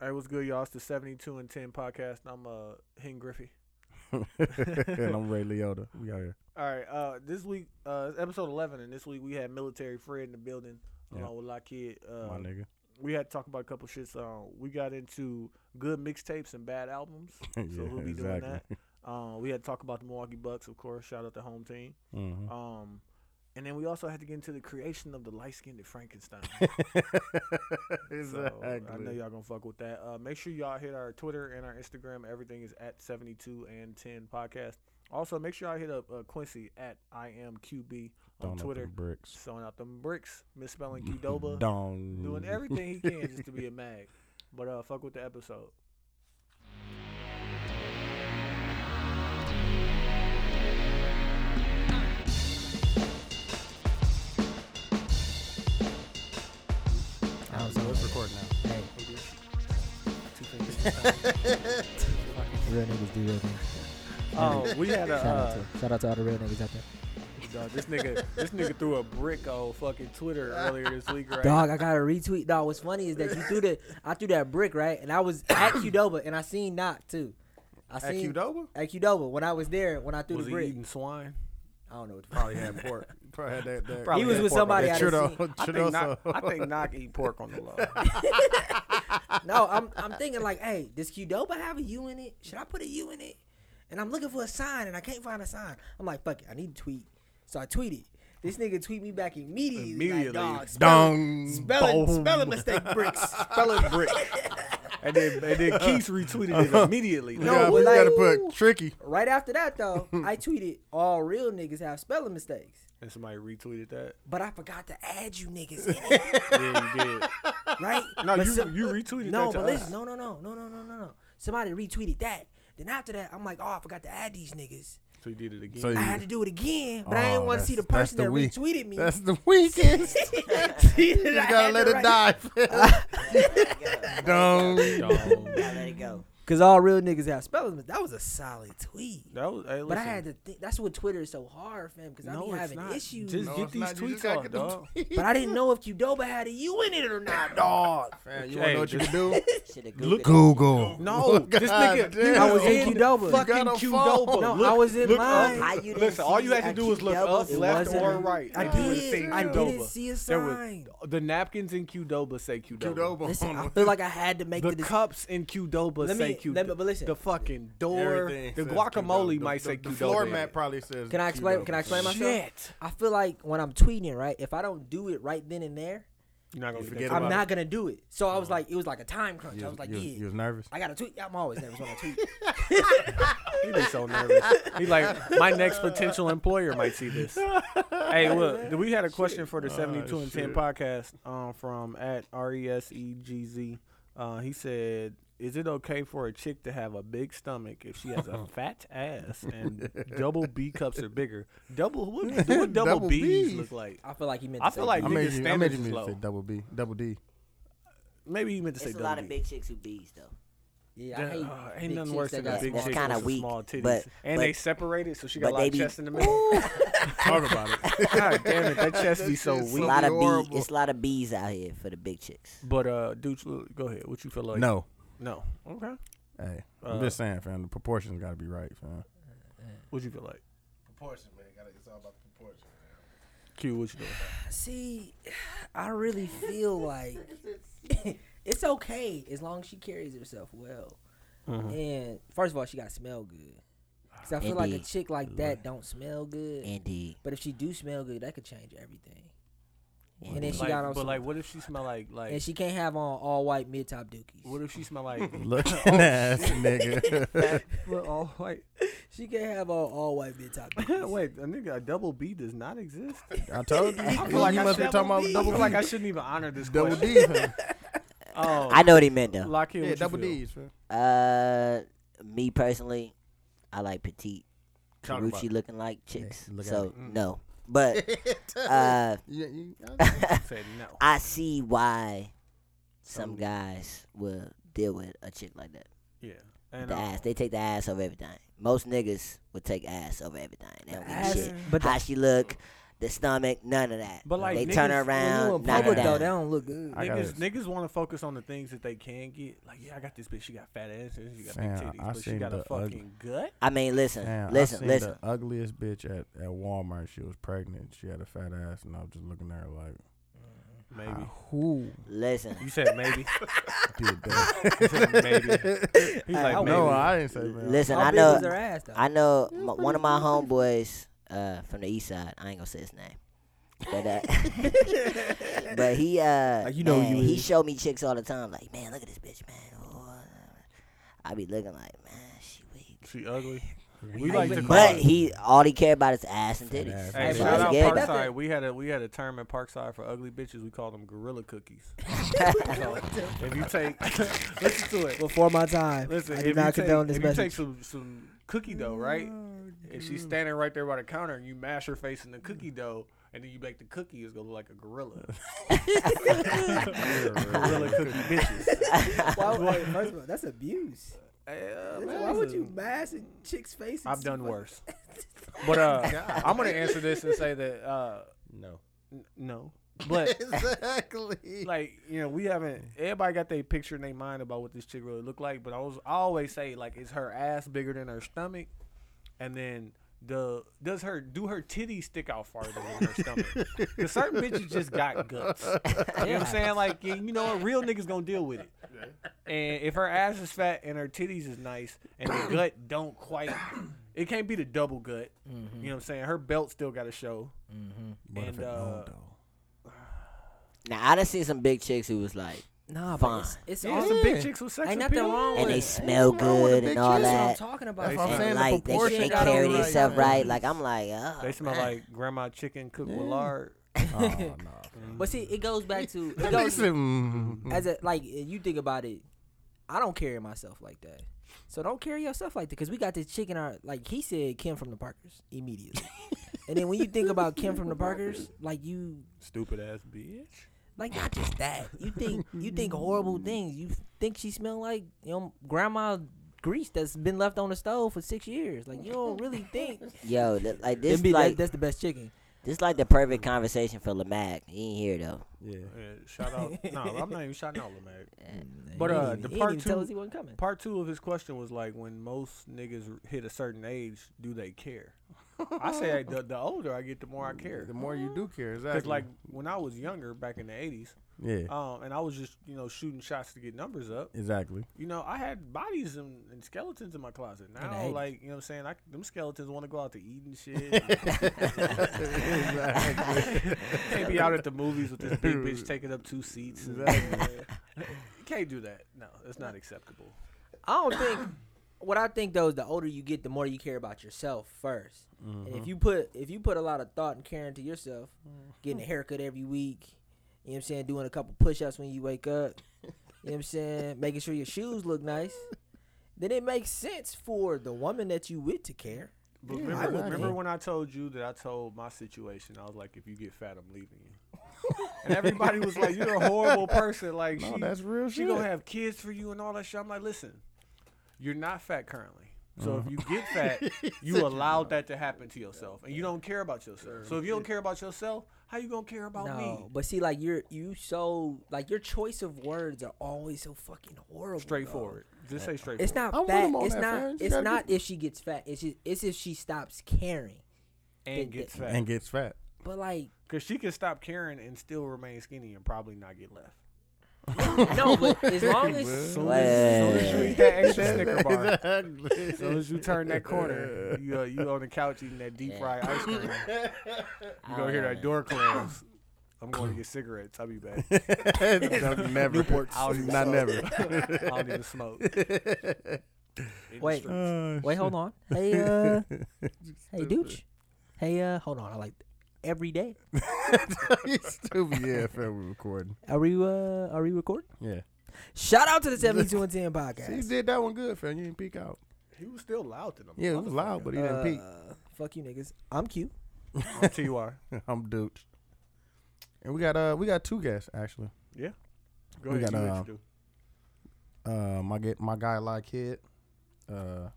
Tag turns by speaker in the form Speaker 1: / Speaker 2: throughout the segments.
Speaker 1: Hey, what's good, y'all? It's the 72 and 10 podcast. I'm uh Hen Griffey.
Speaker 2: and I'm Ray Liotta. We out here.
Speaker 1: All right, uh this week uh it's episode 11 and this week we had military Fred in the building
Speaker 2: Yeah.
Speaker 1: along with Lockheed.
Speaker 2: My
Speaker 1: Uh
Speaker 2: nigga.
Speaker 1: we had to talk about a couple shits. Um we got into good mixtapes and bad albums.
Speaker 2: yeah,
Speaker 1: So we'll be doing
Speaker 2: exactly.
Speaker 1: that. Um we had to talk about the Milwaukee Bucks, of course. Shout out the home team.
Speaker 2: Mhm.
Speaker 1: Um and then we also had to get into the creation of the light-skinned Frankenstein. So I know
Speaker 2: exactly.
Speaker 1: y'all gonna fuck with that. Uh, make sure y'all hit our Twitter and our Instagram. Everything is at seventy two and ten podcast. Also, make sure y'all hit up uh, Quincy at I am QB on
Speaker 2: Throwing up
Speaker 1: Twitter.
Speaker 2: them bricks.
Speaker 1: Throwing out them bricks, misspelling Qdoba,
Speaker 2: Down.
Speaker 1: doing everything he can just to be a mag. But uh, fuck with the episode.
Speaker 3: I
Speaker 2: Oh,
Speaker 3: was on it.
Speaker 2: record now.
Speaker 3: Hey, real niggas do real things.
Speaker 1: Oh, we had a
Speaker 3: Shout out
Speaker 1: uh,
Speaker 3: to shout out to all the real niggas out there.
Speaker 1: dog, this nigga. This nigga threw a brick on fucking Twitter earlier this week, right?
Speaker 3: Dog, I got a retweet. Dog, what's funny is that you threw the I threw that brick right, and I was at Qdoba, and I seen knock too. I
Speaker 2: At
Speaker 3: seen
Speaker 2: Qdoba?
Speaker 3: at Qdoba when I was there when I threw
Speaker 1: Was
Speaker 3: the
Speaker 1: he
Speaker 3: brick.
Speaker 1: eating swine?
Speaker 3: I don't know what the fuck.
Speaker 2: Probably had pork. Probably had that. that
Speaker 1: Probably
Speaker 3: He was
Speaker 1: had
Speaker 3: with
Speaker 1: pork on
Speaker 3: somebody.
Speaker 1: that
Speaker 3: I
Speaker 2: that
Speaker 3: done
Speaker 1: I
Speaker 2: Trudeau.
Speaker 3: seen.
Speaker 1: think, knock, I
Speaker 2: Trudeau.
Speaker 1: think knock eat pork on the low.
Speaker 3: No, I'm I'm thinking like, hey, does Qdoba have a U in it? Should I put a U in it? And I'm looking for a sign, and I can't find a sign. I'm like, fuck it, I need to tweet. So I tweeted. This nigga tweet me back immediately.
Speaker 1: Immediately.
Speaker 3: Like, dog, spell,
Speaker 2: Dong.
Speaker 3: spelling,
Speaker 2: Boom.
Speaker 3: spelling mistake bricks.
Speaker 1: Spelling brick. And then and then Keith retweeted it immediately.
Speaker 2: We
Speaker 3: No,
Speaker 2: gotta-
Speaker 3: we
Speaker 2: we gotta
Speaker 3: like-
Speaker 2: put tricky.
Speaker 3: Right after that, though, I tweeted all real niggas have spelling mistakes,
Speaker 1: And somebody retweeted that.
Speaker 3: but I forgot to add you niggas in it,
Speaker 1: Yeah, you did.
Speaker 3: right?
Speaker 1: No,
Speaker 3: But
Speaker 1: you,
Speaker 3: some-
Speaker 1: you retweeted
Speaker 3: no,
Speaker 1: that to
Speaker 3: but
Speaker 1: us.
Speaker 3: listen, no, no, no, no, no, no, no, no. Somebody retweeted that. Then after that, I'm like, oh, I forgot to add these niggas.
Speaker 1: So you did it again.
Speaker 2: So you-
Speaker 3: I had to do it again, but I didn't
Speaker 2: Oh,
Speaker 3: want to see the
Speaker 2: that's- that's the
Speaker 3: person that
Speaker 2: weak-
Speaker 3: retweeted me.
Speaker 2: That's the weakest.
Speaker 3: See,
Speaker 2: you just
Speaker 3: I had
Speaker 2: gotta
Speaker 3: to
Speaker 2: let it
Speaker 3: write-
Speaker 2: die. Dong.
Speaker 1: Dog.
Speaker 3: Let it go. Cause all real niggas have spelling mistakes. That was a solid tweet.
Speaker 1: That was, hey, listen,
Speaker 3: But I had to think. That's what Twitter is so hard, fam. Because I
Speaker 1: No,
Speaker 3: be
Speaker 1: it's
Speaker 3: having
Speaker 1: not.
Speaker 3: issues.
Speaker 1: Just
Speaker 2: No,
Speaker 1: get
Speaker 2: it's
Speaker 1: these
Speaker 2: not. You just
Speaker 1: tweets
Speaker 2: gotta
Speaker 1: off,
Speaker 2: get them
Speaker 1: dog.
Speaker 2: tweets.
Speaker 3: But I didn't know if Qdoba had a U in it or not, dog.
Speaker 4: Mm-hmm.
Speaker 2: Man, you
Speaker 1: Hey,
Speaker 2: wanna know what you
Speaker 1: just-
Speaker 2: can do?
Speaker 4: Shoulda
Speaker 2: Look,
Speaker 4: Googled
Speaker 2: Google.
Speaker 1: No, this nigga,
Speaker 2: God
Speaker 1: I was
Speaker 3: damn.
Speaker 1: in
Speaker 3: Qdoba.
Speaker 1: Fucking
Speaker 2: You got a
Speaker 1: Qdoba.
Speaker 2: phone.
Speaker 3: No,
Speaker 1: Look-
Speaker 3: I was in
Speaker 1: look
Speaker 3: mine.
Speaker 1: up.
Speaker 4: How you didn't
Speaker 1: Listen, all
Speaker 4: see
Speaker 1: you had to
Speaker 4: a
Speaker 1: do was look
Speaker 4: Qdoba?
Speaker 1: up,
Speaker 4: It
Speaker 1: left,
Speaker 3: wasn't-
Speaker 1: or right.
Speaker 3: I
Speaker 1: and you would've
Speaker 3: did.
Speaker 1: seen
Speaker 3: I didn't
Speaker 1: Qdoba.
Speaker 3: see a
Speaker 1: There was-
Speaker 3: sign.
Speaker 1: the napkins in Qdoba say
Speaker 2: Qdoba.
Speaker 3: Listen, I feel like I had to make the,
Speaker 1: The
Speaker 3: decision.
Speaker 1: cups in Qdoba
Speaker 3: Let
Speaker 1: say
Speaker 3: me- let me- but
Speaker 1: Qdoba.
Speaker 3: listen.
Speaker 1: The fucking door,
Speaker 2: Everything
Speaker 1: the
Speaker 2: says
Speaker 1: guacamole
Speaker 2: Qdoba.
Speaker 1: might
Speaker 2: The-
Speaker 1: say
Speaker 2: the
Speaker 1: Qdoba.
Speaker 2: floor
Speaker 1: in
Speaker 2: mat
Speaker 1: it.
Speaker 2: probably says.
Speaker 3: Can I explain-
Speaker 2: Qdoba.
Speaker 3: can I explain myself?
Speaker 1: Shit.
Speaker 3: I feel like when I'm tweeting, right? If I don't do it right then and there,
Speaker 1: You're not gonna
Speaker 2: You
Speaker 1: get Uh-huh.
Speaker 2: forget
Speaker 1: that
Speaker 2: about
Speaker 3: I'm
Speaker 1: time.
Speaker 2: it.
Speaker 3: not gonna do it. So I was like, it was like a time crunch.
Speaker 2: You
Speaker 3: I
Speaker 2: was-
Speaker 3: was like,
Speaker 2: you was-
Speaker 3: yeah,
Speaker 2: you was nervous.
Speaker 3: I gotta tweet. I'm always nervous when I tweet.
Speaker 1: He be so nervous. He like, my next potential employer might see this. Hey, look, we had a question for the 72 and 10
Speaker 2: Oh, shit.
Speaker 1: podcast um, from at R E S E G Z. Uh, he said, "Is it okay for a chick to have a big stomach if she has a fat ass and double B cups are bigger? Double what? What double,
Speaker 2: Double
Speaker 1: B's,
Speaker 2: Bs.
Speaker 1: look like?
Speaker 3: I feel like he meant.
Speaker 1: I
Speaker 3: To
Speaker 1: feel
Speaker 3: say
Speaker 1: like-
Speaker 2: I
Speaker 1: Niggas
Speaker 2: made you. I
Speaker 1: standards
Speaker 2: made you
Speaker 1: is
Speaker 2: mean to say
Speaker 1: low.
Speaker 2: double B, double D.
Speaker 1: Maybe he meant to say
Speaker 4: It's a
Speaker 1: double
Speaker 4: lot
Speaker 1: B.
Speaker 4: of big chicks who bees though.
Speaker 3: yeah, I hate
Speaker 1: Uh,
Speaker 3: big
Speaker 1: ain't nothing
Speaker 3: chicks
Speaker 1: worse
Speaker 3: that
Speaker 1: than a
Speaker 3: got
Speaker 1: big
Speaker 3: small
Speaker 1: chick
Speaker 4: kinda
Speaker 1: with
Speaker 4: weak,
Speaker 1: small titties,
Speaker 4: but-
Speaker 1: and
Speaker 4: but-
Speaker 1: they separated, so she got a
Speaker 4: but
Speaker 1: lot
Speaker 4: they
Speaker 1: of
Speaker 4: be-
Speaker 1: chest in the middle.
Speaker 2: Talk about it.
Speaker 1: God damn it, that chest be
Speaker 2: That
Speaker 1: so
Speaker 2: shit's
Speaker 4: A
Speaker 1: weak.
Speaker 2: so-
Speaker 4: lot of
Speaker 2: horrible.
Speaker 4: bees. It's a lot of bees out here for the big chicks.
Speaker 1: But uh, dude, look, go ahead. What you feel like?
Speaker 2: No.
Speaker 1: no. Okay.
Speaker 2: Hey, I'm
Speaker 1: Uh,
Speaker 2: just saying, fam. The proportions got to be right, fam.
Speaker 1: What you feel like?
Speaker 5: proportion, man. Gotta, it's all about the proportion.
Speaker 1: Q, what you doing?
Speaker 3: See, I really feel like it's okay as long as she carries herself well.
Speaker 1: Mm-hmm.
Speaker 3: And first of all, she gotta smell good. Cause I feel like a
Speaker 4: Indeed.
Speaker 3: chick like that don't smell good.
Speaker 4: Indeed.
Speaker 3: but if she do smell good, that could change everything. And then
Speaker 4: Indeed.
Speaker 3: she
Speaker 1: Like,
Speaker 3: got on
Speaker 1: but
Speaker 3: some,
Speaker 1: like, what if she smell like like?
Speaker 3: and she can't have on all white mid top dookies.
Speaker 1: what if she smell like?
Speaker 2: Looking ass nigga.
Speaker 1: well, all white.
Speaker 3: She can't have all all white mid top dookies.
Speaker 1: Wait, a nigga, a double B does not exist.
Speaker 2: I told you.
Speaker 1: I
Speaker 2: you
Speaker 1: feel like I
Speaker 2: must be
Speaker 1: should-
Speaker 2: talking about
Speaker 1: I
Speaker 2: double
Speaker 1: feel like I
Speaker 2: D.
Speaker 1: shouldn't even honor this
Speaker 2: Double
Speaker 1: question.
Speaker 2: D. fam.
Speaker 1: Oh,
Speaker 4: I know what he meant though.
Speaker 1: Lockheed,
Speaker 2: Yeah,
Speaker 1: what
Speaker 2: double
Speaker 1: you feel?
Speaker 2: D's, fam.
Speaker 4: Uh, me personally, I like petite,
Speaker 2: Talk about
Speaker 4: Karuchi looking like chicks.
Speaker 2: look at
Speaker 4: so
Speaker 2: it.
Speaker 4: no, but uh,
Speaker 2: Yeah, you-
Speaker 1: Said no.
Speaker 4: I see why
Speaker 1: Some-
Speaker 4: some guys will deal with a chick like that.
Speaker 1: Yeah, and
Speaker 4: the
Speaker 1: uh,
Speaker 4: ass, they take the ass over everything. Most niggas would take ass over everything. They don't give a
Speaker 3: Ass-
Speaker 4: shit.
Speaker 3: but the-
Speaker 4: How she look, the stomach, none of that.
Speaker 1: But, like,
Speaker 4: they
Speaker 1: niggas-
Speaker 4: turn
Speaker 1: when you
Speaker 3: When you in
Speaker 4: around, none of
Speaker 3: public
Speaker 4: that.
Speaker 3: though, they don't look good.
Speaker 2: I gotta-
Speaker 1: niggas niggas want to focus on the things that they can get. Like, yeah, I got this bitch. She got fat asses. She got
Speaker 2: Fam,
Speaker 1: big titties,
Speaker 2: I
Speaker 1: but she
Speaker 2: seen
Speaker 1: got a
Speaker 2: the ugly-
Speaker 1: fucking gut.
Speaker 4: I mean, listen,
Speaker 2: Damn, I
Speaker 4: listen,
Speaker 2: seen
Speaker 4: listen.
Speaker 2: the ugliest bitch at, at Walmart. She was pregnant. She had a fat ass, and I was just looking at her like,
Speaker 1: Maybe
Speaker 2: "Ah, who
Speaker 4: Listen,
Speaker 1: you said maybe.
Speaker 2: did that?
Speaker 1: You said maybe. He's like,
Speaker 3: I
Speaker 1: maybe.
Speaker 2: no, I didn't say man.
Speaker 4: listen.
Speaker 3: How
Speaker 4: I
Speaker 3: big
Speaker 4: know,
Speaker 3: was her ass though?
Speaker 4: I know. My, one of my homeboys uh, from the east side. I ain't gonna say his name, but uh, but he uh,
Speaker 3: Like, you know who
Speaker 4: man,
Speaker 3: you
Speaker 4: he
Speaker 3: is.
Speaker 4: showed me chicks all the time. Like, man, look at this bitch, man. Oh, I be looking like, man, she weak.
Speaker 1: she ugly. We like to call
Speaker 4: But
Speaker 1: it-
Speaker 4: he all he cared about is ass and titties.
Speaker 2: ass.
Speaker 1: Hey,
Speaker 4: That's
Speaker 1: shout
Speaker 4: all
Speaker 1: out
Speaker 4: he cared about.
Speaker 3: Parks.
Speaker 1: Parkside. We had a we had a term at Parkside for ugly bitches. We called them gorilla cookies. so if you take listen to it,
Speaker 3: Before my time.
Speaker 1: listen.
Speaker 3: I
Speaker 1: if
Speaker 3: do
Speaker 1: you
Speaker 3: not
Speaker 1: take,
Speaker 3: condone this
Speaker 1: if you take
Speaker 3: message.
Speaker 1: some some cookie dough, right?
Speaker 3: Mm.
Speaker 1: And she's standing right there by the counter, and you mash her face in the cookie dough, and then you bake the cookie. It's gonna look like a gorilla.
Speaker 2: uh,
Speaker 1: gorilla cookie bitches.
Speaker 3: Why would- hey, first of all, that's abuse.
Speaker 1: Uh,
Speaker 3: That's-
Speaker 1: man,
Speaker 3: Why would
Speaker 1: listen.
Speaker 3: you mash a chick's face? in
Speaker 1: I've
Speaker 3: some
Speaker 1: done
Speaker 3: fucking-
Speaker 1: worse. But uh, I'm gonna answer this and say that uh,
Speaker 2: No.
Speaker 1: n- no, but
Speaker 2: exactly.
Speaker 1: like you know we haven't. Everybody got their picture in their mind about what this chick really looked like. But I was I always say like, is her ass bigger than her stomach? And then the does her do her titties stick out farther than her stomach? Because certain bitches just got guts. You know what I'm saying? Like you you know what real niggas gonna deal with it. And if her ass is fat and her titties is nice and the gut don't quite, it can't be the double gut.
Speaker 3: Mm-hmm.
Speaker 1: You know what I'm saying? Her belt still got to show.
Speaker 2: But if
Speaker 1: And,
Speaker 2: it
Speaker 1: uh,
Speaker 2: don't, though.
Speaker 4: Now I done seen some big chicks who was like,
Speaker 3: Nah, but
Speaker 4: Fine.
Speaker 3: it's, it's
Speaker 1: Yeah,
Speaker 3: all
Speaker 1: some big chicks with sex
Speaker 3: Ain't nothing
Speaker 1: appeal.
Speaker 3: wrong
Speaker 4: and
Speaker 3: with
Speaker 4: they
Speaker 3: it.
Speaker 4: smell
Speaker 2: ain't wrong with
Speaker 4: good
Speaker 2: the
Speaker 4: and
Speaker 2: big
Speaker 4: all
Speaker 2: chicks.
Speaker 3: That's what I'm
Speaker 4: that.
Speaker 3: talking about.
Speaker 2: That's what I'm
Speaker 4: And
Speaker 2: saying. the
Speaker 4: like they,
Speaker 2: proportion
Speaker 4: they
Speaker 2: got
Speaker 4: carry
Speaker 2: on right,
Speaker 4: themselves
Speaker 2: man.
Speaker 4: right. Like I'm like, oh,
Speaker 1: They smell
Speaker 4: man.
Speaker 1: like grandma chicken cooked with
Speaker 2: Yeah.
Speaker 1: lard.
Speaker 2: Oh, no.
Speaker 3: But see, it goes back to it
Speaker 2: That
Speaker 3: goes,
Speaker 2: makes it, mm,
Speaker 3: as a like if you think about it, I don't carry myself like that. So don't carry yourself like that because we got this chick in our like he said Kim from the Parkers immediately. and then when you think about Kim from the Parkers, like you
Speaker 1: Stupid ass bitch.
Speaker 3: like not just that. You think you think horrible things. You think she smell like you know grandma grease that's been left on the stove for six years. Like you don't really think
Speaker 4: yo, th- like this
Speaker 3: it'd be like
Speaker 4: like
Speaker 3: that's the best chicken.
Speaker 4: this like the perfect conversation for Lamac. He ain't here though.
Speaker 2: yeah.
Speaker 1: Yeah, shout out. no, I'm not even shouting out Lamac.
Speaker 3: He
Speaker 1: uh,
Speaker 3: didn't
Speaker 1: the
Speaker 3: even- he
Speaker 1: part
Speaker 3: didn't even tell
Speaker 1: two-
Speaker 3: us he wasn't coming.
Speaker 1: Part two of his question was like, when most niggas r- hit a certain age, do they care? I say like, the, the older I get, the more I care.
Speaker 2: The more you do care, exactly.
Speaker 1: Because like when I was younger, back in the '80s,
Speaker 2: yeah,
Speaker 1: um, and I was just you know shooting shots to get numbers up.
Speaker 2: exactly.
Speaker 1: You know, I had bodies and, and skeletons in my closet. Now,
Speaker 3: 80s.
Speaker 1: like you know, what I'm saying, I, them skeletons want to go out to eat and shit.
Speaker 2: exactly.
Speaker 1: can't be out at the movies with this big bitch taking up two seats. and-
Speaker 2: Exactly.
Speaker 1: You can't do that. No, it's not acceptable.
Speaker 3: I don't think. What I think though is the older you get, the more you care about yourself 1st And if you put if you put a lot of thought and care into yourself, getting a haircut every week, you know what I'm saying, doing a couple push ups when you wake up, you know what I'm saying, making sure your shoes look nice, then it makes sense for the woman that you with to care.
Speaker 1: But
Speaker 2: Yeah,
Speaker 1: remember,
Speaker 2: I would
Speaker 1: remember
Speaker 2: think.
Speaker 1: when I told you that I told my situation? I was like, if you get fat, I'm leaving you. and everybody was like, you're a horrible person. Like,
Speaker 2: No,
Speaker 1: she,
Speaker 2: that's real
Speaker 1: she
Speaker 2: shit.
Speaker 1: gonna have kids for you and all that shit. I'm like, listen, you're not fat currently. So
Speaker 2: Uh-huh.
Speaker 1: if you get fat, you allowed that to happen to yourself, and you don't care about yourself. So if you don't care about yourself, how you gonna care about me?
Speaker 3: No, but see, like you're you so like your choice of words are always so fucking horrible. dog.
Speaker 1: Straightforward. Just say straightforward.
Speaker 3: It's not
Speaker 2: I want
Speaker 3: fat.
Speaker 2: him on
Speaker 3: It's
Speaker 2: that,
Speaker 3: not.
Speaker 2: fam. She
Speaker 3: It's
Speaker 2: gotta
Speaker 3: not
Speaker 2: be-
Speaker 3: if she gets fat. It's just, it's if she stops caring.
Speaker 1: and gets fat.
Speaker 2: and gets fat.
Speaker 3: But like,
Speaker 1: Cause she can stop caring and still remain skinny and probably not get left.
Speaker 3: no. But as long as
Speaker 1: Soon as, soon as you eat that extra Snicker bar,
Speaker 2: Exactly.
Speaker 1: soon as you turn that corner, you uh, you on the couch eating that deep fried ice cream. You gonna hear that door close. I'm going to get cigarettes. I'll be back.
Speaker 2: never.
Speaker 1: I'll do
Speaker 2: Not
Speaker 1: so.
Speaker 2: never.
Speaker 1: I don't even smoke. In the
Speaker 3: Wait.
Speaker 1: street.
Speaker 3: wait, hold on. Hey, uh, hey, douche. Hey, uh, hold on. I like every day.
Speaker 2: You stupid. Yeah, fair. We're recording.
Speaker 3: Are we uh, are we recording?
Speaker 2: Yeah.
Speaker 3: Shout out to the seventy two and ten
Speaker 2: See, you
Speaker 3: podcast.
Speaker 2: did that one good, fam. You didn't peek out.
Speaker 1: he was still loud to them.
Speaker 2: Yeah, it was loud, but he didn't peek.
Speaker 3: Uh, fuck you niggas. I'm cute.
Speaker 1: I'm TUR.
Speaker 2: I'm duped. And we got uh we got two guests actually.
Speaker 1: Go
Speaker 2: We
Speaker 1: ahead.
Speaker 2: got,
Speaker 1: you
Speaker 2: uh,
Speaker 1: introduce.
Speaker 2: Uh my get my guy like kid. Uh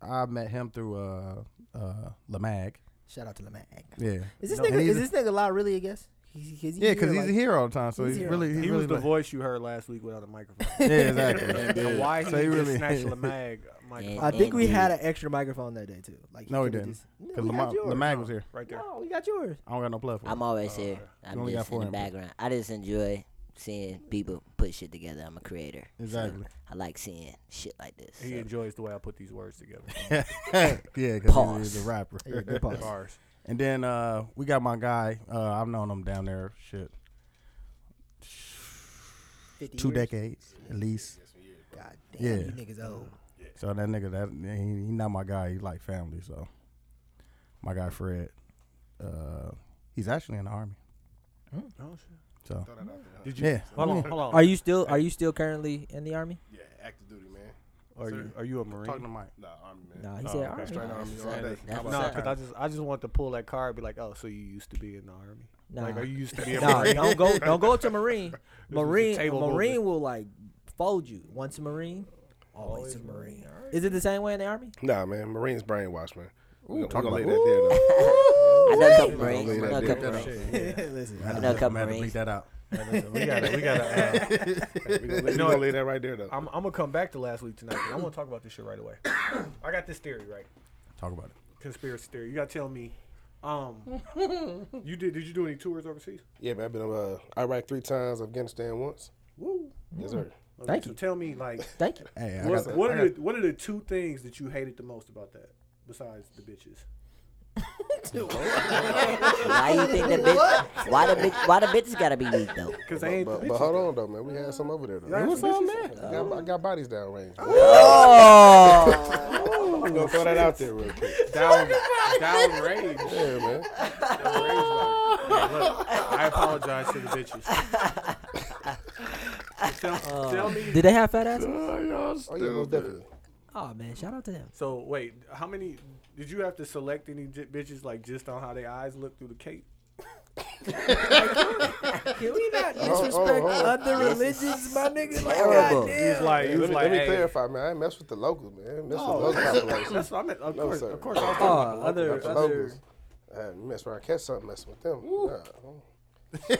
Speaker 2: I met him through uh uh Lamag.
Speaker 6: Shout out to Lamac.
Speaker 2: Yeah.
Speaker 6: Is this
Speaker 2: No,
Speaker 6: nigga?
Speaker 2: and
Speaker 6: Is
Speaker 2: he's a-
Speaker 6: this nigga loud? Really? I guess. He, he,
Speaker 2: Yeah, because he's
Speaker 6: like-
Speaker 2: here all the time, so
Speaker 6: he's
Speaker 2: he's,
Speaker 6: here all
Speaker 2: really he's
Speaker 1: He
Speaker 2: really
Speaker 1: was the
Speaker 2: like-
Speaker 1: voice you heard last week without a microphone.
Speaker 2: Yeah, exactly.
Speaker 1: and why he,
Speaker 2: So he
Speaker 1: just
Speaker 2: really-
Speaker 1: snatched Lamag uh, microphone
Speaker 6: I think we
Speaker 4: Indeed.
Speaker 6: had an extra microphone that day too. Like
Speaker 2: No, he
Speaker 6: could've
Speaker 2: didn't.
Speaker 6: just- No,
Speaker 2: Because
Speaker 6: we got yours.
Speaker 2: Lamag was here.
Speaker 1: right there.
Speaker 6: No, we got yours.
Speaker 2: I don't got no platform.
Speaker 4: I'm always here.
Speaker 2: You
Speaker 4: I'm
Speaker 2: only
Speaker 4: just
Speaker 2: got
Speaker 4: in
Speaker 2: four
Speaker 4: the
Speaker 2: inputs.
Speaker 4: background. I just enjoy seeing people put shit together. I'm a creator. so
Speaker 2: Exactly.
Speaker 4: I like seeing shit like this.
Speaker 1: He
Speaker 4: so.
Speaker 1: enjoys the way I put these words together.
Speaker 2: yeah, because
Speaker 4: Pause.
Speaker 2: he's a rapper.
Speaker 6: Yeah, good pause.
Speaker 1: Bars.
Speaker 2: And then uh, we got my guy. Uh, I've known him down there. Shit,
Speaker 6: 50
Speaker 2: two
Speaker 6: years?
Speaker 2: decades at least.
Speaker 6: God damn,
Speaker 2: Yeah.
Speaker 6: you niggas old.
Speaker 2: So that nigga, that he, he not my guy. He like family. So my guy Fred, uh, he's actually in the army.
Speaker 1: Oh, shit.
Speaker 2: So
Speaker 7: Throw that out there, huh?
Speaker 1: Did you?
Speaker 2: yeah,
Speaker 1: Hold on, hold on.
Speaker 6: Are you still? Are you still currently in the army?
Speaker 7: Yeah, active duty, man.
Speaker 1: Are you, are you a Marine?
Speaker 2: talking to Mike.
Speaker 7: Nah, Army, man.
Speaker 6: Nah, he
Speaker 1: Oh,
Speaker 6: said
Speaker 1: okay.
Speaker 6: army.
Speaker 7: Straight Army all day.
Speaker 4: That's
Speaker 7: How
Speaker 1: No,
Speaker 7: about
Speaker 4: what's
Speaker 7: that?
Speaker 4: up.
Speaker 1: because I just I just want to pull that card, and be like, oh, so you used to be in the army?
Speaker 6: Nah.
Speaker 1: Like, are you used to be a
Speaker 6: Nah,
Speaker 1: Marine?
Speaker 6: don't go. Don't go up to marine. Marine.
Speaker 1: table
Speaker 6: marine
Speaker 1: movement.
Speaker 6: will like fold you. Once a marine, always a marine. Is it the same way in the army?
Speaker 7: Nah, man. Marines brainwashed, man. We're
Speaker 2: talk
Speaker 7: gonna
Speaker 2: about-
Speaker 7: leave that there, though.
Speaker 4: I know a couple
Speaker 7: Wait.
Speaker 4: Marines. I know a
Speaker 7: Leave
Speaker 4: couple
Speaker 7: that
Speaker 4: Marines.
Speaker 7: there.
Speaker 6: Listen,
Speaker 4: I know a couple
Speaker 2: Man,
Speaker 4: Marines.
Speaker 2: Bleep that out.
Speaker 1: we gotta, we gotta. Uh,
Speaker 7: We're gonna leave- we gonna leave that right there, though.
Speaker 1: I'm, I'm gonna come back to last week tonight. 'cause I want to talk about this shit right away. I got this theory right,
Speaker 2: Talk about it.
Speaker 1: conspiracy theory. You gotta tell me. Um, you did? Did you do any tours overseas?
Speaker 7: Yeah, man. I've been to uh, Iraq three times, Afghanistan once.
Speaker 1: Woo!
Speaker 7: Yes, sir.
Speaker 1: Okay,
Speaker 6: Thank
Speaker 1: so
Speaker 6: you.
Speaker 1: Tell me, like,
Speaker 6: thank you.
Speaker 2: Hey, I
Speaker 1: what,
Speaker 2: got,
Speaker 1: what
Speaker 2: I
Speaker 1: are
Speaker 2: got-
Speaker 1: the, what are the two things that you hated the most about that, besides the bitches?
Speaker 4: Why you think that bitch? Why the bitch? Why the bitches gotta be weak though?
Speaker 1: Because they
Speaker 7: But,
Speaker 1: ain't the
Speaker 7: but,
Speaker 1: bitches.
Speaker 7: but hold on, though, man. We had some over there, though.
Speaker 1: What's on that?
Speaker 7: I got, I got bodies down range.
Speaker 4: Oh,
Speaker 7: I'm gonna throw that out there real quick.
Speaker 1: Down, downrange.
Speaker 7: Yeah, man. Oh,
Speaker 1: Look, I apologize to the bitches. tell, tell me.
Speaker 6: Um, Did they have fat asses?
Speaker 7: Oh yeah, most definitely.
Speaker 6: Oh man, shout out to them.
Speaker 1: So wait, how many did you have to select any j- bitches like just on how their eyes look through the cape?
Speaker 6: Can we not
Speaker 7: oh,
Speaker 6: disrespect
Speaker 7: oh.
Speaker 6: other religions, my nigga? Like,
Speaker 4: terrible.
Speaker 1: It's like, it's
Speaker 7: Hey, let me,
Speaker 1: like,
Speaker 7: let me
Speaker 1: hey,
Speaker 7: clarify, man. I ain't mess with the locals, man. I ain't mess
Speaker 1: Oh,
Speaker 7: with the local population.
Speaker 1: That's what I meant. Of
Speaker 7: No,
Speaker 1: course,
Speaker 7: sir.
Speaker 1: of course. I was
Speaker 6: Oh,
Speaker 1: talking about the
Speaker 6: other-
Speaker 7: Not
Speaker 1: locals.
Speaker 7: the
Speaker 6: other.
Speaker 7: locals. Uh, mess around, catch something, messing with them. Nah.
Speaker 1: Okay,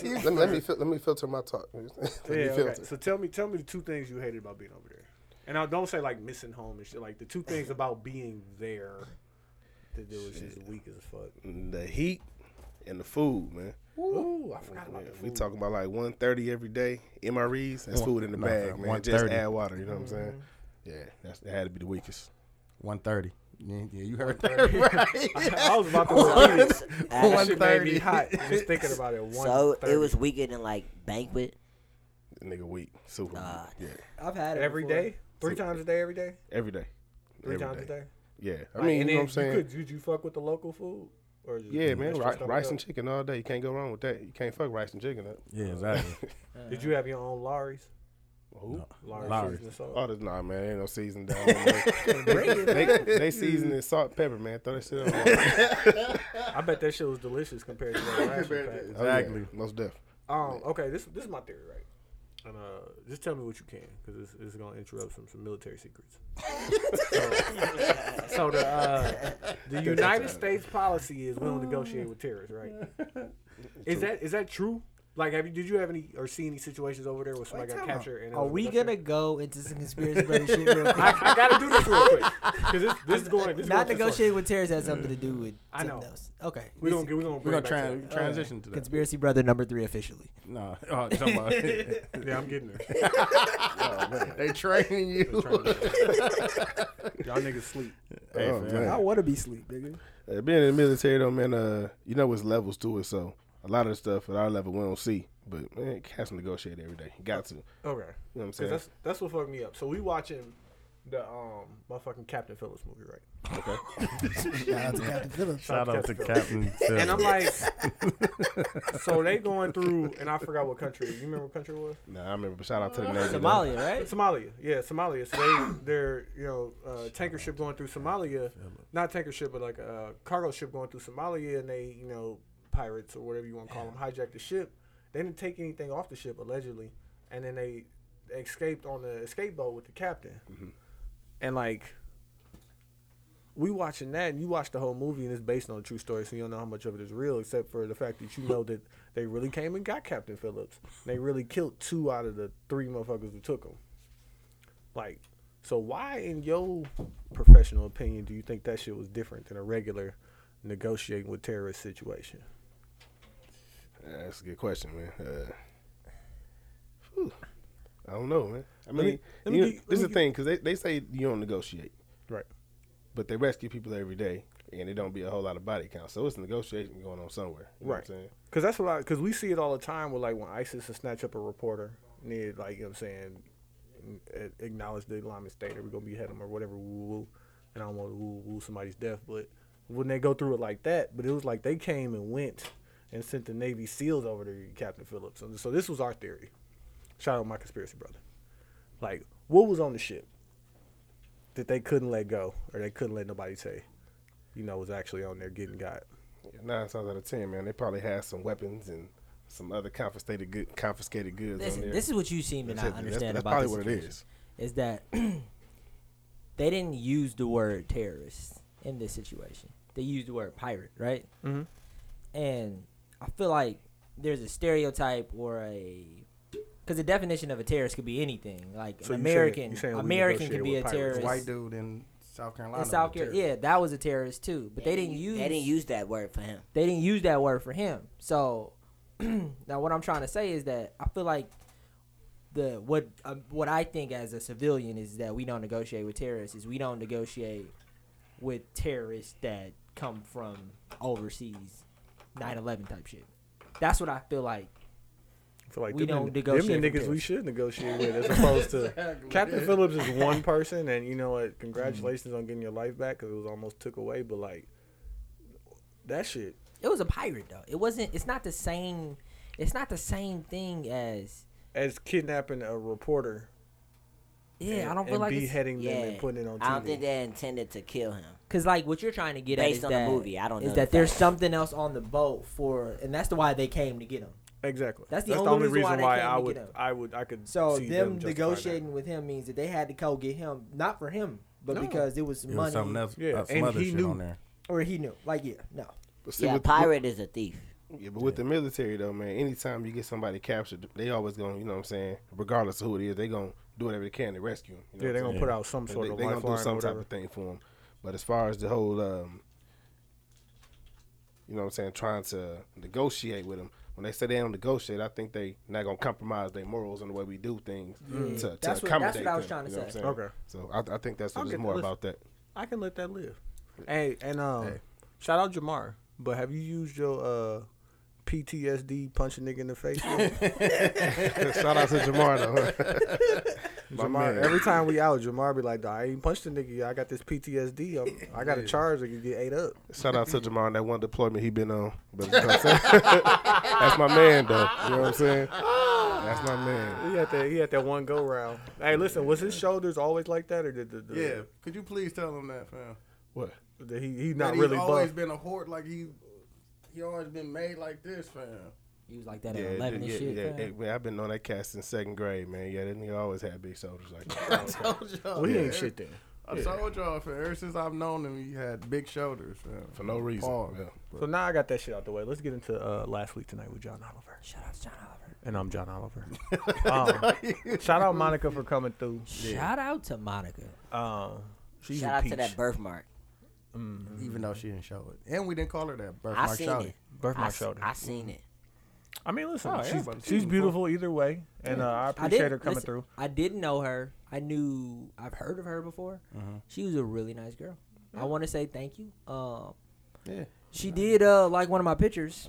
Speaker 7: Let, me, let me fil- let me filter my talk. let
Speaker 1: so, yeah,
Speaker 7: me filter.
Speaker 1: okay. So tell me, tell me the two things you hated about being over there, and I don't say like missing home and shit. Like the two things about being there that it was just weak as fuck.
Speaker 7: The heat and the food, man.
Speaker 1: Ooh, I forgot about the
Speaker 7: We
Speaker 1: food. Oh,
Speaker 7: talking about like 130 every day. MREs, that's food in the
Speaker 2: no,
Speaker 7: bag,
Speaker 2: fam,
Speaker 7: man. Just
Speaker 2: 130.
Speaker 7: add water, you know what I'm saying?
Speaker 1: Mm-hmm.
Speaker 7: Yeah, that's, that had to be the weakest.
Speaker 2: One thirty. Yeah, yeah, you heard that right.
Speaker 1: I was about to repeat it. That shit made me
Speaker 2: 130.
Speaker 1: hot just thinking about it.
Speaker 4: so it
Speaker 1: 130.
Speaker 4: was weaker than like banquet.
Speaker 7: That nigga weak, super
Speaker 4: Nah.
Speaker 7: weak. Yeah,
Speaker 6: I've had it
Speaker 1: every
Speaker 6: before.
Speaker 1: day, three times a day, every day,
Speaker 7: every day.
Speaker 1: three
Speaker 7: Every
Speaker 1: times
Speaker 7: day.
Speaker 1: a day.
Speaker 7: Yeah, I
Speaker 1: Like,
Speaker 7: mean,
Speaker 1: and
Speaker 7: you know
Speaker 1: then
Speaker 7: what I'm saying?
Speaker 1: Could, could you fuck with the local food? Or is it
Speaker 7: Yeah,
Speaker 1: just
Speaker 7: man,
Speaker 1: extra
Speaker 7: ri-
Speaker 1: stomach
Speaker 7: rice
Speaker 1: up?
Speaker 7: and chicken all day. You can't go wrong with that. You can't fuck rice and chicken up.
Speaker 2: yeah, exactly.
Speaker 6: Uh-huh.
Speaker 1: Did you have your own Larry's?
Speaker 7: Who?
Speaker 1: Larry's.
Speaker 2: Lowry's.
Speaker 1: seasoning salt?
Speaker 7: Oh, this, nah, man, ain't no season down there. man. they, they, they season it salt and pepper, man. Throw that shit on.
Speaker 1: I bet that shit was delicious compared to that ration pack.
Speaker 7: Oh, yeah,
Speaker 2: Exactly.
Speaker 7: most def.
Speaker 1: Um, okay, this this is my theory, right? And uh, just tell me what you can, because it's, it's gonna interrupt some some military secrets. so, so the uh, the United States policy is we don't negotiate with terrorists, right? Is that is that true? Like, have you did you have any or see any situations over there where somebody got
Speaker 6: time out.
Speaker 1: captured? And it
Speaker 6: Are
Speaker 1: was
Speaker 6: we
Speaker 1: negotiated?
Speaker 6: gonna go into some conspiracy brother shit real quick?
Speaker 1: I, I gotta do this real quick because this this is going. This is
Speaker 6: Not
Speaker 1: going to
Speaker 6: negotiating with terrorists has something to do with
Speaker 1: I know.
Speaker 6: Technos. Okay.
Speaker 1: We
Speaker 6: this
Speaker 1: don't.
Speaker 6: is-
Speaker 1: get- We don't.
Speaker 2: We're
Speaker 1: bring
Speaker 2: gonna
Speaker 1: it back
Speaker 2: tran-
Speaker 1: to that.
Speaker 2: transition to that.
Speaker 6: Conspiracy brother number three officially.
Speaker 2: No, oh, talking about-
Speaker 1: Yeah, I'm getting there.
Speaker 2: they training you.
Speaker 1: Y'all niggas sleep.
Speaker 7: Hey,
Speaker 2: fam.
Speaker 7: Oh, man.
Speaker 6: want to be sleep, nigga.
Speaker 7: Uh, being in the military, though, man, uh, you know it's levels to it. So a lot of the stuff at our level we don't see, but man, cats negotiate every day. Got to. You
Speaker 1: Okay.
Speaker 7: know what I'm
Speaker 1: Cause
Speaker 7: saying?
Speaker 1: that's that's what fucked me up. So we watching the um motherfucking Captain Phillips movie, right?
Speaker 6: Shout out to Captain Phillips.
Speaker 2: Shout out to Captain. Phil.
Speaker 1: And I'm like, so they going through, and I forgot what country. You remember what country it was?
Speaker 7: Nah, I remember. Shout out to the Navy. though.
Speaker 6: Somalia, right?
Speaker 1: Somalia. Yeah, Somalia. So they they're you know uh, tanker ship going through Somalia, not tanker ship, but like a cargo ship going through Somalia, and they you know pirates or whatever you want to call them hijacked the ship. They didn't take anything off the ship allegedly, and then they escaped on the escape boat with the captain. And like we watching that, and you watch the whole movie, and it's based on a true story, so you don't know how much of it is real, except for the fact that you know that they really came and got Captain Phillips. They really killed two out of the three motherfuckers who took him. Like, so why, in your professional opinion, do you think that shit was different than a regular negotiating with terrorist situation?
Speaker 7: Yeah, that's a good question, man. Uh, whew. I don't know, man. I mean,
Speaker 1: me- let me
Speaker 7: you know,
Speaker 1: give you- let
Speaker 7: this is
Speaker 1: me
Speaker 7: the thing because they, they say you don't negotiate,
Speaker 1: Right.
Speaker 7: but they rescue people every day, and it don't be a whole lot of body count, so it's negotiation going on somewhere. You know
Speaker 1: Right.
Speaker 7: What I'm saying?
Speaker 1: Because that's what I, because we see it all the time with like when ISIS will snatch up a reporter, and they, like, you know what I'm saying, a- acknowledge the Islamic State or we're going to behead them or whatever, woo, woo, woo. and I don't want to woo, woo somebody's death, but when they go through it like that, but it was like they came and went and sent the Navy SEALs over to Captain Phillips. And so this was our theory. Shout out my conspiracy brother. Like, what was on the ship that they couldn't let go or they couldn't let nobody say, you know, was actually on there getting got?
Speaker 7: Yeah, Nine times out of ten, man, they probably had some weapons and some other confiscated good, confiscated goods on
Speaker 3: Listen,
Speaker 7: there.
Speaker 3: this is what you seem to
Speaker 7: That's
Speaker 3: not
Speaker 7: it. That's-
Speaker 3: understand
Speaker 7: that's
Speaker 3: about
Speaker 7: probably
Speaker 3: this
Speaker 7: what it
Speaker 3: situation,
Speaker 7: is.
Speaker 3: Is that they didn't use the word terrorist in this situation. They used the word pirate, right?
Speaker 1: Mhm.
Speaker 3: And I feel like there's a stereotype or a because the definition of a terrorist could be anything. Like
Speaker 1: So
Speaker 3: an
Speaker 1: you saying-
Speaker 3: American,
Speaker 1: you saying we
Speaker 3: American
Speaker 1: negotiate
Speaker 3: could be
Speaker 1: with
Speaker 3: a
Speaker 1: pirates.
Speaker 3: terrorist.
Speaker 2: White dude in South Carolina.
Speaker 3: in South
Speaker 2: was a
Speaker 3: Carolina, yeah, that was a terrorist too. But they, didn't
Speaker 4: u-
Speaker 3: use
Speaker 4: They didn't use that word for him.
Speaker 3: they didn't use that word for him. So now what I'm trying to say is that I feel like the what uh, what I think as a civilian is that we don't negotiate with terrorists is we don't negotiate with terrorists that come from overseas 9/11 type shit. That's what I feel like.
Speaker 1: I feel like
Speaker 3: We
Speaker 1: them
Speaker 3: don't
Speaker 1: the-
Speaker 3: negotiate
Speaker 1: Them the
Speaker 3: with
Speaker 1: niggas we
Speaker 3: this.
Speaker 1: should negotiate with, as opposed to Captain Phillips is one person, and you know what? Congratulations on getting your life back because it was almost took away. But like that shit,
Speaker 3: It was a pirate though. It wasn't it's not the same it's not the same thing as
Speaker 1: as kidnapping a reporter,
Speaker 3: yeah,
Speaker 1: and,
Speaker 3: I don't feel
Speaker 1: and
Speaker 3: like it's-
Speaker 1: beheading them
Speaker 4: Yeah,
Speaker 1: and putting it on TV.
Speaker 4: I don't think they intended to kill him.
Speaker 3: Cause like what you're trying to get at
Speaker 4: Based
Speaker 3: is
Speaker 4: on the
Speaker 3: that,
Speaker 4: movie, I don't
Speaker 3: is
Speaker 4: know the
Speaker 3: that there's
Speaker 4: facts.
Speaker 3: something else on the boat for, and that's the why they came to get him.
Speaker 1: exactly.
Speaker 3: That's the only reason why they can't
Speaker 1: I
Speaker 3: make it
Speaker 1: would,
Speaker 3: up.
Speaker 1: I would, I could.
Speaker 3: So
Speaker 1: see
Speaker 3: them,
Speaker 1: justifying that.
Speaker 3: negotiating with him means that they had to go get him, not for him, but
Speaker 1: No.
Speaker 3: because it was
Speaker 2: It was
Speaker 3: money
Speaker 2: something else.
Speaker 1: Yeah,
Speaker 2: uh, some
Speaker 1: and
Speaker 2: other
Speaker 1: he
Speaker 2: shit
Speaker 1: knew.
Speaker 2: on there.
Speaker 3: or he knew. Like yeah, no,
Speaker 7: But see,
Speaker 4: Yeah, a
Speaker 7: with-
Speaker 4: pirate is a thief.
Speaker 7: Yeah, but with the military though, man, anytime you get somebody captured, they always gonna, you know what I'm saying, regardless of who it is, they gonna do whatever they can to rescue them.
Speaker 1: yeah, they're gonna put out some sort
Speaker 7: they,
Speaker 1: of
Speaker 7: they gonna do
Speaker 1: lifeline or
Speaker 7: some type
Speaker 1: whatever.
Speaker 7: of thing for them. But as far as the whole, um, you know what I'm saying, trying to negotiate with them, when they say they don't negotiate, I think they not gonna compromise their morals and the way we do things to, to
Speaker 3: Mm. That's what- that's
Speaker 7: accommodate
Speaker 3: what I was
Speaker 7: them,
Speaker 3: trying to
Speaker 7: you know what
Speaker 3: say.
Speaker 7: I'm saying?
Speaker 1: Okay.
Speaker 7: So I, I think that's
Speaker 1: I'll
Speaker 7: it's
Speaker 1: get-
Speaker 7: more
Speaker 1: listen.
Speaker 7: about that.
Speaker 1: I can let that live. Hey, and um,
Speaker 2: Hey.
Speaker 1: shout out Jamar. But have you used your uh PTSD punch a nigga in the face? yet?
Speaker 7: Shout out to Jamar though. My
Speaker 1: Jamar,
Speaker 7: man.
Speaker 1: every time we out, Jamar be like, "Dawg, I ain't punched a nigga. yet. I got this PTSD. I'm, I got a charge that can get ate up.
Speaker 7: Shout out to Jamar on that one deployment he been on. But you know what I'm saying? that's my man though. You know what I'm saying? That's my man.
Speaker 1: He had that. He had that one go round. Hey, listen, was his shoulders always like that, or did the, the
Speaker 2: could you please tell him that, fam?
Speaker 7: What?
Speaker 1: the- he he not
Speaker 2: he's
Speaker 1: really
Speaker 2: always
Speaker 1: buff?
Speaker 2: been a horde like he he always been made like this, fam.
Speaker 3: he was like that
Speaker 7: Yeah,
Speaker 3: at
Speaker 7: yeah,
Speaker 3: eleven and
Speaker 7: yeah,
Speaker 3: shit.
Speaker 7: yeah.
Speaker 3: fam.
Speaker 7: Hey, man, I've been on that cast since second grade, man. Yeah, that nigga always had big shoulders like that.
Speaker 2: told y'all.
Speaker 1: We
Speaker 2: yeah.
Speaker 1: ain't shit then.
Speaker 2: I told y'all, fam. Ever since I've known him, he had big shoulders, fam.
Speaker 7: For no reason.
Speaker 2: Pause.
Speaker 7: Yeah.
Speaker 1: So now I got that shit out the way. Let's get into uh, last week tonight with John Oliver,
Speaker 3: Shout out to John Oliver.
Speaker 1: and I'm John Oliver. um, shout out Monica for coming through.
Speaker 3: Shout out to Monica.
Speaker 1: Um, she's
Speaker 4: Shout
Speaker 1: a
Speaker 4: out
Speaker 1: peach.
Speaker 4: to that birthmark.
Speaker 2: Even though she didn't show it, and we didn't call her that.
Speaker 4: I
Speaker 2: Birthmark
Speaker 4: seen
Speaker 2: shouty.
Speaker 4: it. I,
Speaker 1: birthmark
Speaker 4: s-
Speaker 1: shoulder.
Speaker 4: I seen it.
Speaker 1: I mean, listen,
Speaker 2: Oh,
Speaker 1: she's,
Speaker 2: everybody
Speaker 1: she's
Speaker 2: seen it
Speaker 1: beautiful either way, and uh, I appreciate
Speaker 3: did-
Speaker 1: her coming
Speaker 3: listen,
Speaker 1: through.
Speaker 3: I didn't know her. I knew I've heard of her before.
Speaker 2: Mm-hmm.
Speaker 3: She was a really nice girl. I want to say thank you. Um,
Speaker 2: Yeah.
Speaker 3: she did uh like one of my pictures.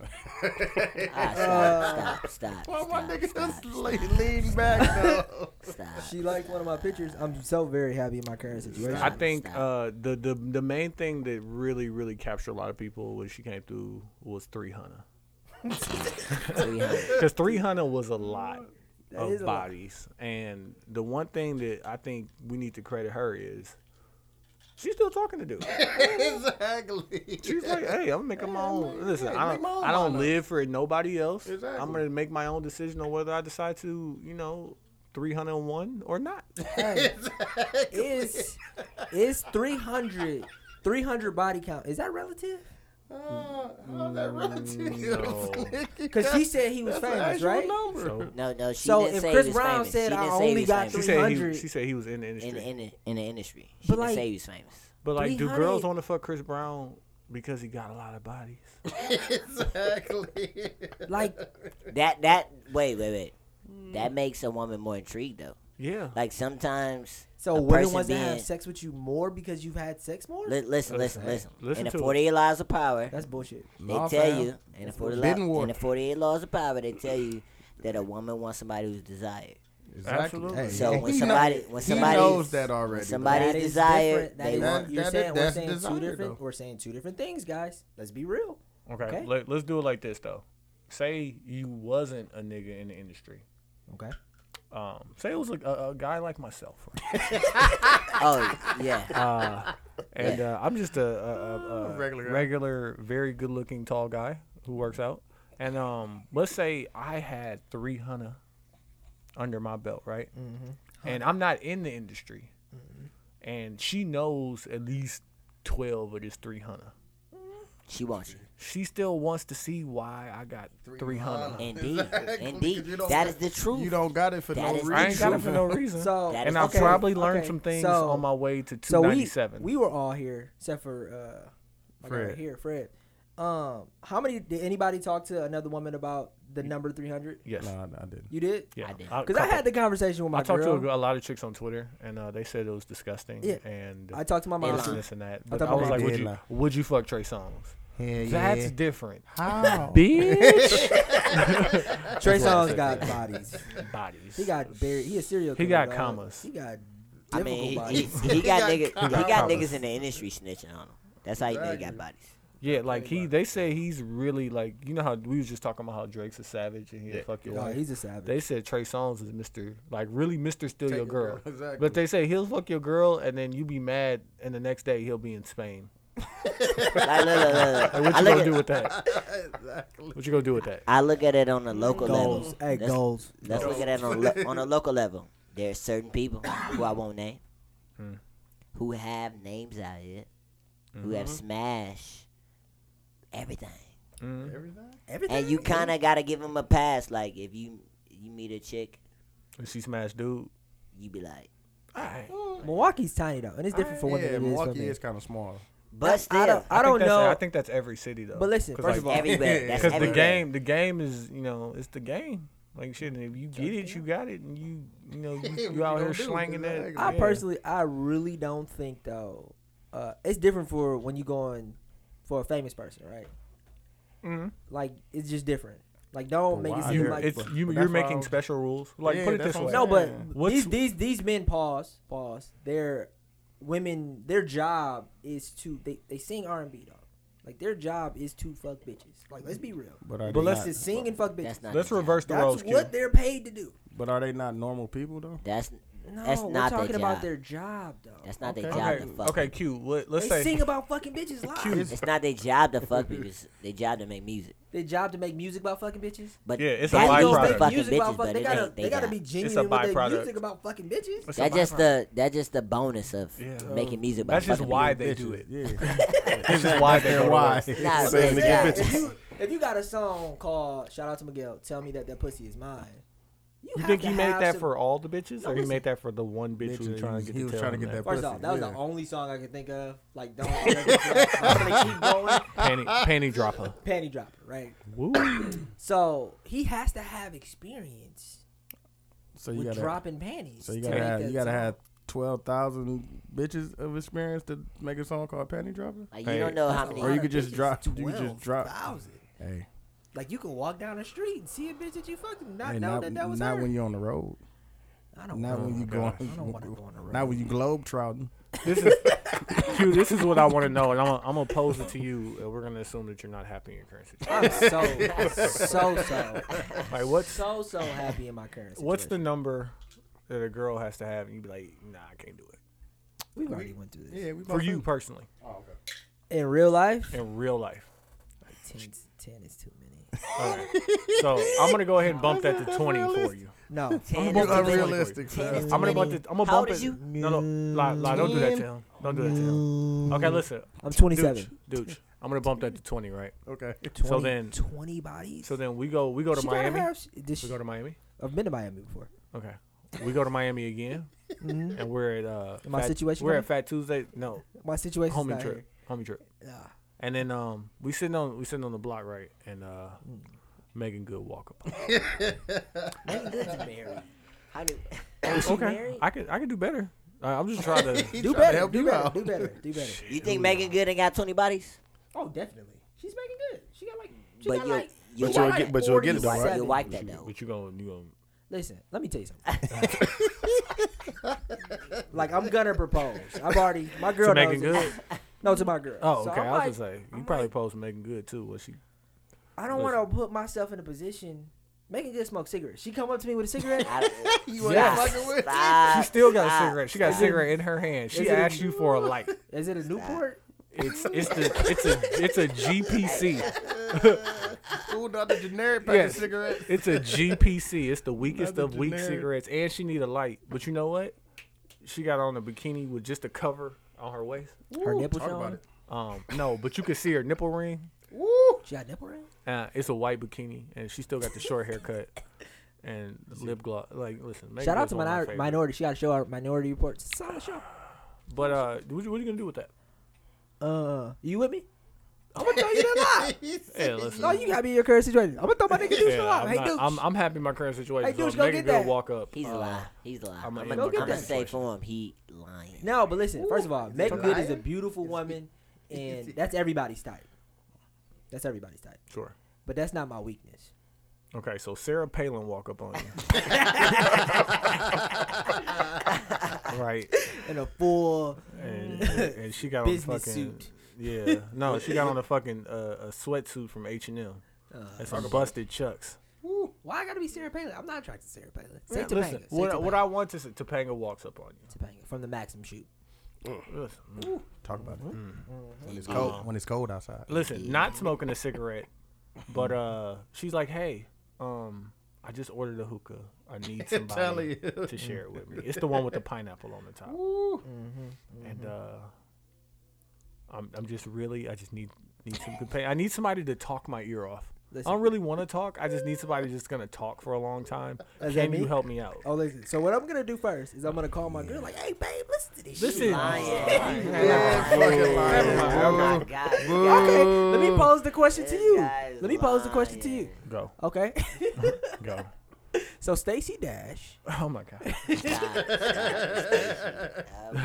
Speaker 4: Ah, stop, stop, stop.
Speaker 2: Why my
Speaker 4: stop,
Speaker 2: nigga
Speaker 4: stop,
Speaker 2: just le- lean back though?
Speaker 4: stop.
Speaker 3: She liked one of my pictures. I'm so very happy in my current situation.
Speaker 1: I
Speaker 4: Stop,
Speaker 1: think
Speaker 4: stop.
Speaker 1: uh, the the the main thing that really really captured a lot of people when she came through was three hundred,
Speaker 4: 300.
Speaker 1: because three hundred was a lot
Speaker 3: is
Speaker 1: of
Speaker 3: a lot.
Speaker 1: bodies, and the one thing that I think we need to credit her is she's still talking to dude.
Speaker 2: exactly.
Speaker 1: She's like, hey, I'm making my own. Listen,
Speaker 2: hey,
Speaker 1: I don't,
Speaker 2: make my own
Speaker 1: I don't
Speaker 2: lineup.
Speaker 1: live for nobody else. I'm
Speaker 2: Exactly.
Speaker 1: gonna make my own decision on whether I decide to, you know, three hundred one or not.
Speaker 3: Hey, is is 300 Three hundred body count. Is that relative? Because she said he was famous, right?
Speaker 1: So,
Speaker 4: No, no, she
Speaker 3: So
Speaker 4: didn't
Speaker 3: if
Speaker 4: say
Speaker 3: Chris
Speaker 4: he was
Speaker 3: Brown
Speaker 4: famous.
Speaker 3: said,
Speaker 4: she didn't
Speaker 3: "I
Speaker 4: say he
Speaker 3: only
Speaker 4: was
Speaker 3: got
Speaker 1: she
Speaker 4: famous.
Speaker 1: said he
Speaker 3: 300.
Speaker 1: she said he was in the industry.
Speaker 4: in the, in the in the industry. She
Speaker 3: But
Speaker 4: didn't
Speaker 3: like-
Speaker 4: say he was famous.
Speaker 1: but like, do
Speaker 3: 300
Speaker 1: girls want to fuck Chris Brown because he got a lot of bodies?
Speaker 7: exactly.
Speaker 3: Like
Speaker 4: That that wait wait wait. That makes a woman more intrigued though.
Speaker 1: Yeah.
Speaker 4: Like sometimes
Speaker 3: so,
Speaker 4: a
Speaker 3: women
Speaker 4: person
Speaker 3: wants to have
Speaker 4: being-
Speaker 3: sex with you more because you've had sex more.
Speaker 4: li- listen, listen, listen,
Speaker 1: Listen
Speaker 4: In
Speaker 1: to
Speaker 4: the
Speaker 1: it.
Speaker 4: forty eight laws of power,
Speaker 3: That's bullshit.
Speaker 4: they
Speaker 2: Law
Speaker 4: tell
Speaker 2: fam.
Speaker 4: you in the forty
Speaker 2: forbidden
Speaker 4: law,
Speaker 2: water.
Speaker 4: in the forty eight laws of power, they tell you that a woman wants somebody who's desired.
Speaker 1: Absolutely.
Speaker 4: So
Speaker 2: and
Speaker 4: when
Speaker 2: he know-
Speaker 4: somebody- when somebody-
Speaker 2: he knows that already.
Speaker 4: somebody- Somebody's
Speaker 3: That is
Speaker 4: desire,
Speaker 3: different. That
Speaker 4: they
Speaker 3: is-
Speaker 4: want-
Speaker 3: you're
Speaker 2: that-
Speaker 3: saying, we're
Speaker 2: that's
Speaker 3: saying two
Speaker 2: desire,
Speaker 3: different.
Speaker 2: though.
Speaker 3: We're saying two different things, guys. Let's be real.
Speaker 1: Okay.
Speaker 3: Okay.
Speaker 1: Let, let's do it like this though. Say you wasn't a nigga in the industry.
Speaker 3: Okay.
Speaker 1: Um, say it was a, a, a guy like myself, right?
Speaker 4: Oh yeah.
Speaker 1: uh, and uh, I'm just a, a, a, a
Speaker 2: Regular guy.
Speaker 1: regular, very good-looking tall guy who works out. And um, let's say I had 300 under my belt, right?
Speaker 2: Mm-hmm.
Speaker 1: And I'm not in the industry, and she knows at least 12 of this 300.
Speaker 4: She wants you.
Speaker 1: She still wants to see why I got 300.
Speaker 4: Indeed.
Speaker 2: You
Speaker 4: Indeed.
Speaker 2: don't-
Speaker 4: That is the truth.
Speaker 2: You don't got it for
Speaker 4: That
Speaker 2: no
Speaker 4: is the
Speaker 2: reason.
Speaker 1: I ain't got it for no
Speaker 2: reason.
Speaker 1: reason.
Speaker 3: So
Speaker 4: That
Speaker 1: and
Speaker 4: is
Speaker 1: I
Speaker 4: okay,
Speaker 1: probably learned
Speaker 3: okay,
Speaker 1: some things
Speaker 3: so-
Speaker 1: on my way to
Speaker 3: So we
Speaker 1: 297.
Speaker 3: we were all here except for uh, my guy right
Speaker 2: Fred.
Speaker 3: here, Fred. Um, how many did anybody talk to another woman about the number three hundred?
Speaker 1: yes.
Speaker 2: Nah, nah, I didn't.
Speaker 3: You did.
Speaker 1: yeah.
Speaker 4: I did.
Speaker 1: A
Speaker 3: Because I
Speaker 1: couple.
Speaker 3: had the conversation with my
Speaker 1: I talked
Speaker 3: girl.
Speaker 1: to a, a lot of chicks on Twitter, and uh, they said it was disgusting.
Speaker 3: Yeah.
Speaker 1: and
Speaker 3: I talked to my
Speaker 4: They
Speaker 3: mom.
Speaker 1: this,
Speaker 4: lying.
Speaker 1: this and that. But
Speaker 3: thought
Speaker 1: I,
Speaker 3: my
Speaker 1: was
Speaker 3: mom
Speaker 1: like,
Speaker 2: did
Speaker 1: would you,
Speaker 2: lie.
Speaker 1: would you fuck Trey Songz?
Speaker 2: Hell
Speaker 1: That's different,
Speaker 2: How?
Speaker 1: bitch.
Speaker 3: Trey
Speaker 1: That's what I
Speaker 3: Songz
Speaker 1: said.
Speaker 3: got bodies.
Speaker 1: Bodies.
Speaker 3: He got buried. He a serial.
Speaker 1: He
Speaker 3: killer,
Speaker 1: got
Speaker 3: dog.
Speaker 1: commas.
Speaker 3: He got.
Speaker 4: I
Speaker 3: Difficult
Speaker 4: mean, he, he,
Speaker 3: bodies.
Speaker 4: he got niggas. He
Speaker 1: got
Speaker 4: got
Speaker 1: problems.
Speaker 4: niggas in the industry snitching on him. That's how you know he got bodies.
Speaker 1: yeah, like he. They say he's really like you know how we was just talking about how Drake's a savage and he'll fuck your
Speaker 3: Oh,
Speaker 1: wife.
Speaker 3: he's a savage.
Speaker 1: They said Trey Songz is Mister, like really Mister, steal your
Speaker 2: your
Speaker 1: girl.
Speaker 2: girl, exactly.
Speaker 1: But they say he'll fuck your girl, and then you be mad, and the next day he'll be in Spain.
Speaker 4: Like, look, look, look,
Speaker 1: Like, what
Speaker 4: look. I
Speaker 1: you
Speaker 4: look
Speaker 1: gonna
Speaker 4: at,
Speaker 1: do with that? What you gonna do with that?
Speaker 4: I look at it on a local
Speaker 3: goals.
Speaker 4: level.
Speaker 3: Hey,
Speaker 4: Let's-
Speaker 3: goals.
Speaker 4: Let's look at it on a, lo- on a local level. There are certain people who I won't name, who have names out here, who
Speaker 1: Mm-hmm.
Speaker 4: have smashed everything,
Speaker 1: Mm-hmm.
Speaker 2: Everything?
Speaker 3: Everything.
Speaker 4: and you kind of gotta give them a pass. Like if you you meet a chick,
Speaker 1: And Mm-hmm. she smashed dude.
Speaker 4: you be like,
Speaker 1: All right.
Speaker 3: Milwaukee's tiny though, and it's different for women.
Speaker 2: Yeah,
Speaker 3: than it is for
Speaker 2: Milwaukee
Speaker 3: men.
Speaker 2: is kind of small.
Speaker 4: but
Speaker 3: I
Speaker 4: still,
Speaker 3: don't, I
Speaker 1: think
Speaker 3: don't
Speaker 1: that's-
Speaker 3: know.
Speaker 1: I think that's every city though.
Speaker 3: But listen,
Speaker 1: 'Cause, like,
Speaker 3: first of all,
Speaker 4: everywhere. That's
Speaker 1: Because the
Speaker 4: everywhere.
Speaker 1: game, the game is, you know, it's the game. Like shit, and if you get it, you got it, and you, you know, you, you out
Speaker 2: gonna
Speaker 1: here
Speaker 2: do?
Speaker 1: slanging that.
Speaker 2: Exactly.
Speaker 3: I
Speaker 1: yeah.
Speaker 3: personally, I really don't think though. Uh, it's different for when you going for a famous person, right?
Speaker 1: Mhm.
Speaker 3: Like it's just different. Like don't
Speaker 2: But
Speaker 3: make it
Speaker 2: why?
Speaker 3: seem
Speaker 1: you,
Speaker 3: like
Speaker 1: it's
Speaker 2: But-
Speaker 1: you,
Speaker 2: but
Speaker 1: you're
Speaker 2: that's why I
Speaker 1: making
Speaker 2: was-
Speaker 1: special rules. Like
Speaker 2: Yeah,
Speaker 1: put it
Speaker 2: that's
Speaker 1: this
Speaker 2: what I'm
Speaker 1: way.
Speaker 3: no, but
Speaker 2: saying.
Speaker 1: What's-
Speaker 3: these these these men pause pause. Their women, their job is to they they sing R and B dog. Like their job is to fuck bitches. Like let's be real.
Speaker 2: But are
Speaker 3: But
Speaker 2: they
Speaker 3: let's
Speaker 2: not-
Speaker 3: just sing and fuck bitches.
Speaker 4: that's not.
Speaker 1: Let's
Speaker 4: the job.
Speaker 1: reverse the roles.
Speaker 3: That's
Speaker 1: Q.
Speaker 3: what they're paid to do.
Speaker 2: But are they not normal people though?
Speaker 4: That's
Speaker 3: No,
Speaker 4: that's
Speaker 3: we're
Speaker 4: not
Speaker 3: talking
Speaker 4: their
Speaker 3: about
Speaker 4: job.
Speaker 3: their job though.
Speaker 4: That's not their job.
Speaker 1: Okay,
Speaker 4: To fuck
Speaker 1: okay, Q. What, let's
Speaker 3: They
Speaker 1: say
Speaker 3: sing about fucking bitches lives.
Speaker 4: It's not their job to fuck people. It's their job to make music.
Speaker 3: Their job to make music about fucking bitches.
Speaker 4: But
Speaker 1: Yeah, it's a
Speaker 4: that's
Speaker 3: They
Speaker 4: just
Speaker 3: don't
Speaker 1: byproduct.
Speaker 4: the
Speaker 3: make
Speaker 4: fucking
Speaker 3: music
Speaker 4: bitches,
Speaker 3: about
Speaker 4: but
Speaker 3: fuck. They
Speaker 4: it ain't
Speaker 3: gotta,
Speaker 4: they
Speaker 3: they gotta
Speaker 4: job.
Speaker 3: be genuine with their
Speaker 1: byproduct.
Speaker 3: music about fucking bitches.
Speaker 1: It's a
Speaker 4: That's just
Speaker 1: byproduct.
Speaker 4: the that's just the bonus of making music. About
Speaker 1: That's just
Speaker 4: fucking
Speaker 1: why
Speaker 4: people.
Speaker 1: they do it.
Speaker 2: Yeah.
Speaker 1: That's just why they
Speaker 2: They're
Speaker 1: do
Speaker 2: why.
Speaker 1: it.
Speaker 4: Nah, listen,
Speaker 7: Saying to
Speaker 3: Yeah,
Speaker 7: get
Speaker 3: if you if you got a song called "Shout Out to Miguel," tell me that that pussy is mine.
Speaker 1: You
Speaker 3: have
Speaker 1: think
Speaker 3: to
Speaker 1: he made
Speaker 3: have
Speaker 1: that
Speaker 3: some-
Speaker 1: for all the bitches,
Speaker 3: No,
Speaker 1: or he
Speaker 3: listen.
Speaker 1: made that for the one bitch who
Speaker 2: Bitch,
Speaker 1: was
Speaker 2: he
Speaker 1: trying
Speaker 2: was-
Speaker 1: to get?
Speaker 2: he
Speaker 1: to
Speaker 2: was
Speaker 1: tell
Speaker 2: trying to
Speaker 1: him
Speaker 2: get that
Speaker 3: First
Speaker 2: Pussy,
Speaker 3: off, that was
Speaker 2: yeah.
Speaker 3: the only song I could think of. Like, don't I'm gonna keep going.
Speaker 1: panty, panty dropper.
Speaker 3: Panty dropper, right?
Speaker 1: Woo.
Speaker 3: So he has to have experience
Speaker 2: So you
Speaker 3: with
Speaker 2: gotta.
Speaker 3: dropping panties.
Speaker 2: so you
Speaker 3: to
Speaker 2: gotta
Speaker 3: make
Speaker 2: have.
Speaker 3: that
Speaker 2: You gotta
Speaker 3: song.
Speaker 2: have twelve thousand bitches of experience to make a song called Panty Dropper.
Speaker 4: Like
Speaker 1: Hey,
Speaker 4: you don't know how
Speaker 3: That's a
Speaker 4: many.
Speaker 2: Or
Speaker 3: lot
Speaker 2: you
Speaker 3: of
Speaker 2: could just
Speaker 3: bitches.
Speaker 2: drop- you could just drop-
Speaker 3: 12,000.
Speaker 2: Hey,
Speaker 3: Like you can walk down the street and see a bitch that you fucking not
Speaker 2: and
Speaker 3: know
Speaker 2: not,
Speaker 3: that that was
Speaker 2: not
Speaker 3: her.
Speaker 2: when you're on the road.
Speaker 3: I don't
Speaker 2: Not
Speaker 3: know.
Speaker 2: when you go.
Speaker 1: gosh.
Speaker 3: I don't wanna go on the road.
Speaker 2: Not when you globe trotting.
Speaker 1: This is Q. This is what I want to know, and I'm gonna, I'm gonna pose it to you, and we're gonna assume that you're not happy in your current situation.
Speaker 3: I'm so so so
Speaker 1: Like, what's
Speaker 3: so so happy in my current. Situation.
Speaker 1: what's the number that a girl has to have, and you be like, nah, I can't do it
Speaker 3: We already went through this
Speaker 2: we
Speaker 1: for you personally
Speaker 3: in real life.
Speaker 1: in real life.
Speaker 3: 10, 10 is too many.
Speaker 1: So I'm gonna go ahead and bump that to 20 for you.
Speaker 3: No.
Speaker 4: Ten
Speaker 1: gonna
Speaker 4: is
Speaker 1: go
Speaker 4: too many.
Speaker 2: unrealistic,
Speaker 4: Ten
Speaker 2: fam.
Speaker 4: is too
Speaker 1: I'm gonna bump
Speaker 4: many.
Speaker 1: it. I'm gonna
Speaker 4: How
Speaker 1: bump
Speaker 4: old is
Speaker 1: it.
Speaker 4: you?
Speaker 1: No, no, lie, lie, don't do that to him. Don't do that to him. Okay, listen.
Speaker 3: I'm 27.
Speaker 1: Dooch, Dooch. I'm gonna bump that to 20, right?
Speaker 2: Okay.
Speaker 6: 20,
Speaker 1: So then,
Speaker 6: 20 bodies.
Speaker 1: so then we go. We go to
Speaker 3: She gotta
Speaker 1: Miami.
Speaker 3: have- this-
Speaker 1: We go to Miami.
Speaker 3: I've been to Miami before.
Speaker 1: Okay. We go to Miami again, and we're at uh.
Speaker 3: Am I
Speaker 1: Fat-
Speaker 3: Mm-hmm. situation
Speaker 1: We're
Speaker 3: right?
Speaker 1: at Fat Tuesday. No,
Speaker 3: My situation's
Speaker 1: homie
Speaker 3: not
Speaker 1: trip. Homie trip.
Speaker 3: here. Nah.
Speaker 1: And then um, we sitting on we sitting on the block right, and uh, Megan Good walk up.
Speaker 4: Megan Good's married. How do?
Speaker 1: okay, I could I could do better. Uh, I'm just trying to.
Speaker 3: Do better. Do better. Do better. Do better.
Speaker 4: You think Megan Good ain't got 20 bodies?
Speaker 3: Oh, definitely. She's making good. She got like. She
Speaker 4: But
Speaker 3: got
Speaker 4: you'll-
Speaker 3: like.
Speaker 4: you'll
Speaker 3: she
Speaker 7: you'll
Speaker 3: got
Speaker 7: get-
Speaker 3: like
Speaker 7: but you'll get it though,
Speaker 4: You'll
Speaker 3: 47.
Speaker 4: wipe- you'll wipe that though.
Speaker 1: But you gonna you gonna
Speaker 3: Listen, let me tell you something. like I'm gonna propose. I've already my girl
Speaker 1: to
Speaker 3: knows
Speaker 1: Megan
Speaker 3: it.
Speaker 1: Good?
Speaker 3: No, to my girl.
Speaker 1: Oh,
Speaker 3: So
Speaker 1: okay.
Speaker 3: I'm
Speaker 1: I was
Speaker 3: like,
Speaker 1: just gonna say you
Speaker 3: I'm
Speaker 1: probably
Speaker 3: like-
Speaker 1: post Megan Good too. Was she?
Speaker 3: I don't want to put myself in a position. Megan good smoke cigarettes. She come up to me with a cigarette.
Speaker 4: you ain't
Speaker 3: Yeah.
Speaker 4: fucking with
Speaker 1: She
Speaker 4: Stop.
Speaker 1: still got
Speaker 4: Stop.
Speaker 1: a cigarette. She got a cigarette in her hand. She
Speaker 3: Is it-
Speaker 1: asked you for a light.
Speaker 3: Is it a Newport?
Speaker 1: It's it's the it's a it's a GPC.
Speaker 2: Ooh, not the generic pack
Speaker 1: Yes.
Speaker 2: of cigarettes.
Speaker 1: It's a GPC. It's the weakest
Speaker 2: Another
Speaker 1: of weak
Speaker 2: generic.
Speaker 1: cigarettes, and she need a light. But you know what? She got on a bikini with just a cover on her waist.
Speaker 3: Her nipple
Speaker 2: talk about
Speaker 3: showing.
Speaker 2: it.
Speaker 1: Um, no, but you could see her nipple ring.
Speaker 3: She got nipple ring.
Speaker 1: Uh, it's a white bikini, and she still got the short haircut and lip gloss. Like, listen, Megan
Speaker 3: Shout out
Speaker 1: Good's
Speaker 3: to
Speaker 1: one of
Speaker 3: minor-
Speaker 1: favorites.
Speaker 3: minority. She got to show our minority report. Solid show.
Speaker 1: But uh, what you, what you gonna do with that?
Speaker 3: Uh, you with me? I'm gonna throw you that lie.
Speaker 1: Yeah, listen.
Speaker 3: No, you gotta be in your current situation. I'm gonna throw my nigga douche
Speaker 1: yeah,
Speaker 3: a lie.
Speaker 1: I'm,
Speaker 3: Hey,
Speaker 1: not-
Speaker 3: douche.
Speaker 1: I'm, I'm happy in my current situation.
Speaker 3: Hey,
Speaker 1: so
Speaker 3: dude,
Speaker 1: if
Speaker 3: go
Speaker 1: Megan
Speaker 3: get
Speaker 1: Good
Speaker 3: that.
Speaker 1: walk up.
Speaker 4: He's
Speaker 1: uh,
Speaker 4: a lie. He's a lie.
Speaker 1: I'm
Speaker 4: I'm
Speaker 1: a-
Speaker 4: going
Speaker 1: I'm
Speaker 3: a- I'm
Speaker 4: to
Speaker 3: a
Speaker 4: say
Speaker 1: situation.
Speaker 4: for him, he lying.
Speaker 3: No, but listen. First of all,
Speaker 2: Is
Speaker 3: Megan
Speaker 2: it
Speaker 3: Good is a
Speaker 2: liar?
Speaker 3: beautiful woman, and that's everybody's type. That's everybody's type.
Speaker 1: Sure.
Speaker 3: But that's not my weakness.
Speaker 1: Okay, so Sarah Palin walk up on you. right.
Speaker 3: And a full
Speaker 1: and, and she got
Speaker 3: Business
Speaker 1: on a fucking
Speaker 3: suit.
Speaker 1: yeah no she got on a fucking uh, a sweatsuit from H and M
Speaker 3: Uh,
Speaker 1: and some busted chucks.
Speaker 3: Woo, why I gotta be Sarah Palin? I'm not attracted to Sarah Palin. Say
Speaker 1: Man,
Speaker 3: Topanga.
Speaker 1: listen,
Speaker 3: Say
Speaker 1: what,
Speaker 3: Topanga.
Speaker 1: what I want is that Topanga walks up on
Speaker 3: Topanga from the Maxim shoot.
Speaker 1: you. Listen,
Speaker 2: Talk about
Speaker 3: Mm.
Speaker 2: it.
Speaker 4: He
Speaker 2: It's
Speaker 4: did.
Speaker 2: cold when it's cold outside.
Speaker 1: listen, not smoking a cigarette, but uh, she's like, hey, um, I just ordered a hookah. I need somebody to share it with me. It's the one with the pineapple on the top,
Speaker 3: Mm-hmm.
Speaker 1: and uh, I'm I'm just really I just need need some company. I need somebody to talk my ear off. I
Speaker 3: Listen.
Speaker 1: don't really want to talk. I just need somebody that's gonna talk for a long time.
Speaker 3: Is that
Speaker 1: Can you
Speaker 3: me?
Speaker 1: help me out?
Speaker 3: Oh, listen. So what I'm gonna do first is I'm gonna call my girl like, "Hey, babe, listen to this."
Speaker 1: This
Speaker 3: shit.
Speaker 1: is
Speaker 4: Oh my God.
Speaker 3: Okay, let me pose the question to
Speaker 4: This
Speaker 3: you.
Speaker 4: guy is
Speaker 3: Let me pose the question to
Speaker 4: lying.
Speaker 3: you.
Speaker 1: go
Speaker 3: Okay.
Speaker 1: go.
Speaker 3: so Stacy Dash,
Speaker 1: Oh my god.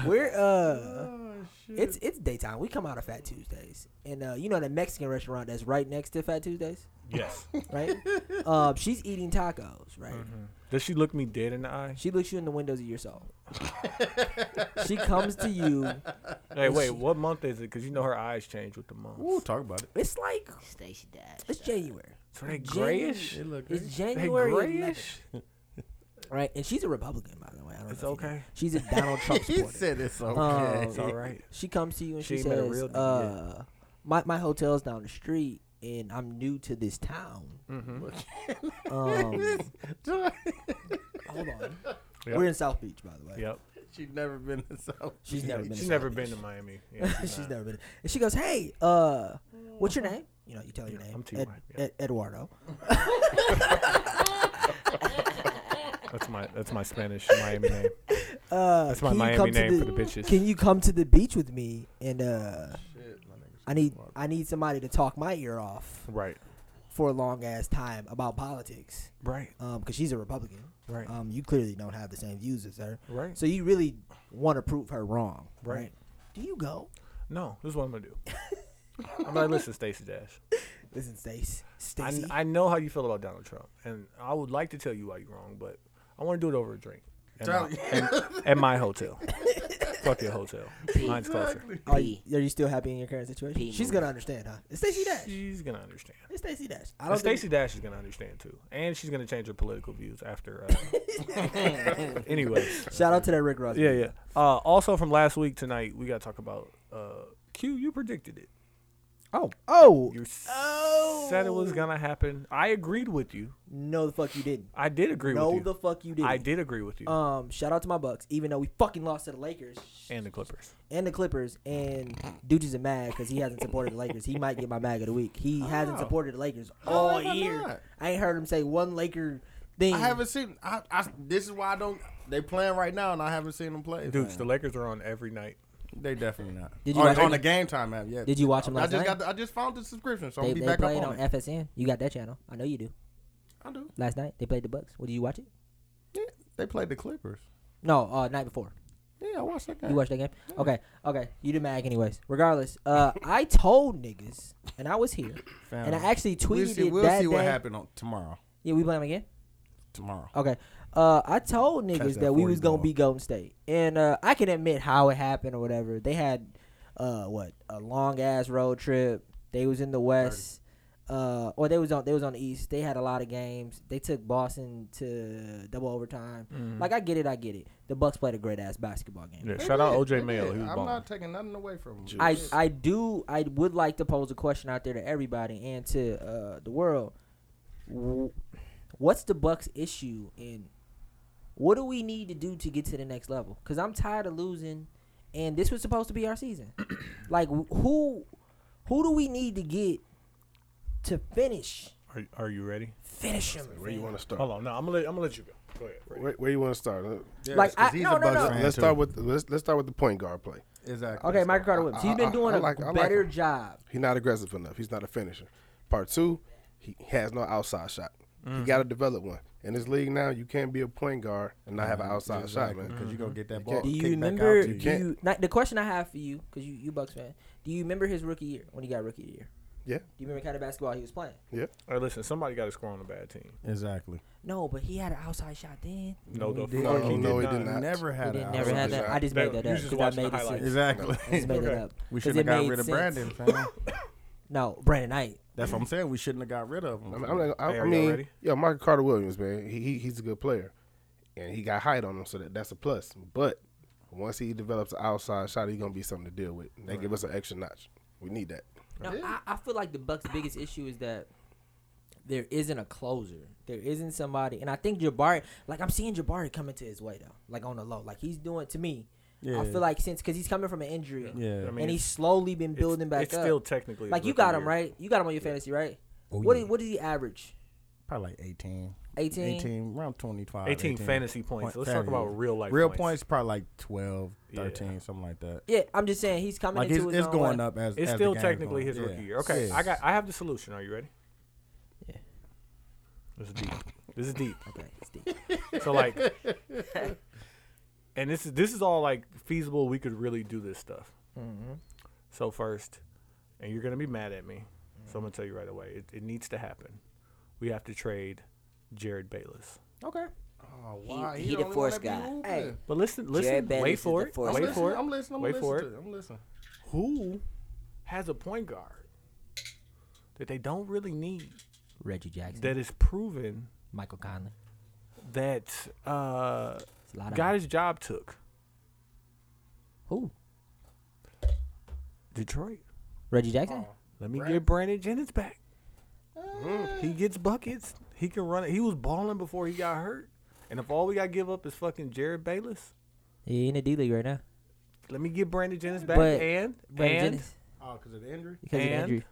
Speaker 3: we're uh,
Speaker 1: Oh,
Speaker 3: it's it's daytime. We come out of Fat Tuesdays, and uh, you know the Mexican restaurant that's right next to Fat Tuesdays,
Speaker 1: Yes.
Speaker 3: right? uh, she's eating tacos, right?
Speaker 1: Does she look me dead in the eye?
Speaker 3: She looks you in the windows of your soul. she comes to you.
Speaker 1: Hey, wait. What month is it? Because you know her eyes change with the month.
Speaker 2: Ooh, talk about it.
Speaker 3: It's like
Speaker 4: Stacey Dash.
Speaker 3: it's January.
Speaker 1: So they
Speaker 3: Jan-
Speaker 1: grayish.
Speaker 2: It look
Speaker 3: It's
Speaker 1: They
Speaker 3: January. of
Speaker 1: grayish.
Speaker 3: nothing, right? And she's a Republican, by the way. I don't
Speaker 1: It's
Speaker 3: know if you know.
Speaker 1: okay.
Speaker 3: She's a Donald Trump
Speaker 2: He
Speaker 3: supporter.
Speaker 2: said it's okay.
Speaker 3: Um,
Speaker 1: It's all right.
Speaker 3: She comes to you and she,
Speaker 1: She ain't met a
Speaker 3: says,
Speaker 1: real nigga
Speaker 3: uh, my, my hotel's down the street and I'm new to this town.
Speaker 1: Mm-hmm.
Speaker 3: Um, hold on.
Speaker 1: Yep.
Speaker 3: We're in South Beach, by the way.
Speaker 1: Yep.
Speaker 2: She's never been to South.
Speaker 3: She's never been.
Speaker 1: She's
Speaker 3: to
Speaker 1: never
Speaker 3: South
Speaker 1: been
Speaker 3: Beach.
Speaker 1: to Miami. Yeah,
Speaker 3: she's
Speaker 1: not.
Speaker 3: never been. And she goes, "Hey, uh, what's your name?" You know, you tell her your
Speaker 1: Yeah,
Speaker 3: name.
Speaker 1: I'm T.Y., yeah.
Speaker 3: Ed- Eduardo.
Speaker 1: That's my that's my Spanish Miami name.
Speaker 3: Uh,
Speaker 1: That's my
Speaker 3: can you
Speaker 1: Miami
Speaker 3: come to
Speaker 1: name for the bitches.
Speaker 3: Can you come to the beach with me? And uh, I need I need somebody to talk my ear off
Speaker 1: Right.
Speaker 3: for a long ass time about politics.
Speaker 1: Right.
Speaker 3: Um, because she's a Republican.
Speaker 1: Right.
Speaker 3: Um, you clearly don't have the same views as her.
Speaker 1: Right.
Speaker 3: So you really want to prove her wrong.
Speaker 1: Right.
Speaker 3: Do you go?
Speaker 1: No. This is what I'm gonna do. I'm like, listen, Stacey Dash.
Speaker 3: Listen, Stace.
Speaker 1: I,
Speaker 3: Stacy.
Speaker 1: I know how you feel about Donald Trump, and I would like to tell you why you're wrong, but I want to do it over a drink at, my, at- at my hotel. Fuck your hotel. Mine's closer.
Speaker 3: Are you,
Speaker 4: P.
Speaker 3: are you still happy in your current situation?
Speaker 4: P.
Speaker 3: She's gonna understand, huh? It's Stacey Dash.
Speaker 1: She's gonna understand.
Speaker 3: It's Stacey Dash. I
Speaker 1: And
Speaker 3: don't
Speaker 1: Stacey Dash is gonna understand too, and she's gonna change her political views after. Uh, anyways,
Speaker 3: Think, shout out to that Rick Ross.
Speaker 1: yeah,
Speaker 3: video.
Speaker 1: yeah. Uh, also from last week tonight, we gotta talk about uh, Q. You predicted it.
Speaker 3: Oh, oh,
Speaker 1: You s- said it was gonna happen. I agreed with you.
Speaker 3: no, the fuck you didn't.
Speaker 1: I did agree
Speaker 3: No,
Speaker 1: with you.
Speaker 3: the fuck you didn't.
Speaker 1: I did agree with you.
Speaker 3: Um, shout out to my Bucks, even though we fucking lost to the Lakers
Speaker 1: and the Clippers.
Speaker 3: and the Clippers, and Dudes is mad because he hasn't supported the Lakers. He might get my mag of the week. He
Speaker 2: Oh,
Speaker 3: hasn't supported the Lakers all
Speaker 2: have I
Speaker 3: year.
Speaker 2: not?
Speaker 3: I ain't heard him say one Laker thing.
Speaker 2: I haven't seen. I, I, this is why I don't. They playing right now, and I haven't seen them play.
Speaker 1: Dukes,
Speaker 2: man.
Speaker 1: the Lakers are on every night.
Speaker 2: they definitely not.
Speaker 3: Did you
Speaker 2: on,
Speaker 3: watch
Speaker 2: on
Speaker 3: it?
Speaker 2: the game time app? Yeah.
Speaker 3: Did you watch them
Speaker 2: I
Speaker 3: last
Speaker 2: just
Speaker 3: night?
Speaker 2: got. The, I just found the subscription, so I'm gonna
Speaker 3: they
Speaker 2: be
Speaker 3: they
Speaker 2: back up
Speaker 3: played
Speaker 2: on,
Speaker 3: on
Speaker 2: it.
Speaker 3: FSN. You got that channel? I know you do.
Speaker 2: I do.
Speaker 3: Last night they played the Bucks. Well, did you watch it?
Speaker 2: Yeah, they played the Clippers.
Speaker 3: No, uh, night before.
Speaker 2: Yeah, I watched that game.
Speaker 3: You watched that game? Okay, okay. You did mag anyways. Regardless, uh, I told niggas, and I was here,
Speaker 2: Fam,
Speaker 3: and I actually tweeted
Speaker 2: we'll see,
Speaker 3: it
Speaker 2: we'll
Speaker 3: that
Speaker 2: see what
Speaker 3: day.
Speaker 2: happened on tomorrow.
Speaker 3: Yeah, we play 'em again.
Speaker 2: Tomorrow.
Speaker 3: Okay. Uh, I told niggas
Speaker 2: that
Speaker 3: that, we
Speaker 2: 40
Speaker 3: was gonna
Speaker 2: ball.
Speaker 3: be Golden State, and uh, I can admit how it happened or whatever. They had, uh, what a long ass road trip. They was in the West, uh, or they was on they was on the East. They had a lot of games. They took Boston to double overtime. Like I get it, I get it. The Bucks played a great ass basketball game.
Speaker 1: Yeah,
Speaker 2: They
Speaker 1: shout out
Speaker 2: did,
Speaker 1: OJ
Speaker 2: they
Speaker 1: Mayo.
Speaker 2: did.
Speaker 1: He was
Speaker 2: I'm
Speaker 1: balling.
Speaker 2: not taking nothing away from him.
Speaker 3: I, I do I would like to pose a question out there to everybody and to uh, the world. W- What's the Bucks issue and what do we need to do to get to the next level? Cuz I'm tired of losing and this was supposed to be our season. like wh- who who do we need to get to finish
Speaker 1: Are, are you ready?
Speaker 3: finish him?
Speaker 7: Where you want to start?
Speaker 1: Hold on. No, I'm gonna let, I'm gonna let you go. Go ahead.
Speaker 7: Where, where you want to start? Let-
Speaker 2: Yeah,
Speaker 3: Like,
Speaker 2: 'cause
Speaker 3: I-
Speaker 2: he's
Speaker 3: no,
Speaker 2: a
Speaker 3: no,
Speaker 2: Bucks
Speaker 3: no.
Speaker 2: fan,
Speaker 7: Let's
Speaker 2: too.
Speaker 7: start with let's let's start with the point guard play.
Speaker 2: exactly.
Speaker 3: Okay, Michael Carter Williams. He's
Speaker 7: I-
Speaker 3: been
Speaker 7: I-
Speaker 3: doing
Speaker 7: I
Speaker 3: a
Speaker 7: like- I like
Speaker 3: better
Speaker 7: him.
Speaker 3: job.
Speaker 7: He's not aggressive enough. He's not a finisher. Part two, he has no outside shot. He
Speaker 1: Mm-hmm.
Speaker 7: got to develop one. In this league now, you can't be a point guard and not have
Speaker 1: Mm-hmm.
Speaker 7: an outside shot, man.
Speaker 2: because you gonna get that ball.
Speaker 3: Do you
Speaker 2: kicked back out
Speaker 3: remember?
Speaker 2: to
Speaker 3: Do
Speaker 2: you.
Speaker 7: Can't-
Speaker 3: you, not, the question I have for you, because you you Bucks fan, do you remember his rookie year when he got rookie of the year?
Speaker 7: Yeah.
Speaker 3: Do you remember the kind of basketball he was playing?
Speaker 7: Yeah.
Speaker 1: Hey, listen, somebody got to score on a bad team.
Speaker 2: Exactly.
Speaker 3: No, but he had an outside shot then.
Speaker 1: No, the
Speaker 2: didn't.
Speaker 1: fuck he
Speaker 7: No, no,
Speaker 1: did
Speaker 7: he did
Speaker 1: not.
Speaker 7: not.
Speaker 2: Never
Speaker 3: He
Speaker 2: had.
Speaker 3: didn't
Speaker 2: an
Speaker 3: never
Speaker 2: outside
Speaker 3: had that.
Speaker 2: shot.
Speaker 3: I just
Speaker 1: That-
Speaker 3: made that
Speaker 1: you
Speaker 3: up
Speaker 1: just
Speaker 3: because
Speaker 1: watched the
Speaker 3: I made it.
Speaker 1: highlights.
Speaker 3: Sense.
Speaker 2: Exactly.
Speaker 3: I just made
Speaker 1: Okay.
Speaker 3: it up.
Speaker 2: We
Speaker 3: 'Cause
Speaker 2: should
Speaker 3: it
Speaker 2: have got
Speaker 3: made
Speaker 2: rid of
Speaker 3: sense.
Speaker 2: Brandon, fam.
Speaker 3: No, Brandon Knight.
Speaker 2: That's what I'm saying. We shouldn't have got rid of him.
Speaker 7: I mean, I'm like, I,
Speaker 1: Hey, are
Speaker 7: I
Speaker 1: y'all
Speaker 7: mean
Speaker 1: ready?
Speaker 7: yo, Michael Carter Williams, man, he, he he's a good player, and he got height on him, so that, that's a plus. But once he develops an outside shot, he's gonna be something to deal with. They give us an extra notch. We need that.
Speaker 3: No, I, I feel like the Bucks' biggest issue is that there isn't a closer. There isn't somebody, and I think Jabari. Like I'm seeing Jabari coming to his way though, like on the low. Like he's doing to me. I
Speaker 2: Yeah.
Speaker 3: feel like since because he's coming from an injury,
Speaker 2: Yeah.
Speaker 1: I mean,
Speaker 3: and he's
Speaker 1: it's-
Speaker 3: slowly been
Speaker 1: it's-
Speaker 3: building back
Speaker 1: it's
Speaker 3: up.
Speaker 1: still technically his
Speaker 3: like you
Speaker 1: rookie
Speaker 3: got him
Speaker 1: year.
Speaker 3: right. You got him on your fantasy right.
Speaker 2: Oh,
Speaker 3: what
Speaker 2: yeah.
Speaker 3: did, what did he average?
Speaker 2: Probably like 18.
Speaker 3: 18?
Speaker 2: 18, around 25.
Speaker 1: 18 fantasy points. Let's talk about real life
Speaker 2: Real
Speaker 1: points.
Speaker 2: points. probably like 12, 13,
Speaker 1: Yeah.
Speaker 2: something like that.
Speaker 3: Yeah, I'm just saying he's coming
Speaker 2: Like
Speaker 3: into
Speaker 2: it's,
Speaker 3: his
Speaker 2: it's
Speaker 3: own
Speaker 2: going
Speaker 3: way.
Speaker 2: up as
Speaker 1: It's
Speaker 2: as
Speaker 1: still
Speaker 2: the game's
Speaker 1: technically
Speaker 2: going.
Speaker 1: his
Speaker 2: Yeah.
Speaker 1: rookie year. Okay,
Speaker 2: Yeah.
Speaker 1: I got. I have the solution. Are you ready?
Speaker 3: Yeah.
Speaker 1: This is deep. This is deep.
Speaker 3: Okay, it's deep.
Speaker 1: So like, and this is this is all like feasible. We could really do this stuff.
Speaker 4: Mm-hmm.
Speaker 1: So first, and you're gonna be mad at me. So I'm gonna tell you right away. It, it needs to happen. We have to trade Jared Bayless.
Speaker 3: okay.
Speaker 2: Oh,
Speaker 4: He- wow, he he the the only one force that be guy. hooping.
Speaker 3: Hey.
Speaker 1: But listen, listen,
Speaker 4: Jared Bayless
Speaker 1: wait
Speaker 4: is
Speaker 1: for
Speaker 4: the
Speaker 1: it.
Speaker 4: force
Speaker 1: Wait
Speaker 4: guy.
Speaker 1: for it.
Speaker 7: I'm listening. I'm
Speaker 1: wait
Speaker 7: listening
Speaker 1: for
Speaker 7: to
Speaker 1: it.
Speaker 7: it. I'm listening.
Speaker 1: Who has a point guard that they don't really need
Speaker 3: Reggie Jackson,
Speaker 1: that is proven
Speaker 3: Michael Conley.
Speaker 1: that uh,
Speaker 3: It's a lot of
Speaker 1: got his job took?
Speaker 3: who?
Speaker 1: Detroit.
Speaker 3: Reggie Jackson.
Speaker 1: Let me get Brandon Jennings back. He gets buckets. He can run it. He was balling before he got hurt. And if all we gotta give up is fucking Jared Bayless,
Speaker 3: He in the D League right now.
Speaker 1: let me get Brandon Jennings back.
Speaker 3: But-
Speaker 1: and
Speaker 3: Brandon
Speaker 1: and
Speaker 3: Jennings
Speaker 2: Oh, because of the injury?
Speaker 3: because of the
Speaker 1: and-
Speaker 3: injury.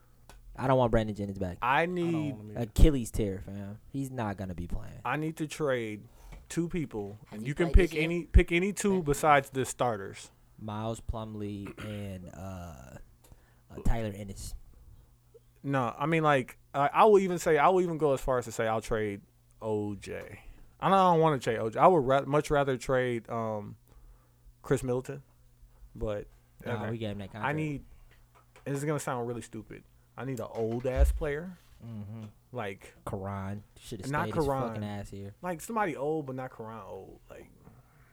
Speaker 3: I don't want Brandon Jennings back.
Speaker 1: I need
Speaker 3: Achilles tear, fam. He's not gonna be playing.
Speaker 1: I need to trade two people. And
Speaker 4: he
Speaker 1: you can
Speaker 4: played this
Speaker 1: pick
Speaker 4: year?
Speaker 1: any pick any two besides the starters.
Speaker 3: Miles Plumley and uh, uh, Tyler Ennis.
Speaker 1: No, I mean like I I will even say I will even go as far as to say I'll trade OJ. I don't, I don't want to trade OJ. I would ra- much rather trade um, Chris Middleton, but
Speaker 3: Nah,
Speaker 1: okay.
Speaker 3: we gave him that contract.
Speaker 1: I need. and This is gonna sound really stupid. I need an old ass player,
Speaker 3: Mm-hmm.
Speaker 1: like
Speaker 3: Karan. Should have
Speaker 1: Not
Speaker 3: stayed his
Speaker 1: Karan.
Speaker 3: fucking ass here.
Speaker 1: like somebody old but not Karan old. Like,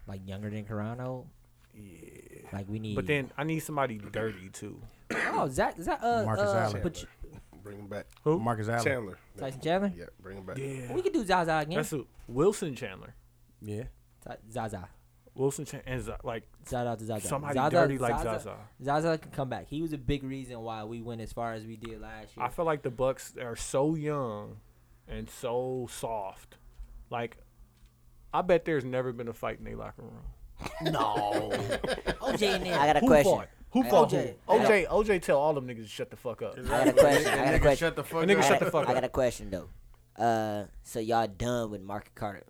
Speaker 3: Like younger than Karan, old. Yeah. Like we need.
Speaker 1: but then I need somebody dirty too.
Speaker 3: oh Zach, Zach, uh,
Speaker 2: Marcus
Speaker 3: uh,
Speaker 2: Allen.
Speaker 3: But
Speaker 7: Bring him back.
Speaker 1: Who?
Speaker 2: Marcus Allen.
Speaker 7: Chandler.
Speaker 3: Tyson Chandler.
Speaker 7: Yeah, bring him back.
Speaker 1: Yeah,
Speaker 3: We could do Zaza again.
Speaker 1: that's who, Wilson Chandler.
Speaker 2: Yeah.
Speaker 3: Ty- Zaza.
Speaker 1: Wilson Chan- and Z- like
Speaker 3: Shout out to Zaza.
Speaker 1: somebody
Speaker 3: Zaza,
Speaker 1: dirty like
Speaker 3: Zaza,
Speaker 1: Zaza.
Speaker 3: Zaza can come back. He was a big reason why we went as far as we did last year.
Speaker 1: I feel like the Bucks are so young and so soft. Like, I bet there's never been a fight in their locker room.
Speaker 3: no. OJ in
Speaker 4: I
Speaker 3: there.
Speaker 4: got a
Speaker 1: Who
Speaker 4: question.
Speaker 1: fought? Who fought?
Speaker 3: OJ.
Speaker 1: Who? OJ. OJ. Tell all them niggas to shut the fuck up.
Speaker 4: I got a question. I got a question.
Speaker 8: Shut the fuck
Speaker 1: nigga
Speaker 4: I
Speaker 1: shut
Speaker 4: got-
Speaker 1: the fuck
Speaker 4: I
Speaker 1: up.
Speaker 4: got a question though. Uh, so y'all done with Market Carter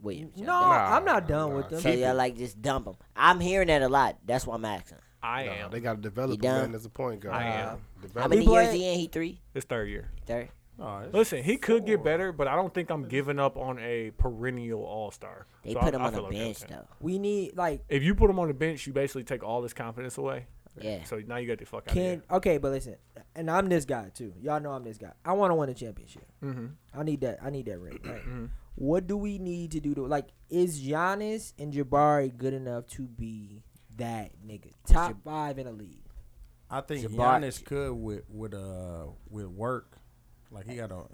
Speaker 4: Williams? y'all
Speaker 3: No,
Speaker 4: done?
Speaker 3: I'm not done
Speaker 7: nah,
Speaker 3: with them.
Speaker 4: So y'all like just dump him? I'm hearing that a lot. That's why I'm asking.
Speaker 1: I
Speaker 7: Nah,
Speaker 1: am.
Speaker 7: They got to develop
Speaker 4: You
Speaker 7: a
Speaker 4: down?
Speaker 7: man as a point guard.
Speaker 1: I am.
Speaker 4: How
Speaker 7: Develop.
Speaker 4: many
Speaker 3: He
Speaker 4: years
Speaker 3: played-
Speaker 4: he in? He three,
Speaker 1: It's third year.
Speaker 4: third.
Speaker 1: Listen, he could get better, but I don't think I'm giving up on a perennial All Star.
Speaker 4: They put him on a bench though.
Speaker 3: We need like
Speaker 1: If you put him on the bench, you basically take all his confidence away.
Speaker 4: Yeah.
Speaker 1: So now you got the fuck out
Speaker 3: can okay, but listen, and I'm this guy too. Y'all know I'm this guy. I want to win a championship.
Speaker 1: Mm-hmm.
Speaker 3: I need that. I need that ring. Right? What do we need to do to like? Is Giannis and Jabari good enough to be that nigga top five in the league?
Speaker 2: I think
Speaker 3: Jabari-
Speaker 2: Giannis could with with uh with work. Like he got to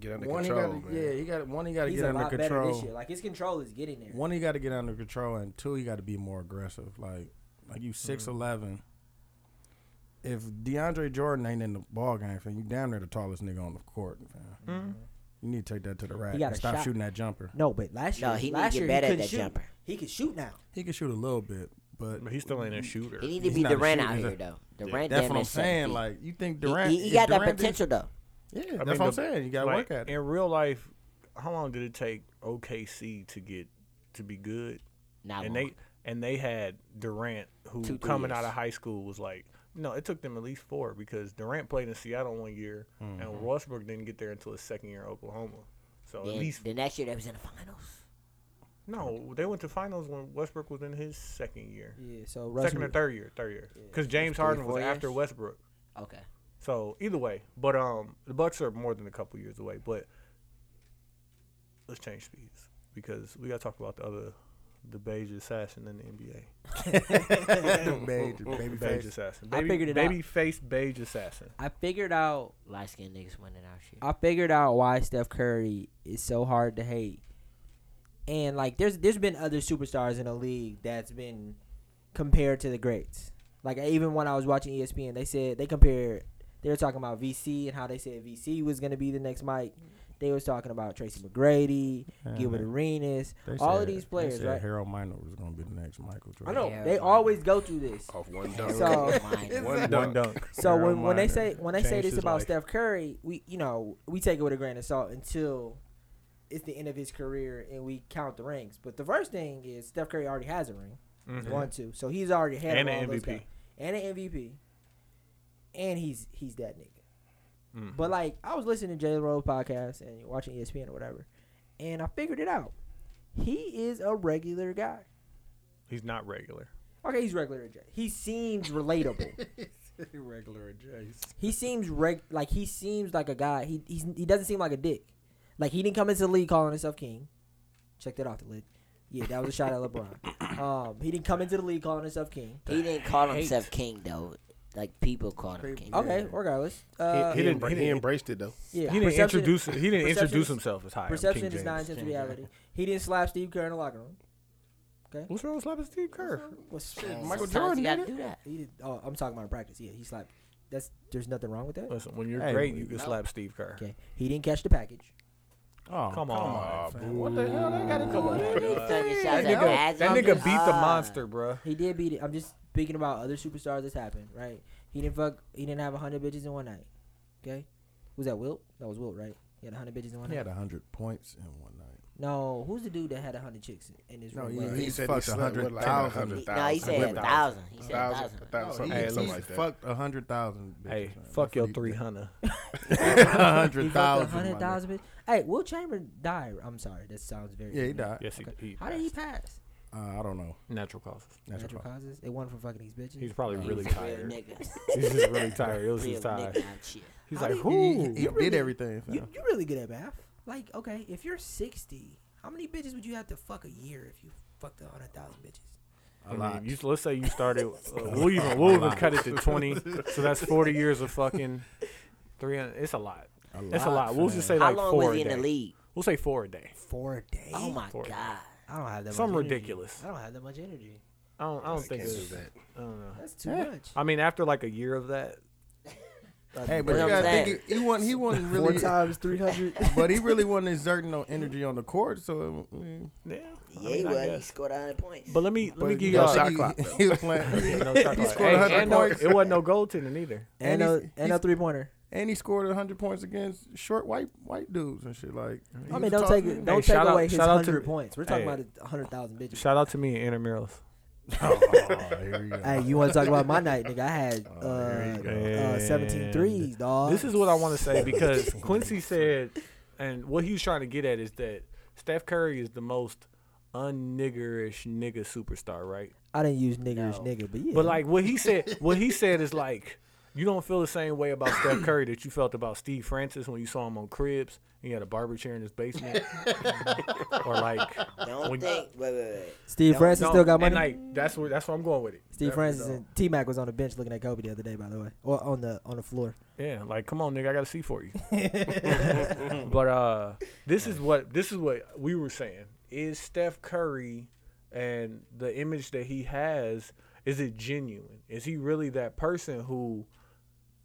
Speaker 7: Get under
Speaker 2: one. He
Speaker 7: control,
Speaker 2: got
Speaker 7: man.
Speaker 2: yeah. He got one. He got to
Speaker 3: He's
Speaker 2: get
Speaker 3: a
Speaker 2: under
Speaker 3: lot better this
Speaker 2: control.
Speaker 3: year. Like his control is getting there.
Speaker 2: One, he got to get under control, and two, he got to be more aggressive. Like, like you
Speaker 1: Mm.
Speaker 2: six eleven. If DeAndre Jordan ain't in the ball game, fam, you damn near the tallest nigga on the court, fam.
Speaker 1: Mm-hmm.
Speaker 2: You need to take that to the rack.
Speaker 3: got
Speaker 2: and
Speaker 3: a
Speaker 2: stop
Speaker 3: shot.
Speaker 2: shooting that jumper.
Speaker 3: No, but last year,
Speaker 4: No, he need to
Speaker 3: last
Speaker 4: get
Speaker 3: year
Speaker 4: better at
Speaker 3: he couldn't
Speaker 4: that
Speaker 3: shoot.
Speaker 4: jumper.
Speaker 3: He could shoot now.
Speaker 2: He can shoot a little bit, but
Speaker 1: But he still ain't a shooter.
Speaker 4: He need to
Speaker 2: He's
Speaker 4: be
Speaker 2: not a
Speaker 4: Durant out
Speaker 2: shooter,
Speaker 4: here
Speaker 2: he's
Speaker 4: though. Durant
Speaker 2: that's
Speaker 4: damn
Speaker 2: what
Speaker 4: near
Speaker 2: I'm saying.
Speaker 4: seven feet.
Speaker 2: Like, you think
Speaker 4: He-
Speaker 2: Durant?
Speaker 4: he, he
Speaker 2: if
Speaker 4: got that
Speaker 2: Durant is-
Speaker 4: potential though.
Speaker 1: I
Speaker 2: Yeah, that's
Speaker 1: mean,
Speaker 2: what I'm
Speaker 1: the-
Speaker 2: saying. You got to
Speaker 1: like,
Speaker 2: work at it.
Speaker 1: In real life, how long did it take OKC to get to be good?
Speaker 4: Not
Speaker 1: and
Speaker 4: long.
Speaker 1: they and they had Durant, who
Speaker 4: Two, three
Speaker 1: coming out
Speaker 4: years.
Speaker 1: of high school was like, no, it took them at least four because Durant played in Seattle one year, and
Speaker 4: Mm-hmm.
Speaker 1: Westbrook didn't get there until his second year in Oklahoma. So at
Speaker 4: Then
Speaker 1: least
Speaker 4: the next year they was in the finals.
Speaker 1: no, they went to finals when Westbrook was in his second year,
Speaker 3: Yeah. So
Speaker 1: second or
Speaker 3: Russell,
Speaker 1: third year, third year, because James
Speaker 4: three,
Speaker 1: Harden
Speaker 4: four
Speaker 1: was after
Speaker 4: years.
Speaker 1: Westbrook.
Speaker 4: Okay.
Speaker 1: So either way, but um, the Bucks are more than a couple years away. But let's change speeds because we got to talk about the other, the beige assassin in the NBA.
Speaker 2: Baby- baby
Speaker 1: Beige
Speaker 2: face.
Speaker 1: assassin.
Speaker 3: I
Speaker 1: Baby,
Speaker 3: figured it out.
Speaker 1: baby face beige assassin.
Speaker 3: I figured out
Speaker 4: Light skinned niggas winning our shit.
Speaker 3: I figured out why Steph Curry is so hard to hate. And like there's there's been other superstars in the league that's been compared to the greats. Like even when I was watching E ESPN, they said they compared they were talking about VC and how they said VC was going to be the next Mike. They was talking about Tracy McGrady, Gilbert Arenas,
Speaker 2: Uh-huh. They
Speaker 3: all of
Speaker 2: said-
Speaker 3: these
Speaker 2: they
Speaker 3: players,
Speaker 2: said
Speaker 3: right?
Speaker 2: Harold Minor was gonna be the next Michael Jordan.
Speaker 3: I know
Speaker 4: Harold
Speaker 3: they
Speaker 4: Miner.
Speaker 3: always go through this.
Speaker 7: Off one dunk.
Speaker 3: So-
Speaker 1: One dunk.
Speaker 3: So
Speaker 2: Harold
Speaker 3: when, when they
Speaker 2: Miner
Speaker 3: say when they say
Speaker 2: changed
Speaker 3: this
Speaker 2: his
Speaker 3: about
Speaker 2: life.
Speaker 3: Steph Curry, we you know we take it with a grain of salt until it's the end of his career and we count the rings. But the first thing is Steph Curry already has a ring,
Speaker 1: Mhm.
Speaker 3: one two, so he's already had
Speaker 1: And
Speaker 3: all
Speaker 1: an
Speaker 3: those
Speaker 1: MVP.
Speaker 3: guys. and an MVP, and he's he's that nigga.
Speaker 1: Mhm.
Speaker 3: But like I was listening to Jalen Rose podcast and watching E ESPN or whatever, and I figured it out. He is a regular guy.
Speaker 1: He's not regular.
Speaker 3: Okay, he's regular. Jay. He seems relatable.
Speaker 2: regular Jace.
Speaker 3: He seems reg- like he seems like a guy. He he's, he doesn't seem like a dick. Like he didn't come into the league calling himself king. Check that off the lid. Yeah, that was a shot at LeBron. Um, he didn't come into the league calling himself king.
Speaker 4: He didn't call
Speaker 1: hate.
Speaker 4: himself king though. Like people called him king.
Speaker 3: Okay,
Speaker 2: Yeah.
Speaker 3: regardless.
Speaker 7: He,
Speaker 3: Uh,
Speaker 7: he
Speaker 1: Yeah.
Speaker 7: didn't. He,
Speaker 1: He
Speaker 7: embraced it though.
Speaker 3: yeah,
Speaker 1: He didn't
Speaker 3: perception-
Speaker 1: introduce. He didn't
Speaker 3: perception
Speaker 1: introduce
Speaker 3: is-
Speaker 1: himself as high.
Speaker 3: Perception is
Speaker 1: James.
Speaker 3: nine tenths of reality. He didn't slap Steve Kerr in the locker room.
Speaker 1: What's wrong with slapping Steve Kerr?
Speaker 3: What's
Speaker 4: Michael Jordan you gotta do that.
Speaker 3: He did, oh, I'm talking about in practice. Yeah, he slapped. That's there's nothing wrong with that.
Speaker 1: Listen, when you're
Speaker 2: Hey,
Speaker 1: great,
Speaker 2: we-
Speaker 1: you can slap Steve Kerr.
Speaker 3: Okay, he didn't catch the package.
Speaker 2: Oh,
Speaker 1: Come on.
Speaker 2: fam. What the hell? They got to come
Speaker 4: He was throwing shots
Speaker 1: That
Speaker 4: at
Speaker 1: nigga,
Speaker 4: Mavs
Speaker 1: that
Speaker 4: on
Speaker 1: nigga
Speaker 4: this-
Speaker 1: beat the
Speaker 4: Ah.
Speaker 1: monster, bruh.
Speaker 3: He did beat it. I'm just speaking about other superstars that's happened, right? He didn't fuck. He didn't have hundred bitches in one night. Okay, was that Wilt? That was Wilt, right? He had hundred bitches in one
Speaker 2: He
Speaker 3: night.
Speaker 2: had hundred points in one night.
Speaker 3: No, who's the dude that had hundred chicks in his
Speaker 2: No,
Speaker 3: room?
Speaker 2: he-
Speaker 3: Like,
Speaker 2: he-
Speaker 7: He said he
Speaker 2: fucked
Speaker 7: slept with like
Speaker 2: 100,000.
Speaker 4: He-
Speaker 7: 100,000.
Speaker 4: No, he said a thousand. He said a
Speaker 7: thousand,
Speaker 4: thousand.
Speaker 7: a
Speaker 2: Oh,
Speaker 7: thousand,
Speaker 1: he-
Speaker 7: something,
Speaker 1: he
Speaker 7: something like that.
Speaker 2: fucked a hundred thousand.
Speaker 1: Hey, fuck your three hundred.
Speaker 2: hundred
Speaker 3: he fucked
Speaker 2: thousand.
Speaker 3: hundred thousand bitches. Hey, Will Chamberlain died. I'm sorry, that sounds very.
Speaker 2: Yeah, he
Speaker 3: ignorant.
Speaker 2: died.
Speaker 1: Yes, he, he
Speaker 3: How did he pass?
Speaker 2: Uh, I don't know.
Speaker 1: natural causes.
Speaker 2: That's
Speaker 3: Natural
Speaker 2: Natural
Speaker 3: causes. It wasn't from fucking these bitches.
Speaker 1: He's probably
Speaker 4: He
Speaker 1: really
Speaker 4: was a real
Speaker 1: tired.
Speaker 4: nigga.
Speaker 1: He's just really tired. It was
Speaker 4: Real
Speaker 1: his time.
Speaker 4: nigga out here.
Speaker 1: He's
Speaker 3: How
Speaker 1: like,
Speaker 3: did-
Speaker 2: He,
Speaker 1: who?
Speaker 2: he
Speaker 3: really-
Speaker 2: did everything. Fam.
Speaker 3: you, you really good at math. Like, okay, if you're sixty, how many bitches would you have to fuck a year if you fucked a hundred thousand bitches?
Speaker 2: a lot.
Speaker 1: You, let's say you started. Uh, we'll even we'll even cut it to twenty. So that's forty years of fucking three hundred. It's a lot. It's a lot. We'll
Speaker 2: fam.
Speaker 1: just say
Speaker 4: How
Speaker 1: like
Speaker 4: long
Speaker 1: four
Speaker 4: was
Speaker 1: a
Speaker 4: he in
Speaker 1: day.
Speaker 4: the league?
Speaker 1: We'll say four a day.
Speaker 3: Four a day.
Speaker 4: Oh my
Speaker 1: Four.
Speaker 4: god.
Speaker 6: I don't have that.
Speaker 1: Some
Speaker 6: much energy.
Speaker 1: ridiculous.
Speaker 6: I don't have that much energy.
Speaker 1: I don't. I don't think
Speaker 7: Can't do
Speaker 1: it's.
Speaker 7: that.
Speaker 1: I don't know.
Speaker 6: That's too much.
Speaker 1: I mean, after like a year of that,
Speaker 2: Hey, but
Speaker 4: But
Speaker 2: you
Speaker 4: I'm
Speaker 2: gotta
Speaker 4: saying-
Speaker 2: think he, he wasn't. He wasn't
Speaker 3: Four
Speaker 2: really.
Speaker 3: times three hundred.
Speaker 2: but he really wasn't exerting no energy on the court. So I mean,
Speaker 1: yeah.
Speaker 4: Yeah,
Speaker 1: I mean,
Speaker 4: he
Speaker 1: I
Speaker 4: was. He
Speaker 1: guess.
Speaker 4: scored 100 points.
Speaker 1: But let me let me
Speaker 2: but
Speaker 1: give
Speaker 2: I
Speaker 1: y'all.
Speaker 2: think he-
Speaker 7: shot clock, though.
Speaker 2: He was playing,
Speaker 1: Yeah, no shot clock.
Speaker 2: scored
Speaker 1: Hey,
Speaker 2: 100
Speaker 1: and no-
Speaker 2: points.
Speaker 1: it wasn't no goaltending either.
Speaker 3: and
Speaker 2: And
Speaker 3: no,
Speaker 2: he's-
Speaker 3: and no three pointer.
Speaker 2: and he scored hundred points against short white white dudes and shit. Like he
Speaker 3: I
Speaker 2: was
Speaker 3: mean, don't
Speaker 2: talking-
Speaker 3: take it. don't take
Speaker 1: shout out-
Speaker 3: away his
Speaker 1: shout out to-
Speaker 3: hundred points. We're talking
Speaker 1: Hey.
Speaker 3: about a hundred thousand bitches.
Speaker 1: Shout out to me and intramurals.
Speaker 2: Oh, here we go.
Speaker 3: Hey, you want to talk about my night, nigga? I had uh,
Speaker 2: here Oh, you go.
Speaker 3: uh, 17
Speaker 1: And
Speaker 3: threes, dog.
Speaker 1: This is what I want to say because Quincy said, and what he was trying to get at is that Steph Curry is the most unniggerish nigga superstar, right?
Speaker 3: I didn't use niggerish
Speaker 4: No.
Speaker 3: nigga, but yeah.
Speaker 1: But like what he said, what he said is like you don't feel the same way about Steph Curry that you felt about Steve Francis when you saw him on Cribs and he had a barber chair in his basement, or like
Speaker 4: Don't
Speaker 1: when-
Speaker 4: think. Wait, wait, wait.
Speaker 3: Steve
Speaker 4: No,
Speaker 3: Francis
Speaker 1: no,
Speaker 3: still got
Speaker 1: And
Speaker 3: money.
Speaker 1: like that's where that's where I'm going with it.
Speaker 3: Steve
Speaker 1: That's-
Speaker 3: Francis and T Mac was on the bench looking at Kobe the other day, by the way, or on the on the floor.
Speaker 1: Yeah, like come on, nigga, I got to see for you. but uh, this is what this is what we were saying. Is Steph Curry and the image that he has is it genuine? Is he really that person who,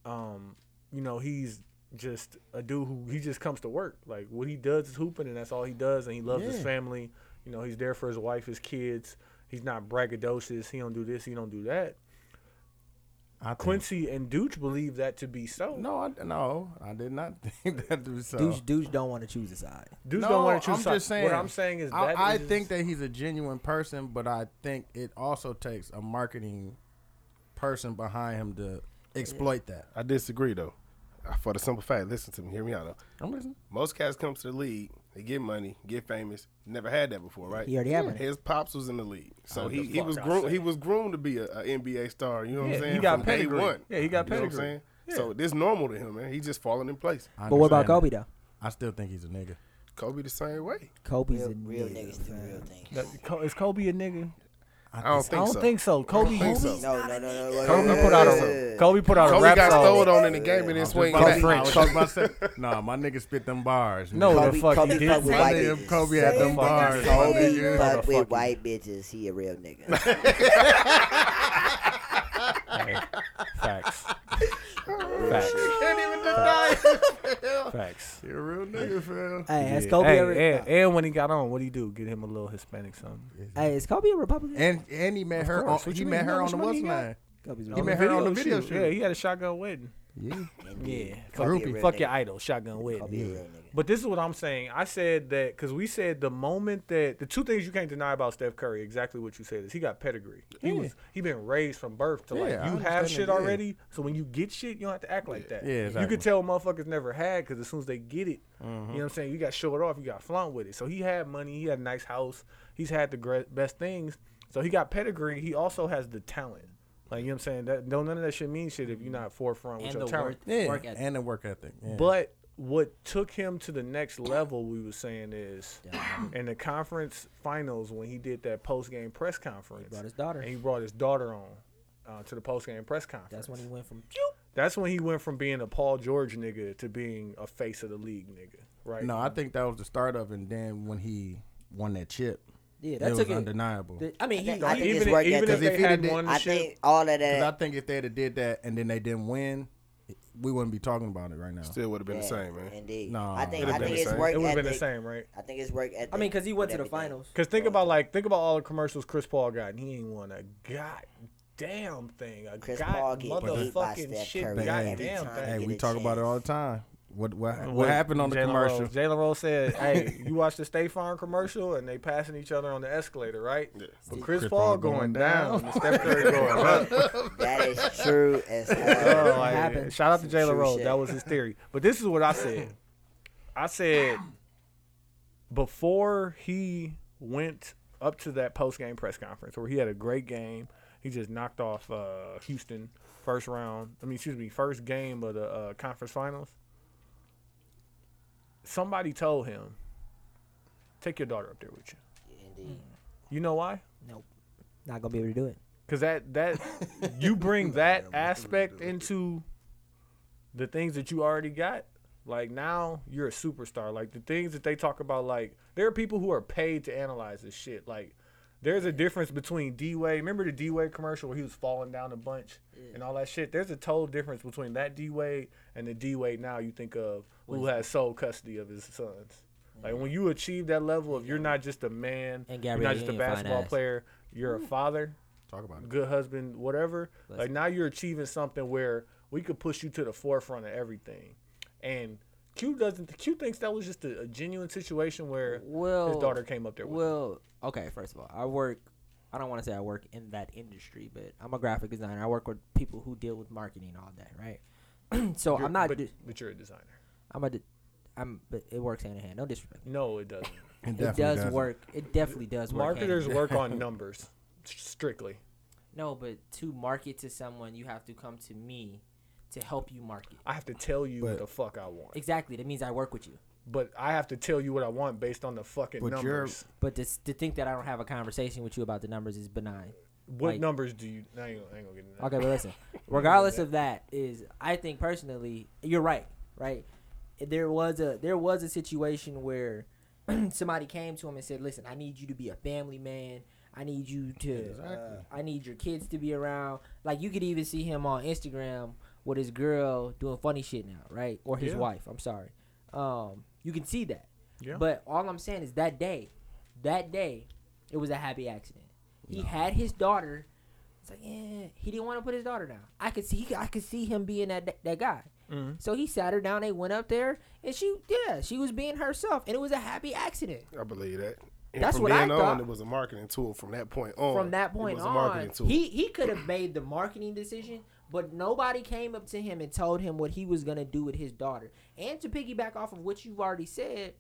Speaker 1: um, you know, he's just a dude who he just comes to work. Like what he does is hooping, and that's all he does, and he loves his
Speaker 2: Yeah.
Speaker 1: family. You know, he's there for his wife, his kids. He's not braggadocious. He don't do this. He don't do that.
Speaker 2: I think-
Speaker 1: Quincy and Dooch believe that to be so.
Speaker 2: No, I, no, I did not think that was so.
Speaker 3: Dudes, dudes don't want to choose a side.
Speaker 1: Dudes
Speaker 2: no,
Speaker 1: don't want to choose
Speaker 2: I'm
Speaker 1: sides.
Speaker 2: just saying.
Speaker 1: What I'm saying is that
Speaker 2: I, I
Speaker 1: is-
Speaker 2: think that he's a genuine person, but I think it also takes a marketing person behind him to exploit that.
Speaker 7: I disagree though. Uh, For the simple fact, listen to me, hear me out though.
Speaker 2: I'm listening.
Speaker 7: Most cats come to the league, they get money, get famous. Never had that before, right?
Speaker 3: He already had money.
Speaker 7: His pops was in the league, so
Speaker 1: Heard
Speaker 7: he,
Speaker 1: the
Speaker 7: he
Speaker 1: fuck
Speaker 7: was
Speaker 1: I
Speaker 7: groomed. He
Speaker 1: said.
Speaker 7: was groomed to be a, a NBA star. You know what
Speaker 1: Yeah,
Speaker 7: I'm
Speaker 1: he
Speaker 7: saying?
Speaker 1: got
Speaker 7: From day
Speaker 1: pedigree.
Speaker 7: one.
Speaker 1: Yeah, he got
Speaker 7: You know what I'm
Speaker 1: pedigree.
Speaker 7: saying?
Speaker 1: Yeah.
Speaker 7: So this normal to him, man. He just falling in place.
Speaker 2: I
Speaker 3: But what about
Speaker 2: understand
Speaker 3: Kobe
Speaker 2: that.
Speaker 3: though?
Speaker 2: I still think he's a nigga.
Speaker 7: Kobe the same way.
Speaker 3: Kobe's
Speaker 4: Real,
Speaker 3: a
Speaker 4: real
Speaker 3: nigga,
Speaker 4: niggas do
Speaker 3: fam.
Speaker 4: real things.
Speaker 1: That- Co- is Kobe a nigga?
Speaker 7: I don't
Speaker 1: I
Speaker 7: think
Speaker 1: don't
Speaker 7: so.
Speaker 1: think so. Kobe,
Speaker 7: think so.
Speaker 4: No, no, no, no. wait,
Speaker 1: Kobe
Speaker 4: wait, wait,
Speaker 1: put out
Speaker 4: wait,
Speaker 1: a
Speaker 4: wait.
Speaker 1: Kobe put out a
Speaker 7: Kobe
Speaker 1: rap
Speaker 7: got
Speaker 1: song.
Speaker 7: stole on in the game and then
Speaker 2: I'm
Speaker 7: swing
Speaker 2: just about to-
Speaker 7: back.
Speaker 1: French.
Speaker 2: I was about to say- nah, my nigga spit them bars.
Speaker 1: No,
Speaker 2: nigga.
Speaker 1: the
Speaker 4: Kobe-
Speaker 1: fuck
Speaker 4: Kobe
Speaker 1: he
Speaker 4: fuck
Speaker 1: did.
Speaker 4: with
Speaker 2: My
Speaker 4: white
Speaker 2: nigga
Speaker 4: bitches.
Speaker 2: Kobe had them bars. my
Speaker 4: Kobe
Speaker 2: nigga.
Speaker 4: fuck
Speaker 1: Motherfucker.
Speaker 4: with white bitches. He a real nigga.
Speaker 1: Facts. Facts. Facts.
Speaker 2: You a real nigga, fam.
Speaker 3: Hey, has
Speaker 1: Yeah.
Speaker 3: Kobe
Speaker 1: hey,
Speaker 3: ever?
Speaker 1: and, and when he got on, what do he do? Get him a little Hispanic something.
Speaker 3: Hey, is Kobe a Republican?
Speaker 2: And and he met her.
Speaker 1: course.
Speaker 2: on,
Speaker 1: What
Speaker 2: he
Speaker 1: you
Speaker 2: met
Speaker 1: mean?
Speaker 2: her
Speaker 1: How
Speaker 2: on the
Speaker 1: much money
Speaker 2: what's
Speaker 1: he got?
Speaker 2: name?
Speaker 3: Kobe's
Speaker 2: You
Speaker 1: On
Speaker 2: met
Speaker 1: the
Speaker 2: her on the video shoot.
Speaker 1: Yeah, he had a shotgun wedding.
Speaker 2: Yeah.
Speaker 1: Yeah. Fuck,
Speaker 4: Kobe a
Speaker 2: Groupie.
Speaker 4: real
Speaker 1: fuck your
Speaker 4: nigga.
Speaker 1: idol, shotgun wedding.
Speaker 4: Kobe a real nigga.
Speaker 1: But this is what I'm saying. I said that because we said the moment that the two things you can't deny about Steph Curry, exactly what you said is he got pedigree. He was he been raised from birth to
Speaker 2: Yeah, I
Speaker 1: like you have
Speaker 2: understand
Speaker 1: shit
Speaker 2: that, yeah.
Speaker 1: already. So when you get shit, you don't have to act like that.
Speaker 2: Yeah,
Speaker 1: You
Speaker 2: exactly.
Speaker 1: could tell motherfuckers never had because as soon as they get it, you know what I'm saying. You got to show it off. You got to flaunt with it. So he had money. He had a nice house. He's had the gre- best things. So he got pedigree. He also has the talent. Like you know what I'm saying. That don't none of that shit mean shit if you're not forefront with
Speaker 3: And
Speaker 1: your
Speaker 3: the
Speaker 1: talent.
Speaker 3: worth
Speaker 2: Yeah.
Speaker 3: Work ethic.
Speaker 2: and the work ethic. Yeah.
Speaker 1: But what took him to the next level, we were saying, is in the conference finals when he did that post game press conference.
Speaker 3: brought his daughter.
Speaker 1: And he brought his daughter on uh, to the post game press conference.
Speaker 3: That's when he went from.
Speaker 1: That's when he went from being a Paul George nigga to being a face of the league nigga, right?
Speaker 2: No, I think that was the start of, it, and then when he won that chip,
Speaker 3: Yeah,
Speaker 2: it
Speaker 3: that
Speaker 2: was
Speaker 3: took it.
Speaker 2: undeniable.
Speaker 3: the- I mean, he,
Speaker 4: I think
Speaker 1: even
Speaker 4: it's
Speaker 1: if-
Speaker 4: work
Speaker 1: even if
Speaker 4: ethic.
Speaker 1: they
Speaker 2: If he
Speaker 1: had
Speaker 2: did-
Speaker 1: won
Speaker 4: I
Speaker 1: ship,
Speaker 4: think all of
Speaker 2: 'Cause I
Speaker 4: that.
Speaker 2: think if they'd have did that and then they didn't win, we wouldn't be talking about it right now.
Speaker 7: Still would have been the
Speaker 4: yeah,
Speaker 7: same, man.
Speaker 4: Indeed.
Speaker 2: Nah.
Speaker 4: I think
Speaker 2: Would've
Speaker 4: I
Speaker 7: been
Speaker 4: think
Speaker 7: the
Speaker 4: it's
Speaker 7: same.
Speaker 4: work
Speaker 1: it would have been the
Speaker 4: ethic.
Speaker 1: same, right?
Speaker 4: I think it's work ethic.
Speaker 3: I mean, because he went
Speaker 4: with
Speaker 3: to the
Speaker 4: everything.
Speaker 3: finals.
Speaker 1: Because think about like think about all the commercials Chris Paul got, and he ain't won a goddamn thing. A
Speaker 4: Chris
Speaker 1: god
Speaker 4: Paul get beat by
Speaker 1: motherfucking
Speaker 4: Steph
Speaker 1: shit,
Speaker 4: Curry
Speaker 2: every
Speaker 1: goddamn
Speaker 4: time.
Speaker 1: thing.
Speaker 2: Hey,
Speaker 4: Get
Speaker 2: we
Speaker 4: a
Speaker 2: talk about it
Speaker 4: chance.
Speaker 2: all the time. What what what happened on the commercial?
Speaker 1: Jalen Rose said, "Hey, you watch the State Farm commercial, and they passing each other on the escalator, right? But Chris,
Speaker 2: Chris
Speaker 1: Paul
Speaker 2: Paul
Speaker 1: going
Speaker 2: going
Speaker 1: down, and Steph Curry going up.
Speaker 4: That is true as hell.
Speaker 1: Oh, like,
Speaker 3: happened.
Speaker 1: Shout out to
Speaker 4: Some
Speaker 1: Jalen
Speaker 4: true
Speaker 1: Rose.
Speaker 4: shit.
Speaker 1: That was his theory. But this is what I said. I said before he went up to that post game press conference where he had a great game. He just knocked off uh, Houston first round. I mean, excuse me, first game of the uh, conference finals. Somebody told him, "Take your daughter up there with you."
Speaker 4: Indeed.
Speaker 1: You know why?
Speaker 3: Not gonna be able to do it.
Speaker 1: Because that that you bring that aspect into the things that you already got, Like now you're a superstar. Like the things that they talk about, like there are people who are paid to analyze this shit. Like there's a difference between D Way. Remember the D Way commercial where he was falling down a bunch and all that shit? There's a total difference between that D Way and the D Way now you think of who has sole custody of his sons. Like when you achieve that level of you're not just a man,
Speaker 3: And
Speaker 1: you're
Speaker 3: Gabrielle
Speaker 1: not just a
Speaker 3: Union fine
Speaker 1: basketball
Speaker 3: ass.
Speaker 1: player, you're a father
Speaker 2: Talk about it.
Speaker 1: good husband, whatever. Like now you're achieving something where we could push you to the forefront of everything. And Q doesn't. Q thinks that was just a, a genuine situation where his
Speaker 3: Well,
Speaker 1: daughter came up there. With him.
Speaker 3: Well, okay. First of all, I work. I don't want to say I work in that industry, but I'm a graphic designer. I work with people who deal with marketing all day, right? so
Speaker 1: You're-
Speaker 3: I'm not.
Speaker 1: But,
Speaker 3: di-
Speaker 1: but you're a designer.
Speaker 3: I'm a. di- I'm. But it works hand in hand. No disrespect.
Speaker 1: No, it doesn't.
Speaker 2: It
Speaker 3: It
Speaker 2: definitely
Speaker 3: does
Speaker 2: doesn't.
Speaker 3: work. It definitely does work. hand in
Speaker 1: Marketers
Speaker 3: hand.
Speaker 1: work on numbers strictly.
Speaker 3: No, but to market to someone, you have to come to me to help you market.
Speaker 1: I have to tell you what
Speaker 2: But-
Speaker 1: the fuck I want,
Speaker 3: Exactly. That means I work with you.
Speaker 1: but I have to tell you what I want based on the fucking
Speaker 2: But you're-
Speaker 1: numbers.
Speaker 3: But to, s- to think that I don't have a conversation with you about the numbers is benign.
Speaker 1: What
Speaker 3: like-
Speaker 1: numbers do you? I ain't, gonna- I ain't gonna get into that.
Speaker 3: Okay, but listen. Regardless of that, is I think personally, you're right. Right. There was a there was a situation where somebody came to him and said, "Listen, I need you to be a family man. I need you to.
Speaker 2: Exactly.
Speaker 3: Uh, I need your kids to be around. Like you could even see him on Instagram with his girl doing funny shit now, right? Or his
Speaker 1: Yeah.
Speaker 3: wife. I'm sorry. Um, you can see that.
Speaker 1: Yeah.
Speaker 3: But all I'm saying is that day, that day, it was a happy accident. He had his daughter. It's like, yeah, he didn't want to put his daughter down. I could see, he, could- I could see him being that that guy.
Speaker 1: Mm-hmm.
Speaker 3: So he sat her down. They went up there, and she, yeah, she was being herself, and it was a happy accident.
Speaker 7: I believe that. And
Speaker 3: That's
Speaker 7: from
Speaker 3: what I
Speaker 7: then on,
Speaker 3: thought.
Speaker 7: it was a marketing tool. From that point on,
Speaker 3: From that point
Speaker 7: Oh, it was a
Speaker 3: on,
Speaker 7: marketing tool.
Speaker 3: he he could have made the marketing decision, but nobody came up to him and told him what he was gonna do with his daughter. And to piggyback off of what you've already said,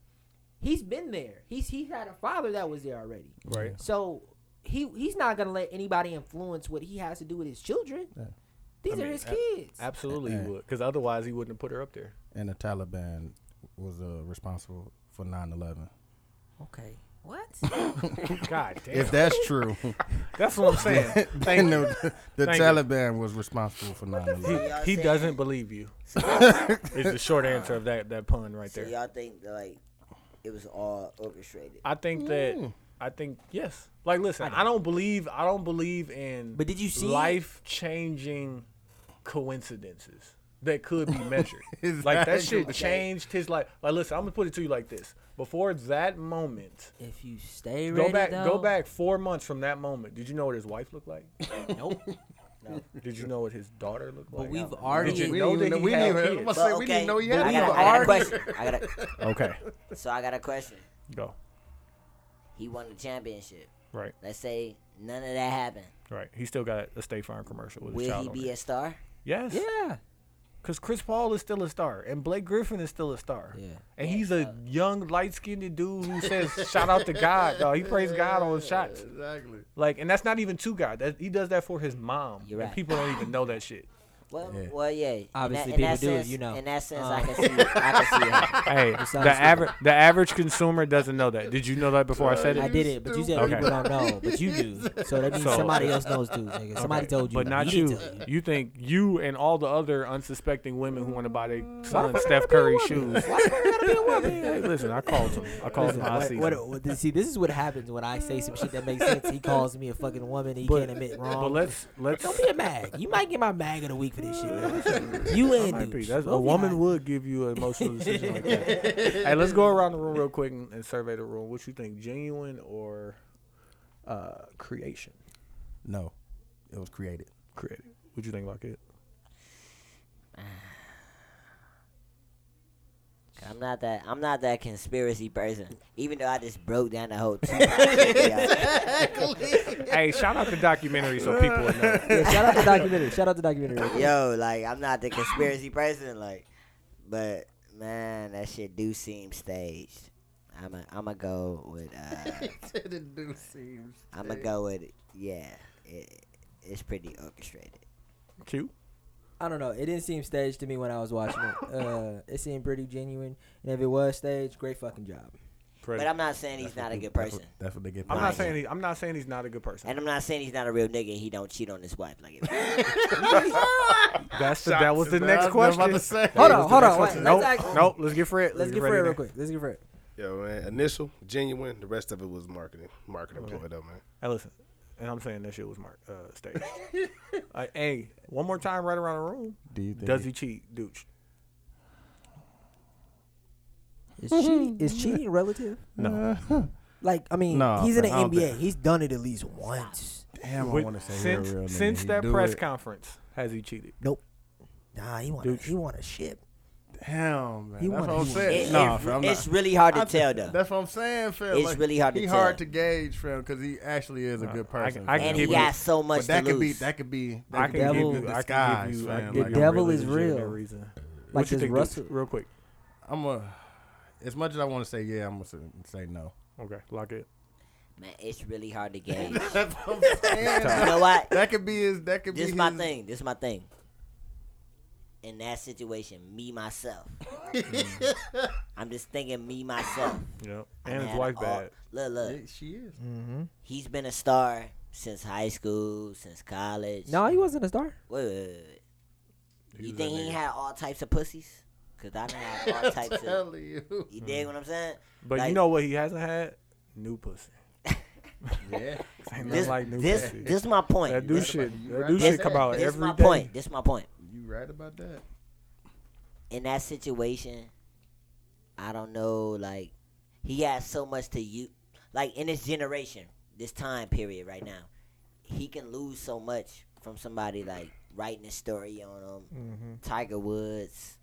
Speaker 3: he's been there. He's he had a father that was there already.
Speaker 1: Right.
Speaker 3: So he he's not gonna let anybody influence what he has to do with his children. These
Speaker 1: I
Speaker 3: are
Speaker 1: mean,
Speaker 3: his
Speaker 1: ab-
Speaker 3: kids.
Speaker 1: Absolutely, he
Speaker 2: Yeah.
Speaker 1: would, because otherwise he wouldn't have put her up there.
Speaker 2: And the Taliban was uh, responsible for 9/11.
Speaker 3: okay. What?
Speaker 1: God damn.
Speaker 2: If that's true,
Speaker 1: That's what I'm saying.
Speaker 2: then the, the
Speaker 1: Thank you.
Speaker 2: Taliban was responsible for 9/11.
Speaker 4: y'all
Speaker 1: He
Speaker 4: saying-
Speaker 1: doesn't believe you. is the short answer of that that pun right
Speaker 4: So
Speaker 1: there.
Speaker 4: y'all think that, like it was all orchestrated?
Speaker 1: I think
Speaker 3: Mm.
Speaker 1: that I think yes. Like listen, I don't, believe I don't believe in
Speaker 3: But did you see it?
Speaker 1: life changing coincidences that could be measured. Like that shit
Speaker 2: Exactly.
Speaker 1: changed his life. Like listen, I'm gonna put it to you like this. Before that moment,
Speaker 3: If you stay ready,
Speaker 1: go back
Speaker 3: though,
Speaker 1: go back four months from that moment. Did you know what his wife looked like? nope.
Speaker 4: No.
Speaker 1: Did you know what his daughter looked
Speaker 3: But
Speaker 1: like?
Speaker 3: we've
Speaker 1: Did
Speaker 3: already
Speaker 1: you know that he
Speaker 2: we
Speaker 1: had
Speaker 2: didn't even-
Speaker 1: kids?
Speaker 2: I'm
Speaker 4: But,
Speaker 2: say, we didn't know he had
Speaker 4: I
Speaker 2: kids.
Speaker 4: got, I got a question. I got a,
Speaker 1: Okay.
Speaker 4: so I got a question.
Speaker 1: Go.
Speaker 4: He won the championship.
Speaker 1: Right.
Speaker 4: Let's say none of that happened.
Speaker 1: Right. He still got a State Farm commercial with his
Speaker 4: Will
Speaker 1: child.
Speaker 4: he
Speaker 1: on
Speaker 4: be
Speaker 1: it.
Speaker 4: a star?
Speaker 1: yes.
Speaker 3: Yeah.
Speaker 1: Because Chris Paul is still a star, and Blake Griffin is still a star.
Speaker 3: Yeah. uh,
Speaker 1: And he's a young, light skinned dude who says, shout out to God, dog. He prays God on his shots.
Speaker 2: Exactly.
Speaker 1: Like, and that's not even to God. That, he does that for his mom.
Speaker 4: You're
Speaker 1: And
Speaker 4: right.
Speaker 1: people don't even know that shit.
Speaker 4: Well,
Speaker 2: Yeah.
Speaker 4: well, yeah.
Speaker 3: Obviously
Speaker 4: in that, in that
Speaker 3: people do,
Speaker 4: sense,
Speaker 3: you know.
Speaker 4: In that sense,
Speaker 3: Um.
Speaker 4: I can see. I can see. How,
Speaker 1: Hey,
Speaker 3: sounds
Speaker 1: the
Speaker 3: stupid.
Speaker 1: average the average consumer doesn't know that. Did you know that before I said it?
Speaker 3: I did it, but you said
Speaker 1: Okay.
Speaker 3: people don't know, but you do. So that means
Speaker 1: So-
Speaker 3: somebody else knows too, nigga. Somebody
Speaker 1: Okay,
Speaker 3: told you,
Speaker 1: but not
Speaker 3: didn't
Speaker 1: you.
Speaker 3: tell me.
Speaker 1: You think you and all the other unsuspecting women who want to buy their son Steph Curry shoes. Hey, listen, I called him. I called
Speaker 3: Listen,
Speaker 1: him. all
Speaker 3: what,
Speaker 1: season.
Speaker 3: what, what- see, this is what happens when I say some shit that makes sense. He calls me a fucking woman. and He
Speaker 1: But-
Speaker 3: can't admit wrong.
Speaker 1: But let's let's
Speaker 3: don't be a mag. You might get my mag of the week for this shit. man. You ain't
Speaker 1: Might be.
Speaker 3: dudes.
Speaker 1: That's- a
Speaker 3: Don't be
Speaker 1: woman
Speaker 3: high.
Speaker 1: would give you an emotional decision like that. hey, let's go around the room real quick and, and survey the room. What you think, genuine or uh, creation?
Speaker 2: No, it was created.
Speaker 1: Created. What you think about it?
Speaker 4: I'm not that. I'm not that conspiracy person. Even though I just broke down the whole. Tupac shit, y'all.
Speaker 1: hey, shout out the documentary so people would know.
Speaker 3: Yeah, shout out the documentary. Shout out the documentary.
Speaker 4: Yo, like I'm not the conspiracy person, like, but man, that shit do seem staged. I'm a, I'm a go with. Uh, I'm gonna go with yeah. It, it's pretty orchestrated.
Speaker 1: Cute.
Speaker 3: I don't know. It didn't seem staged to me when I was watching it. Uh, it seemed pretty genuine. And if it was staged, great fucking job.
Speaker 9: credit.
Speaker 4: But I'm not saying he's not a good person.
Speaker 2: That's what they get.
Speaker 1: I'm
Speaker 2: paid.
Speaker 1: not saying he, I'm not saying he's not a good person.
Speaker 4: And I'm not saying he's not a real nigga. He don't cheat on his wife. Like,
Speaker 9: That's the, that was the
Speaker 2: That's
Speaker 9: next
Speaker 2: what I'm
Speaker 9: question.
Speaker 2: about to say.
Speaker 3: Hold on, hold on.
Speaker 9: Next
Speaker 3: wait,
Speaker 9: question.
Speaker 3: let's,
Speaker 9: nope,
Speaker 3: ask-
Speaker 9: nope. Let's get Fred.
Speaker 3: let's get Fred real quick. Let's get Fred.
Speaker 7: Yo, man. Initial, genuine. The rest of it was marketing, marketing ploy, though, man.
Speaker 1: Hey, listen, and I'm saying that shit was marked uh, staged. like, hey, one more time, right around the room.
Speaker 2: Do you think
Speaker 1: Does he cheat, douche?
Speaker 3: Is cheating is cheating relative?
Speaker 1: No.
Speaker 3: Like I mean,
Speaker 2: No,
Speaker 3: he's in the
Speaker 2: I don't
Speaker 3: NBA.
Speaker 2: think-
Speaker 3: He's done it at least once.
Speaker 2: Damn, I
Speaker 1: With-
Speaker 2: want to say he a
Speaker 1: since
Speaker 2: real nigga.
Speaker 1: since
Speaker 2: He
Speaker 1: that
Speaker 2: do
Speaker 1: press
Speaker 2: it.
Speaker 1: conference, has he cheated?
Speaker 3: Nope. Nah, he want
Speaker 1: Dude.
Speaker 3: he want a ship.
Speaker 2: Damn, man.
Speaker 3: He
Speaker 2: that's
Speaker 3: wanna-
Speaker 2: what I'm
Speaker 3: he-
Speaker 2: saying.
Speaker 4: it-
Speaker 2: Nah,
Speaker 4: it-
Speaker 2: fam, I'm
Speaker 4: it's
Speaker 2: not-
Speaker 4: really hard to
Speaker 2: I-
Speaker 4: tell, though.
Speaker 2: That's what I'm saying, Phil.
Speaker 4: It's
Speaker 2: Like,
Speaker 4: really hard to
Speaker 2: he hard to
Speaker 4: tell.
Speaker 2: gauge, Phil, because he actually is a good
Speaker 1: I
Speaker 2: person.
Speaker 1: can- I
Speaker 2: fam.
Speaker 1: can
Speaker 4: and he
Speaker 1: give
Speaker 4: got
Speaker 1: you-
Speaker 4: so much
Speaker 2: But that
Speaker 4: to
Speaker 2: could be
Speaker 4: lose.
Speaker 2: that could be that
Speaker 1: I can
Speaker 2: could be
Speaker 1: give
Speaker 3: devil-
Speaker 2: the
Speaker 1: you. I can
Speaker 2: disguise,
Speaker 1: give you. I
Speaker 2: fam,
Speaker 1: can give
Speaker 2: like,
Speaker 3: The
Speaker 1: you
Speaker 2: I'm
Speaker 1: a
Speaker 3: devil
Speaker 1: really
Speaker 3: is
Speaker 1: legitimate
Speaker 3: real.
Speaker 1: Reason.
Speaker 3: Like
Speaker 1: what you
Speaker 3: this
Speaker 1: think,
Speaker 3: Russell.
Speaker 1: Duke? Real quick.
Speaker 2: I'm a. As much as I want to say yeah, I'm gonna say, say no.
Speaker 1: Okay, lock it.
Speaker 4: Man, it's really hard to gauge. you
Speaker 2: That's what I'm saying.
Speaker 4: know what?
Speaker 2: that could be his. That could
Speaker 4: This
Speaker 2: be
Speaker 4: is my
Speaker 2: his-
Speaker 4: thing. This is my thing. In that situation, me myself. I'm just thinking me myself.
Speaker 1: Yep.
Speaker 4: Oh, I
Speaker 1: And
Speaker 4: had
Speaker 1: his wife
Speaker 4: all-
Speaker 1: bad.
Speaker 4: Look, look.
Speaker 2: Yeah, She is.
Speaker 4: He's been a star since high school, since college.
Speaker 3: No, he wasn't a star.
Speaker 4: Wait, wait, wait, wait. You
Speaker 1: was
Speaker 4: think
Speaker 1: that
Speaker 4: he
Speaker 1: nigga.
Speaker 4: had all types of pussies? Cause I done had all types of.
Speaker 2: Telling you.
Speaker 4: You dig what I'm saying?
Speaker 1: But you
Speaker 4: Like-
Speaker 1: know what he hasn't had? New pussy.
Speaker 2: Yeah.
Speaker 1: Ain't nothing
Speaker 4: This,
Speaker 1: like new
Speaker 4: this,
Speaker 1: pussy.
Speaker 4: this my point.
Speaker 1: that do
Speaker 4: This-
Speaker 1: shit. That
Speaker 2: right
Speaker 1: do
Speaker 2: about
Speaker 1: shit
Speaker 2: that.
Speaker 1: come out
Speaker 4: This
Speaker 1: every
Speaker 4: my
Speaker 1: day.
Speaker 4: point. This my point.
Speaker 2: You right about that.
Speaker 4: in that situation, I don't know. Like, he has so much to you. Like in this generation, this time period right now, he can lose so much from somebody like writing a story on him.
Speaker 1: Mm-hmm. Mm.
Speaker 4: Tiger Woods.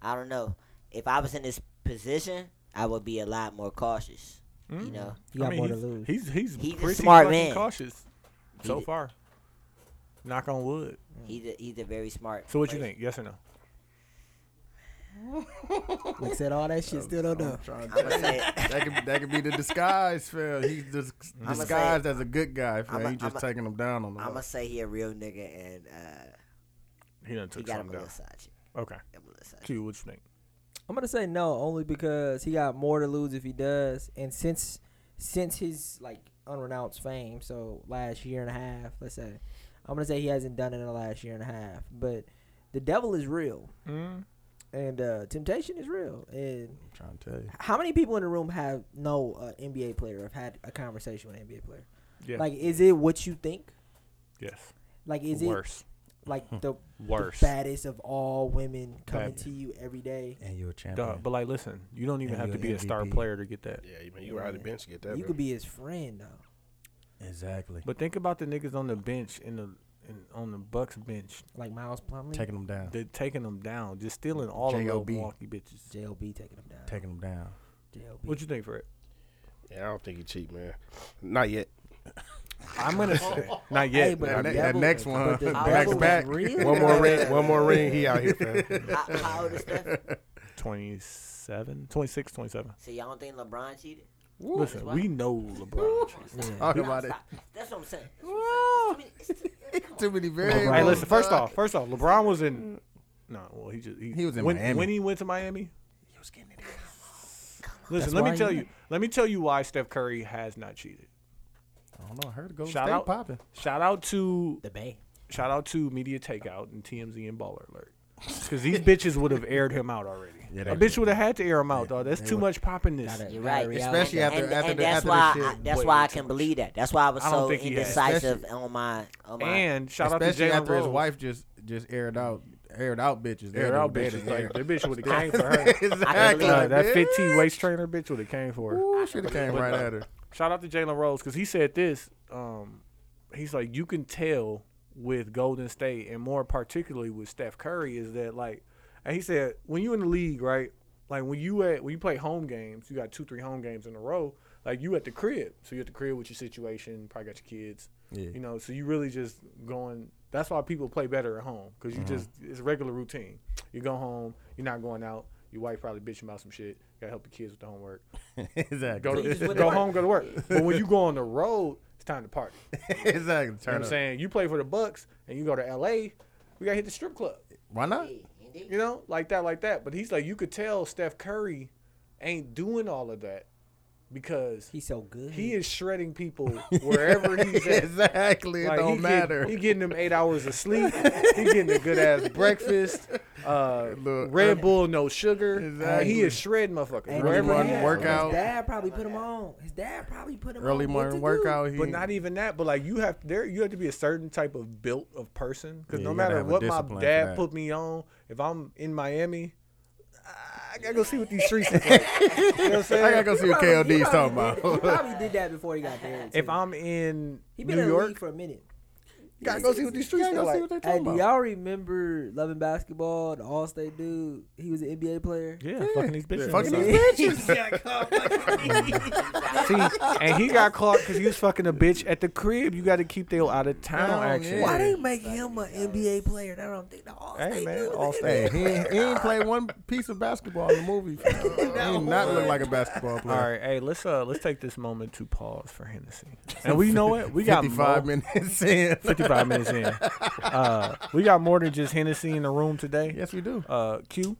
Speaker 4: I don't know. If I was in this position, I would be a lot more cautious.
Speaker 1: Mm.
Speaker 4: You know,
Speaker 3: You got
Speaker 1: I mean,
Speaker 3: more to
Speaker 1: he's,
Speaker 3: lose.
Speaker 1: He's he's,
Speaker 4: He's a
Speaker 1: pretty
Speaker 4: smart
Speaker 1: fucking
Speaker 4: man.
Speaker 1: cautious so
Speaker 4: He-
Speaker 1: far. Knock on wood.
Speaker 4: he's a, he's a very smart.
Speaker 1: So what you
Speaker 4: person.
Speaker 1: think? Yes or no?
Speaker 3: Like said all that shit, still don't
Speaker 1: Oh,
Speaker 3: know.
Speaker 2: Trying
Speaker 4: I'ma
Speaker 2: to
Speaker 4: say-
Speaker 2: that could that could be the disguise, Phil. He's dis-
Speaker 4: I'ma say-
Speaker 2: disguised as a good guy, Phil.
Speaker 4: I'ma-
Speaker 2: He just
Speaker 4: I'ma-
Speaker 2: taking him down on the.
Speaker 4: I'ma
Speaker 2: low.
Speaker 4: say he a real nigga and uh,
Speaker 1: He done
Speaker 4: he
Speaker 1: took
Speaker 4: got a
Speaker 1: something down.
Speaker 4: Melissa. chick.
Speaker 1: Okay.
Speaker 4: He got a Melissa chick.
Speaker 1: Q, what you think?
Speaker 3: I'm gonna say no, only because he got more to lose if he does, and since since his like unrenounced fame, so last year and a half, let's say, I'm gonna say he hasn't done it in the last year and a half. But the devil is real,
Speaker 1: Mm.
Speaker 3: and uh, temptation is real, and
Speaker 2: I'm trying to tell you.
Speaker 3: How many people in the room have no uh, NBA player have had a conversation with an NBA player?
Speaker 1: Yeah.
Speaker 3: Like, is it what you think?
Speaker 1: yes.
Speaker 3: Like, is
Speaker 1: Worse.
Speaker 3: it like
Speaker 1: Hmm.
Speaker 3: the, the
Speaker 1: Worse.
Speaker 3: baddest of all women coming
Speaker 1: Bad.
Speaker 3: to you every day?
Speaker 2: And you're a
Speaker 1: Duh, but like, listen, you don't even
Speaker 2: And
Speaker 1: have to
Speaker 2: you're
Speaker 1: be a star
Speaker 2: MVP.
Speaker 1: player to get that.
Speaker 7: Yeah, you, man, you were out of the bench. Get that.
Speaker 3: you
Speaker 7: bro.
Speaker 3: could be his friend though.
Speaker 2: Exactly.
Speaker 1: But think about the niggas on the bench in the in, on the Bucks bench
Speaker 3: Like Miles Plumlee,
Speaker 2: Taking him down.
Speaker 1: They're taking them down, just stealing all of those
Speaker 2: J.O.B..
Speaker 1: Milwaukee bitches.
Speaker 3: JLB taking him down.
Speaker 2: Taking him down.
Speaker 3: JLB.
Speaker 1: What you think, Fred?
Speaker 7: Yeah, I don't think he cheat, man. Not yet.
Speaker 1: I'm gonna say not
Speaker 3: Hey,
Speaker 1: yet.
Speaker 3: but
Speaker 2: That
Speaker 3: the
Speaker 2: ne- that
Speaker 3: devil-
Speaker 2: next one,
Speaker 3: but the
Speaker 2: back
Speaker 3: devil
Speaker 2: to
Speaker 3: is
Speaker 2: back.
Speaker 3: real.
Speaker 7: One more ring. One more ring. He out here, fam.
Speaker 4: How, how old is Steph?
Speaker 1: 27, 26, 27.
Speaker 4: So y'all don't think LeBron cheated?
Speaker 1: Listen, we know LeBron. cheats.
Speaker 2: Talk about it.
Speaker 4: Stop. That's what I'm saying.
Speaker 2: Too many variables.
Speaker 1: hey, listen. First off, first off, LeBron was in. No, well, he just he,
Speaker 2: He was in
Speaker 1: when,
Speaker 2: Miami.
Speaker 1: when he went to Miami.
Speaker 2: he was getting it.
Speaker 1: Listen,
Speaker 3: That's
Speaker 1: let
Speaker 3: why
Speaker 1: me
Speaker 3: he
Speaker 1: tell
Speaker 3: went.
Speaker 1: you. Let me tell you why Steph Curry has not cheated.
Speaker 2: I don't know. I heard it go
Speaker 1: Shout
Speaker 2: state
Speaker 1: out.
Speaker 2: popping.
Speaker 1: Shout out to
Speaker 3: The Bay.
Speaker 1: shout out to Media Takeout and TMZ and Baller Alert. Because these bitches would have aired him out already.
Speaker 2: Yeah, they
Speaker 1: a
Speaker 2: would.
Speaker 1: bitch would have had to air him out, dog. That's
Speaker 2: they
Speaker 1: too
Speaker 2: would.
Speaker 1: much popping this.
Speaker 3: Gotta-
Speaker 4: You're right.
Speaker 3: Reality.
Speaker 2: Especially after
Speaker 4: and,
Speaker 2: after
Speaker 4: and
Speaker 2: the
Speaker 4: that's
Speaker 2: after
Speaker 4: why
Speaker 2: the shit.
Speaker 4: I, that's
Speaker 1: way
Speaker 4: why
Speaker 1: too
Speaker 4: I can believe that. That's why I was
Speaker 1: I don't
Speaker 4: so
Speaker 1: think he has.
Speaker 4: indecisive on my on my.
Speaker 1: And shout
Speaker 2: Especially
Speaker 1: out to Jalen
Speaker 2: after
Speaker 1: Rose.
Speaker 2: his wife just just aired out aired out bitches. They
Speaker 1: aired
Speaker 2: don't-
Speaker 1: out
Speaker 2: they
Speaker 1: bitches.
Speaker 2: don't air.
Speaker 1: Like, that bitch would have came for her.
Speaker 2: exactly.
Speaker 1: Nah, that
Speaker 2: bitch.
Speaker 1: 15 waist trainer bitch would have came for her.
Speaker 2: Ooh, should have came right at her.
Speaker 1: Shout out to Jalen Rose because he said this. Um, he's like, you can tell with Golden State and more particularly with Steph Curry is that like, and he said when you in the league, right? Like when you at when you play home games, you got two three home games in a row. Like you at the crib, so you at the crib with your situation, probably got your kids.
Speaker 2: Yeah.
Speaker 1: You know, so you really just going. That's why people play better at home because you just it's regular routine. You go home, you're not going out. Your wife probably bitching about some shit. Gotta help your kids with the homework
Speaker 2: exactly.
Speaker 1: go
Speaker 4: you just
Speaker 1: to,
Speaker 4: went
Speaker 1: go
Speaker 4: to work.
Speaker 1: home, go to work. But when you go on the road, it's time to party. You know
Speaker 2: exactly.
Speaker 1: what
Speaker 2: Turn
Speaker 1: I'm
Speaker 2: up.
Speaker 1: saying? You play for the Bucks and you go to LA, we gotta hit the strip club.
Speaker 2: Why not?
Speaker 1: You know, like that, like that. But he's like, you could tell Steph Curry ain't doing all of that. because
Speaker 3: He's so good.
Speaker 1: he is shredding people wherever he's at.
Speaker 2: exactly.
Speaker 1: Like,
Speaker 2: it
Speaker 1: he
Speaker 2: don't
Speaker 1: get-
Speaker 2: matter.
Speaker 1: he getting them eight hours of sleep. he getting a good ass breakfast. Uh,
Speaker 2: Look,
Speaker 1: Red Bull, no sugar. Uh,
Speaker 2: Exactly.
Speaker 1: he is shredding motherfuckers
Speaker 3: And
Speaker 1: wherever he
Speaker 2: morning
Speaker 1: at.
Speaker 2: work- workout.
Speaker 3: His dad probably put him on. His dad probably put him
Speaker 2: early
Speaker 3: on.
Speaker 2: morning workout. He,
Speaker 1: But not even that. But like you have there, you have to be a certain type of built of person. Because
Speaker 2: Yeah,
Speaker 1: no
Speaker 2: you gotta
Speaker 1: matter
Speaker 2: have a
Speaker 1: what my
Speaker 2: discipline for
Speaker 1: dad
Speaker 2: that.
Speaker 1: put me on, if I'm in Miami, I gotta go see what these streets is like. you know what I'm saying?
Speaker 2: I gotta go see what KLD's talking
Speaker 3: He
Speaker 2: about.
Speaker 3: probably did that before he got married.
Speaker 1: If
Speaker 3: too.
Speaker 1: I'm in
Speaker 3: he been
Speaker 1: New
Speaker 3: in the
Speaker 1: York,
Speaker 3: league for a minute.
Speaker 2: gotta go see what these streets
Speaker 1: gotta
Speaker 2: are
Speaker 1: go see
Speaker 2: like.
Speaker 1: what
Speaker 3: Hey, do y'all remember loving basketball? The All State dude, he was an NBA player.
Speaker 10: Yeah, fucking these bitches.
Speaker 2: Fuck
Speaker 10: Fucking
Speaker 2: these
Speaker 1: See, and he got caught because he was fucking a bitch at the crib. You got to keep them out of town.
Speaker 2: Oh,
Speaker 1: actually,
Speaker 2: yeah.
Speaker 3: Why they make him an NBA player? That don't think the All State
Speaker 1: Hey man,
Speaker 3: dude.
Speaker 1: all
Speaker 2: Hey,
Speaker 1: state.
Speaker 2: he ain't, he ain't played one piece of basketball in the movie. he ain't not look like a basketball
Speaker 1: All
Speaker 2: player.
Speaker 1: right, hey, let's uh let's take this moment to pause for Hennessy. And we know it. We got
Speaker 2: 55
Speaker 1: more,
Speaker 2: minutes in.
Speaker 1: Fifty five minutes in. Uh, we got more than just Hennessy in the room today.
Speaker 2: yes, we do.
Speaker 1: Uh, Q.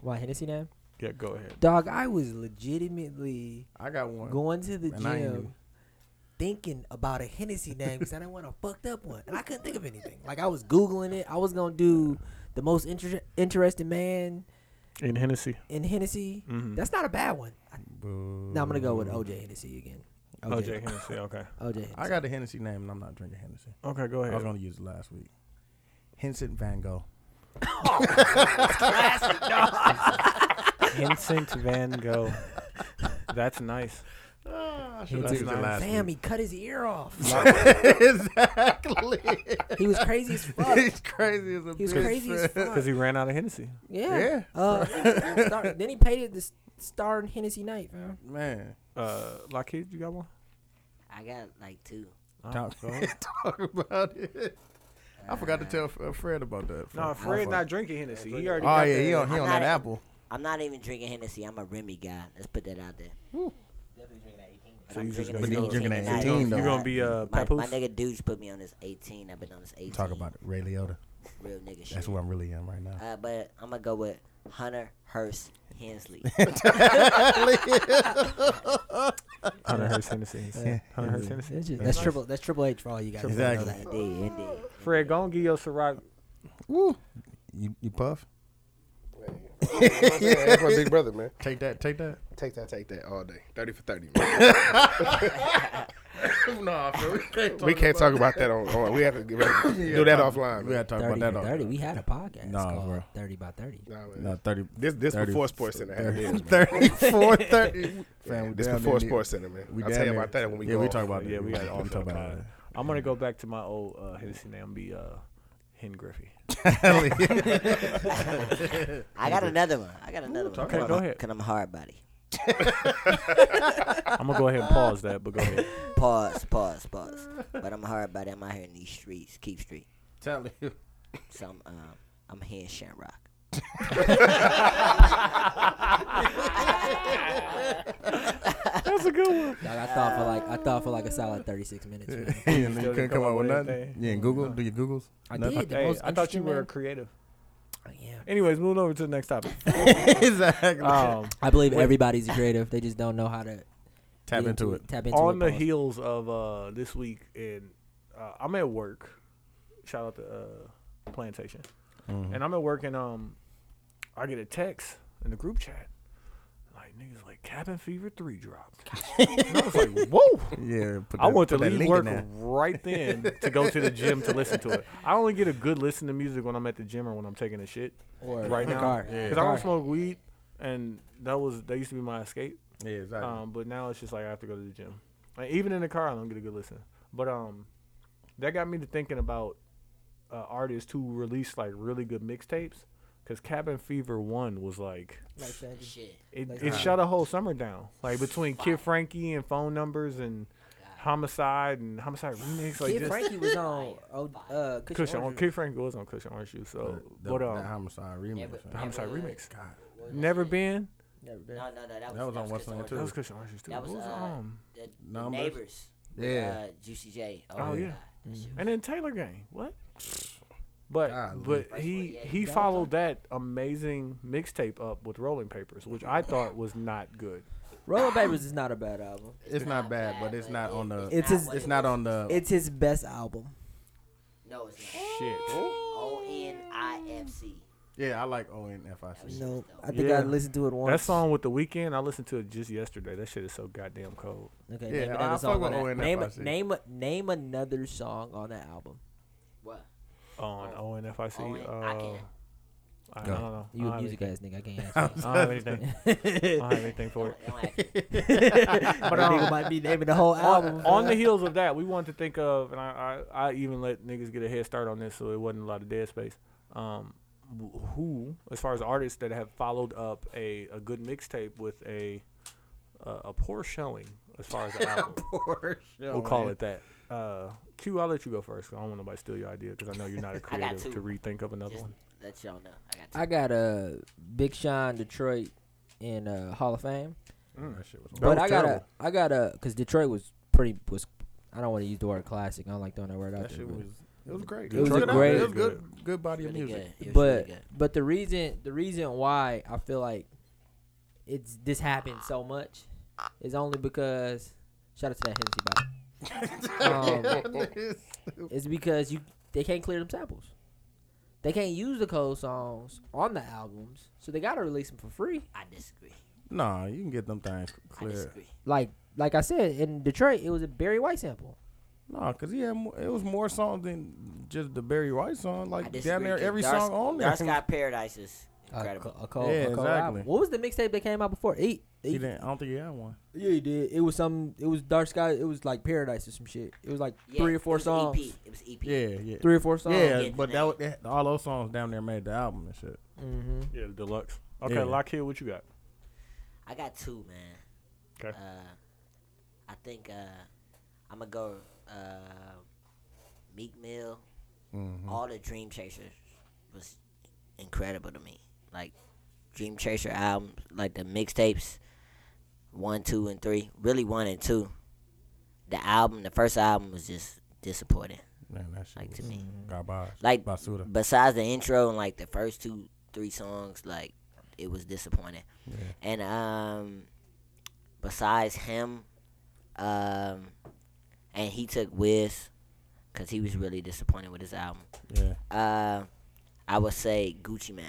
Speaker 11: Why Hennessy now?
Speaker 1: Yeah, go ahead.
Speaker 3: Dog, I was legitimately
Speaker 2: I got one.
Speaker 3: going to the
Speaker 2: And I ain't
Speaker 3: gym
Speaker 2: knew.
Speaker 3: thinking about a Hennessy name because I didn't want a fucked up one. And I couldn't think of anything. Like, I was Googling it. I was going to do the most inter- interesting man
Speaker 1: In Hennessy.
Speaker 3: in Hennessy.
Speaker 2: Mm-hmm.
Speaker 3: That's not a bad one. I, no, I'm going to go with OJ Hennessy again.
Speaker 1: OJ Oh, Hennessy. Okay.
Speaker 3: OJ Hennessy.
Speaker 2: I got the Hennessy name, and I'm not drinking Hennessy.
Speaker 1: Okay, go
Speaker 2: I was
Speaker 1: ahead.
Speaker 2: going to use it last week. Henson Van Gogh.
Speaker 1: Vincent Van Gogh. That's nice.
Speaker 2: That's
Speaker 1: nice.
Speaker 2: last
Speaker 3: Damn, he cut his ear off.
Speaker 2: exactly.
Speaker 3: he was crazy as fuck.
Speaker 2: He's crazy as a
Speaker 3: He was
Speaker 2: bitch.
Speaker 3: crazy as fuck.
Speaker 1: Because he ran out of Hennessy.
Speaker 3: Yeah. Uh, star, then he painted the s- star in Hennessy Night, man.
Speaker 2: Man.
Speaker 1: Uh, Lockheed, you got one?
Speaker 4: I got like two.
Speaker 2: Talk, talk about it. I forgot to tell uh, Fred about that.
Speaker 1: No,
Speaker 2: Fuck.
Speaker 1: Fred not drinking Hennessy. He already.
Speaker 2: Oh
Speaker 1: got uh,
Speaker 2: yeah,
Speaker 1: that.
Speaker 2: he on, he on that
Speaker 4: not-
Speaker 2: apple.
Speaker 4: I'm not even drinking Hennessy. I'm a Remy guy. Let's put that out there. But
Speaker 1: So
Speaker 4: I'm
Speaker 1: you just
Speaker 4: drinking
Speaker 1: gonna
Speaker 4: this
Speaker 2: go- Drinking that 18 though.
Speaker 4: 18 tonight.
Speaker 1: You gonna be, uh,
Speaker 4: my, my
Speaker 1: Papoose?
Speaker 4: nigga dudes put me on this 18. I've been on this 18.
Speaker 2: Talk about it, Ray Liotta.
Speaker 4: real nigga shit.
Speaker 2: That's what I'm really in right now.
Speaker 4: Uh, but I'm gonna go with Hunter Hearst Hensley.
Speaker 1: Hunter Hearst Hennessy. Hunter Hearst Hennessy.
Speaker 3: That's, just, that's triple. That's Triple H for all you guys.
Speaker 2: Exactly.
Speaker 4: indeed, indeed.
Speaker 1: Fred, go and get your Ciroc.
Speaker 2: Woo. You you puff?
Speaker 7: That's my big brother, man.
Speaker 2: Take that, take that.
Speaker 7: Take that, take that all day. Thirty for thirty. Man.
Speaker 2: no, we can't.
Speaker 7: we can't talk about that on. on we have to get ready. do that offline.
Speaker 2: We
Speaker 7: Man.
Speaker 2: gotta talk
Speaker 3: 30
Speaker 2: about
Speaker 3: by
Speaker 2: that.
Speaker 3: 30.
Speaker 2: Off.
Speaker 3: We had a podcast
Speaker 2: Nah,
Speaker 3: called
Speaker 2: bro.
Speaker 3: 30 by 30.
Speaker 7: Nah, man.
Speaker 2: No, thirty.
Speaker 7: This this
Speaker 2: 30
Speaker 7: before Sports Center. had his, man.
Speaker 2: 34, 30. Fam, we
Speaker 7: This
Speaker 2: down
Speaker 7: before
Speaker 2: there.
Speaker 7: Sports Center, man.
Speaker 2: We
Speaker 7: I'll
Speaker 2: down
Speaker 7: tell you
Speaker 2: there.
Speaker 7: about that when we
Speaker 2: yeah,
Speaker 7: go.
Speaker 2: we
Speaker 7: off.
Speaker 2: talk about that.
Speaker 1: Yeah, we got all
Speaker 2: We
Speaker 1: talk
Speaker 2: talk about
Speaker 1: I'm gonna go back to my old uh, Hennessy name. Be uh, Hen Griffey.
Speaker 2: that.
Speaker 4: I got another one. I got another one.
Speaker 1: okay,
Speaker 4: Cause
Speaker 1: go
Speaker 4: I'm,
Speaker 1: ahead.
Speaker 4: Cause I'm a hard body.
Speaker 1: I'm gonna go ahead and pause that, but go ahead.
Speaker 4: Pause, pause, pause. But I'm a hard body. I'm out here in these streets, Keep Street.
Speaker 2: Tell you.
Speaker 4: So I'm, um, I'm here in Shamrock.
Speaker 3: Dog, I thought for like I thought for like a solid 36 minutes. Man.
Speaker 2: you
Speaker 1: Still
Speaker 2: couldn't come up with nothing.
Speaker 1: anything.
Speaker 2: Yeah, and Google. Do your Googles?
Speaker 3: I
Speaker 2: Nothing.
Speaker 3: did. The
Speaker 1: Hey,
Speaker 3: most
Speaker 1: I thought you
Speaker 3: interesting
Speaker 1: were
Speaker 3: man-
Speaker 1: creative.
Speaker 3: I am.
Speaker 1: Anyways, moving over to the next topic.
Speaker 2: exactly.
Speaker 1: Um,
Speaker 3: I believe everybody's a creative. They just don't know how to
Speaker 2: Tap
Speaker 3: get
Speaker 2: into it.
Speaker 3: Tap into
Speaker 1: on
Speaker 3: it.
Speaker 1: the
Speaker 3: boss.
Speaker 1: heels of uh, this week, and uh, I'm at work. Shout out to uh, Plantation, and I'm at work, and um, I get a text in the group chat. Like niggas, like cabin fever three dropped. and I was like, whoa.
Speaker 2: Yeah. Put
Speaker 1: I
Speaker 2: that-
Speaker 1: want to
Speaker 2: put that
Speaker 1: leave
Speaker 2: link in
Speaker 1: work
Speaker 2: there.
Speaker 1: right then to go to the gym to listen to it. I only get a good listen to music when I'm at the gym or when I'm taking a shit.
Speaker 3: Or
Speaker 1: right
Speaker 3: the
Speaker 1: now,
Speaker 3: car.
Speaker 1: because
Speaker 3: The
Speaker 1: I don't
Speaker 3: car.
Speaker 1: smoke weed, and that was that used to be my escape.
Speaker 2: Yeah, exactly.
Speaker 1: Um, but now it's just like I have to go to the gym. Like, even in the car, I don't get a good listen. But um, that got me to thinking about uh, artists who released like really good mixtapes. Cause Cabin Fever One was like
Speaker 3: Life changing.
Speaker 4: Shit.
Speaker 1: it,
Speaker 3: Like,
Speaker 1: it
Speaker 3: uh,
Speaker 1: shut a whole summer down. Like between Kid Frankie and phone numbers and homicide and homicide remix. Like
Speaker 3: Kid
Speaker 1: just
Speaker 3: Frankie was on oh, uh, Cushion
Speaker 1: Cushion on
Speaker 3: Orange.
Speaker 1: Kid Frankie was on Cushion Orange Shoes. So
Speaker 2: The-
Speaker 1: but
Speaker 2: uh, the
Speaker 1: um
Speaker 2: homicide remix. man.
Speaker 1: the homicide remix.
Speaker 2: God,
Speaker 1: Never been.
Speaker 3: Never been.
Speaker 4: No, no, no. That was,
Speaker 2: was on
Speaker 4: that
Speaker 2: What's
Speaker 4: Chris
Speaker 2: On
Speaker 4: Orange.
Speaker 2: Too.
Speaker 1: That was Cushion Orange Shoes too.
Speaker 4: That was,
Speaker 1: What was,
Speaker 4: uh,
Speaker 1: um
Speaker 4: The, the
Speaker 2: Numbers.
Speaker 4: neighbors.
Speaker 2: Yeah.
Speaker 4: Uh, Juicy J. Oh,
Speaker 1: Oh,
Speaker 4: my
Speaker 1: yeah.
Speaker 4: God. That shit
Speaker 1: and then Taylor Gang. What? But
Speaker 2: God,
Speaker 1: but he he followed that amazing mixtape up with Rolling Papers, which I thought was not good.
Speaker 3: Roller Papers is not a bad album.
Speaker 2: It's not bad, but it's not on the.
Speaker 3: It's his-
Speaker 2: It's not on the.
Speaker 3: It's his best album.
Speaker 4: No, it's not.
Speaker 2: shit.
Speaker 4: O N I F C.
Speaker 2: Yeah, I like O N F I C.
Speaker 3: No, I think
Speaker 8: Yeah.
Speaker 3: I listened to it once.
Speaker 8: That song with the weekend, I listened to it just yesterday. That shit is so goddamn cold.
Speaker 3: Okay,
Speaker 2: Yeah,
Speaker 3: name
Speaker 2: I- I
Speaker 3: another
Speaker 2: fuck
Speaker 3: song
Speaker 2: with
Speaker 3: on that.
Speaker 2: ONF,
Speaker 3: Name,
Speaker 2: I see.
Speaker 3: name, name another song on that album.
Speaker 4: What?
Speaker 8: On
Speaker 3: Oh.
Speaker 8: ONFIC.
Speaker 4: O N- I
Speaker 8: Uh,
Speaker 4: can't.
Speaker 8: I, I don't know.
Speaker 3: You
Speaker 8: I
Speaker 3: a
Speaker 8: don't
Speaker 3: music
Speaker 8: have
Speaker 3: ass nigga. I can't answer.
Speaker 8: anything. I don't have anything. I don't have anything for it.
Speaker 4: Don't, don't ask me.
Speaker 3: but
Speaker 8: um,
Speaker 3: nigga might be naming the whole album.
Speaker 8: on, on the heels of that, we wanted to think of, and I, I, I even let niggas get a head start on this, so it wasn't a lot of dead space. Um, wh- who, as far as artists that have followed up a, a good mixtape with a uh, a poor showing, as far as the album, we'll call it that. Uh, Q, I'll let you go first. 'cause I don't want nobody steal your idea because I know you're not a
Speaker 4: I got
Speaker 8: creative to
Speaker 4: two.
Speaker 8: rethink of another
Speaker 4: Just
Speaker 8: one.
Speaker 4: let y'all know. I got. Two.
Speaker 3: I got a uh, Big Sean Detroit in uh, Hall of Fame,
Speaker 2: That shit was.
Speaker 8: was
Speaker 3: but I got a
Speaker 8: terrible.
Speaker 3: I got a because Detroit was pretty was I don't want to use the word classic. I don't like throwing that word out
Speaker 2: That
Speaker 3: there.
Speaker 2: shit
Speaker 3: but-
Speaker 2: was. It was great.
Speaker 3: It was
Speaker 2: Check
Speaker 3: a
Speaker 2: it out.
Speaker 3: great-
Speaker 2: It was good. Good body of
Speaker 4: Really
Speaker 2: music.
Speaker 4: good. It was really
Speaker 3: but
Speaker 4: good.
Speaker 3: but the reason the reason why I feel like it's this happened so much is only because shout out to that Hennessy bottle. Um, it's because you they can't clear them samples. They can't use the cold songs on the albums, so they gotta release them for free.
Speaker 4: I disagree.
Speaker 2: Nah, you can get them things
Speaker 4: I
Speaker 2: clear.
Speaker 4: disagree.
Speaker 3: Like like I said in Detroit, it was a Barry White sample.
Speaker 2: Nah, cause he had more, it was more songs than just the Barry White song.
Speaker 4: I
Speaker 2: Like
Speaker 4: disagree.
Speaker 2: down there,
Speaker 4: because
Speaker 2: every
Speaker 4: Dark,
Speaker 2: song on there.
Speaker 4: Dark Sky Paradise is
Speaker 3: A,
Speaker 4: incredible.
Speaker 3: co- a cold,
Speaker 2: Yeah,
Speaker 3: a cold
Speaker 2: exactly.
Speaker 3: album. What was the mixtape that came out before? Eat.
Speaker 2: He didn't. I don't think he had one.
Speaker 3: Yeah, he did. It was some. It was dark sky. It was like paradise or some shit. It was like
Speaker 4: Yeah,
Speaker 3: three or
Speaker 4: it
Speaker 3: four
Speaker 4: was an E
Speaker 3: songs.
Speaker 4: EP. It was EP.
Speaker 2: Yeah, yeah,
Speaker 3: Three or four songs.
Speaker 2: yeah.
Speaker 4: Yeah,
Speaker 2: But that, was- that all those songs down there made the album and shit.
Speaker 3: Mm-hmm.
Speaker 8: Yeah, the deluxe. Okay,
Speaker 2: Yeah.
Speaker 8: Lockheed, what you got?
Speaker 4: I got two, man.
Speaker 8: 'Kay.
Speaker 4: Uh, I think uh, I'm gonna go uh, Meek Mill.
Speaker 2: Mm-hmm.
Speaker 4: All the Dream Chasers was incredible to me. Like Dream Chaser albums, like the mixtapes, one, two, and three. Really, one and two. The album, the first album was just disappointing,
Speaker 2: Man, that shit
Speaker 4: like to
Speaker 2: was
Speaker 4: me.
Speaker 2: garbage.
Speaker 4: Like
Speaker 2: Basuda.
Speaker 4: besides the intro and like the first two, three songs, like it was disappointing.
Speaker 2: Yeah.
Speaker 4: And um, besides him, um, and he took Wiz, cause he was really disappointed with his album.
Speaker 2: Yeah.
Speaker 4: Uh, I would say Gucci Man.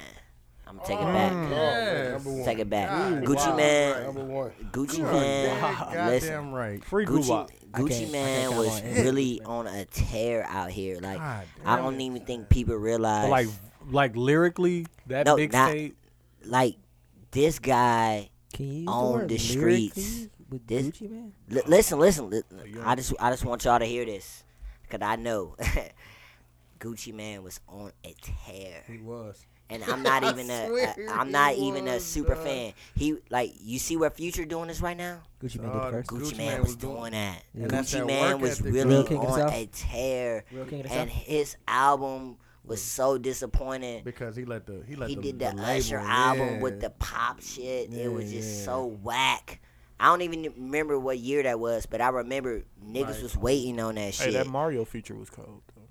Speaker 4: I'm gonna take it
Speaker 2: Mm.
Speaker 4: back.
Speaker 7: Yes. Number one.
Speaker 4: Take it back.
Speaker 7: God,
Speaker 4: Gucci
Speaker 7: wow.
Speaker 4: Man.
Speaker 7: Number one.
Speaker 4: Gucci
Speaker 2: You are
Speaker 4: Man.
Speaker 2: dead
Speaker 4: Listen,
Speaker 2: goddamn right.
Speaker 8: Free
Speaker 4: Gucci,
Speaker 8: Guwap.
Speaker 3: I can't- I
Speaker 4: Gucci
Speaker 3: can't
Speaker 4: Man
Speaker 3: count
Speaker 4: was
Speaker 3: on it.
Speaker 4: really on a tear out here. Like
Speaker 2: God
Speaker 4: I
Speaker 2: damn
Speaker 4: don't
Speaker 2: it.
Speaker 4: even think people realize.
Speaker 8: But like, like lyrically, that
Speaker 4: No, not-
Speaker 8: mixtape.
Speaker 4: like this guy.
Speaker 3: Can you use
Speaker 4: On
Speaker 3: the, word
Speaker 4: the
Speaker 3: lyrically
Speaker 4: streets.
Speaker 3: with
Speaker 4: This-
Speaker 3: Gucci man?
Speaker 4: L- listen, listen. li-
Speaker 8: you
Speaker 4: I just, I just want y'all to hear this, cause I know Gucci Man was on a tear.
Speaker 2: He was.
Speaker 4: and I'm not even a,
Speaker 2: swear
Speaker 4: a I'm not
Speaker 2: he
Speaker 4: even a
Speaker 2: was,
Speaker 4: super
Speaker 2: dog.
Speaker 4: fan. He like you see where Future doing this right now.
Speaker 3: Gucci man did
Speaker 2: Uh,
Speaker 3: it first.
Speaker 4: Gucci,
Speaker 2: Gucci
Speaker 4: man,
Speaker 2: Mane
Speaker 4: was
Speaker 2: was doing-
Speaker 4: doing that.
Speaker 3: And
Speaker 2: that's
Speaker 4: Gucci
Speaker 2: that
Speaker 4: man
Speaker 2: work
Speaker 4: was
Speaker 2: ethic,
Speaker 4: really
Speaker 3: Real King of the
Speaker 4: on
Speaker 3: South.
Speaker 4: a tear,
Speaker 3: Real King of the
Speaker 4: and
Speaker 3: South.
Speaker 4: his album was so disappointing.
Speaker 2: Because he let the he let
Speaker 4: he
Speaker 2: the,
Speaker 4: did the,
Speaker 2: label,
Speaker 4: Usher album
Speaker 2: yeah.
Speaker 4: with the pop shit.
Speaker 2: Yeah,
Speaker 4: it was just
Speaker 2: yeah.
Speaker 4: so whack. I don't even remember what year that was, but I remember niggas
Speaker 2: Right.
Speaker 4: was waiting on that
Speaker 8: Hey,
Speaker 4: shit.
Speaker 8: that Mario feature was cold. Though.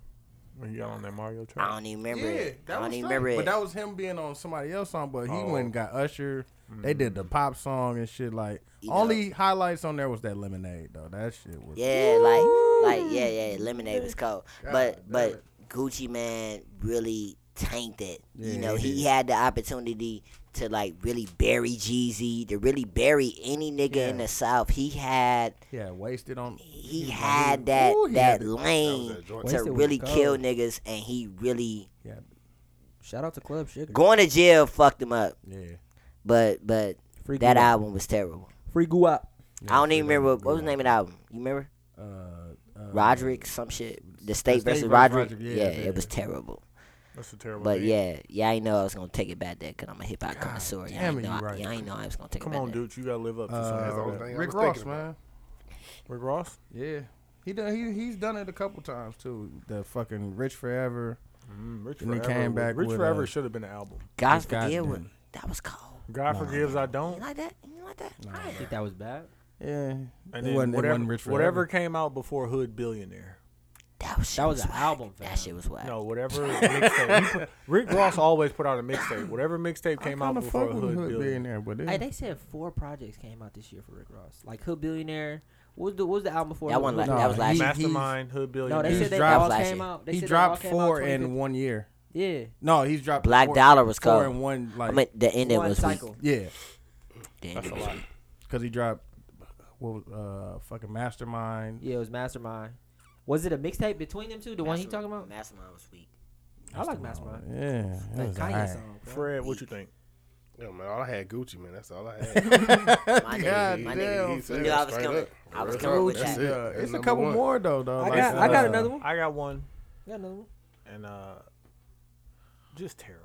Speaker 8: When you got on that Mario
Speaker 4: I
Speaker 8: track.
Speaker 4: don't even remember
Speaker 2: Yeah,
Speaker 4: it. I
Speaker 2: that
Speaker 4: don't
Speaker 2: was
Speaker 4: even
Speaker 2: straight.
Speaker 4: remember it.
Speaker 2: But that was him being on somebody else's song. But he
Speaker 8: Oh.
Speaker 2: went and got Usher. They
Speaker 4: Mm-hmm.
Speaker 2: did the pop song and shit. Like
Speaker 4: You
Speaker 2: only highlights on there was that Lemonade though. That shit was.
Speaker 4: Yeah, like like yeah, yeah, lemonade was cold. but but Gucci man really tanked it.
Speaker 2: Yeah,
Speaker 4: you know,
Speaker 2: he
Speaker 4: he
Speaker 2: did.
Speaker 4: had the opportunity to like really bury Jeezy, to really bury any nigga in
Speaker 2: Yeah.
Speaker 4: the South. He had
Speaker 2: Yeah, wasted on.
Speaker 4: he
Speaker 2: was-
Speaker 4: had that
Speaker 2: Ooh, he
Speaker 4: that
Speaker 2: had the-
Speaker 4: lane
Speaker 7: that joint.
Speaker 4: to
Speaker 3: Wasted was
Speaker 4: really kill
Speaker 3: cold.
Speaker 4: niggas and he really
Speaker 3: Shout out to Club Sugar.
Speaker 4: going to jail fucked him up.
Speaker 2: Yeah.
Speaker 4: But but
Speaker 3: Free
Speaker 4: that
Speaker 3: Guwap.
Speaker 4: album was terrible.
Speaker 3: Free Guwap.
Speaker 4: I don't even remember what, what was the name of the album. You remember?
Speaker 2: Uh, uh,
Speaker 4: Roderick, some shit. The State,
Speaker 2: State
Speaker 4: versus
Speaker 2: versus
Speaker 4: Roderick.
Speaker 2: Roderick, yeah,
Speaker 4: yeah,
Speaker 2: yeah.
Speaker 4: it was terrible.
Speaker 8: That's a terrible.
Speaker 4: But
Speaker 8: name.
Speaker 4: yeah, yeah, I know I was gonna take it back there because I'm a hip hop connoisseur. Yeah, I
Speaker 2: damn it,
Speaker 4: know, I,
Speaker 2: you right.
Speaker 4: yeah, I know I was gonna take
Speaker 8: Come
Speaker 4: it back
Speaker 8: on,
Speaker 4: there.
Speaker 8: dude, you gotta live up to
Speaker 2: Uh,
Speaker 7: That's the
Speaker 8: something.
Speaker 7: only
Speaker 8: like that.
Speaker 7: thing I
Speaker 2: Rick
Speaker 7: was
Speaker 2: Ross,
Speaker 7: thinking about.
Speaker 2: man.
Speaker 8: Rick Ross.
Speaker 2: Yeah. He done. He he's done it a couple times too. The fucking Rich Forever.
Speaker 8: Mm, Rich
Speaker 2: And he
Speaker 8: Forever
Speaker 2: came
Speaker 8: was-
Speaker 2: back
Speaker 8: Rich
Speaker 2: with,
Speaker 8: Forever
Speaker 2: uh,
Speaker 8: should have been an album.
Speaker 4: God
Speaker 2: God
Speaker 4: forgive
Speaker 2: damn
Speaker 4: what
Speaker 2: it.
Speaker 4: that was cold.
Speaker 8: God forgives, I
Speaker 4: You
Speaker 8: don't.
Speaker 4: like that? You like that?
Speaker 2: Nah.
Speaker 4: Alright.
Speaker 3: I think that was bad.
Speaker 2: Yeah.
Speaker 8: And
Speaker 2: it
Speaker 8: then
Speaker 2: wasn't, it
Speaker 8: whatever,
Speaker 2: wasn't Rich Forever.
Speaker 8: whatever came out before Hood Billionaire.
Speaker 4: That was,
Speaker 3: That was an album. Fam.
Speaker 4: That shit was whack.
Speaker 1: No, whatever mixtape. he put- Rick Ross always put out a mixtape. Whatever mixtape came out
Speaker 2: Kinda
Speaker 1: before
Speaker 2: fuck with
Speaker 1: Hood
Speaker 2: Hood
Speaker 1: Billion.
Speaker 2: Billionaire, but
Speaker 3: Hey,
Speaker 2: it,
Speaker 3: they said four projects came out this year for Rick Ross. Like Hood Billionaire. What was the what was the album before?
Speaker 4: That one, like,
Speaker 2: Nah,
Speaker 4: that was last
Speaker 2: he-
Speaker 4: year. Oh,
Speaker 1: Mastermind, Hood Billion.
Speaker 3: No, they
Speaker 2: He's
Speaker 3: said they
Speaker 2: dropped-
Speaker 3: all
Speaker 4: Flashy.
Speaker 3: came out. They
Speaker 2: he
Speaker 3: said they all
Speaker 2: dropped
Speaker 3: came out
Speaker 2: four
Speaker 3: 2015.
Speaker 2: in one year.
Speaker 3: Yeah,
Speaker 2: No, he's dropped
Speaker 4: Black
Speaker 2: four,
Speaker 4: Dollar was
Speaker 2: four
Speaker 4: cold.
Speaker 2: in one like
Speaker 4: I mean, the ending
Speaker 3: one
Speaker 4: was weak.
Speaker 3: cycle.
Speaker 2: yeah,
Speaker 4: The ending was weak.
Speaker 2: because he dropped what was uh fucking Mastermind.
Speaker 3: Yeah, it was Mastermind. Was it a mixtape between them two? The one he
Speaker 4: Mastermind-
Speaker 3: talking about?
Speaker 4: Mastermind was weak.
Speaker 3: I like Mastermind.
Speaker 2: Yeah, it
Speaker 3: Like
Speaker 2: was
Speaker 3: Kanye
Speaker 2: alright.
Speaker 3: song. bro.
Speaker 8: Fred, what you think?
Speaker 7: Yo, man, all I had Gucci, man. That's all I had.
Speaker 4: My nigga, my
Speaker 7: damn,
Speaker 4: nigga,
Speaker 7: fam.
Speaker 4: you knew I was
Speaker 7: Straight
Speaker 4: coming.
Speaker 7: up.
Speaker 4: I was
Speaker 7: Real
Speaker 4: coming with
Speaker 7: talk. That's
Speaker 4: that.
Speaker 7: it.
Speaker 2: Uh,
Speaker 7: That's
Speaker 2: it's a
Speaker 7: number
Speaker 2: couple
Speaker 7: one.
Speaker 2: more though, though.
Speaker 3: I
Speaker 2: like,
Speaker 3: got, I got
Speaker 2: uh,
Speaker 3: another one.
Speaker 1: I got one,
Speaker 3: I got another one.
Speaker 1: and uh, just terrible.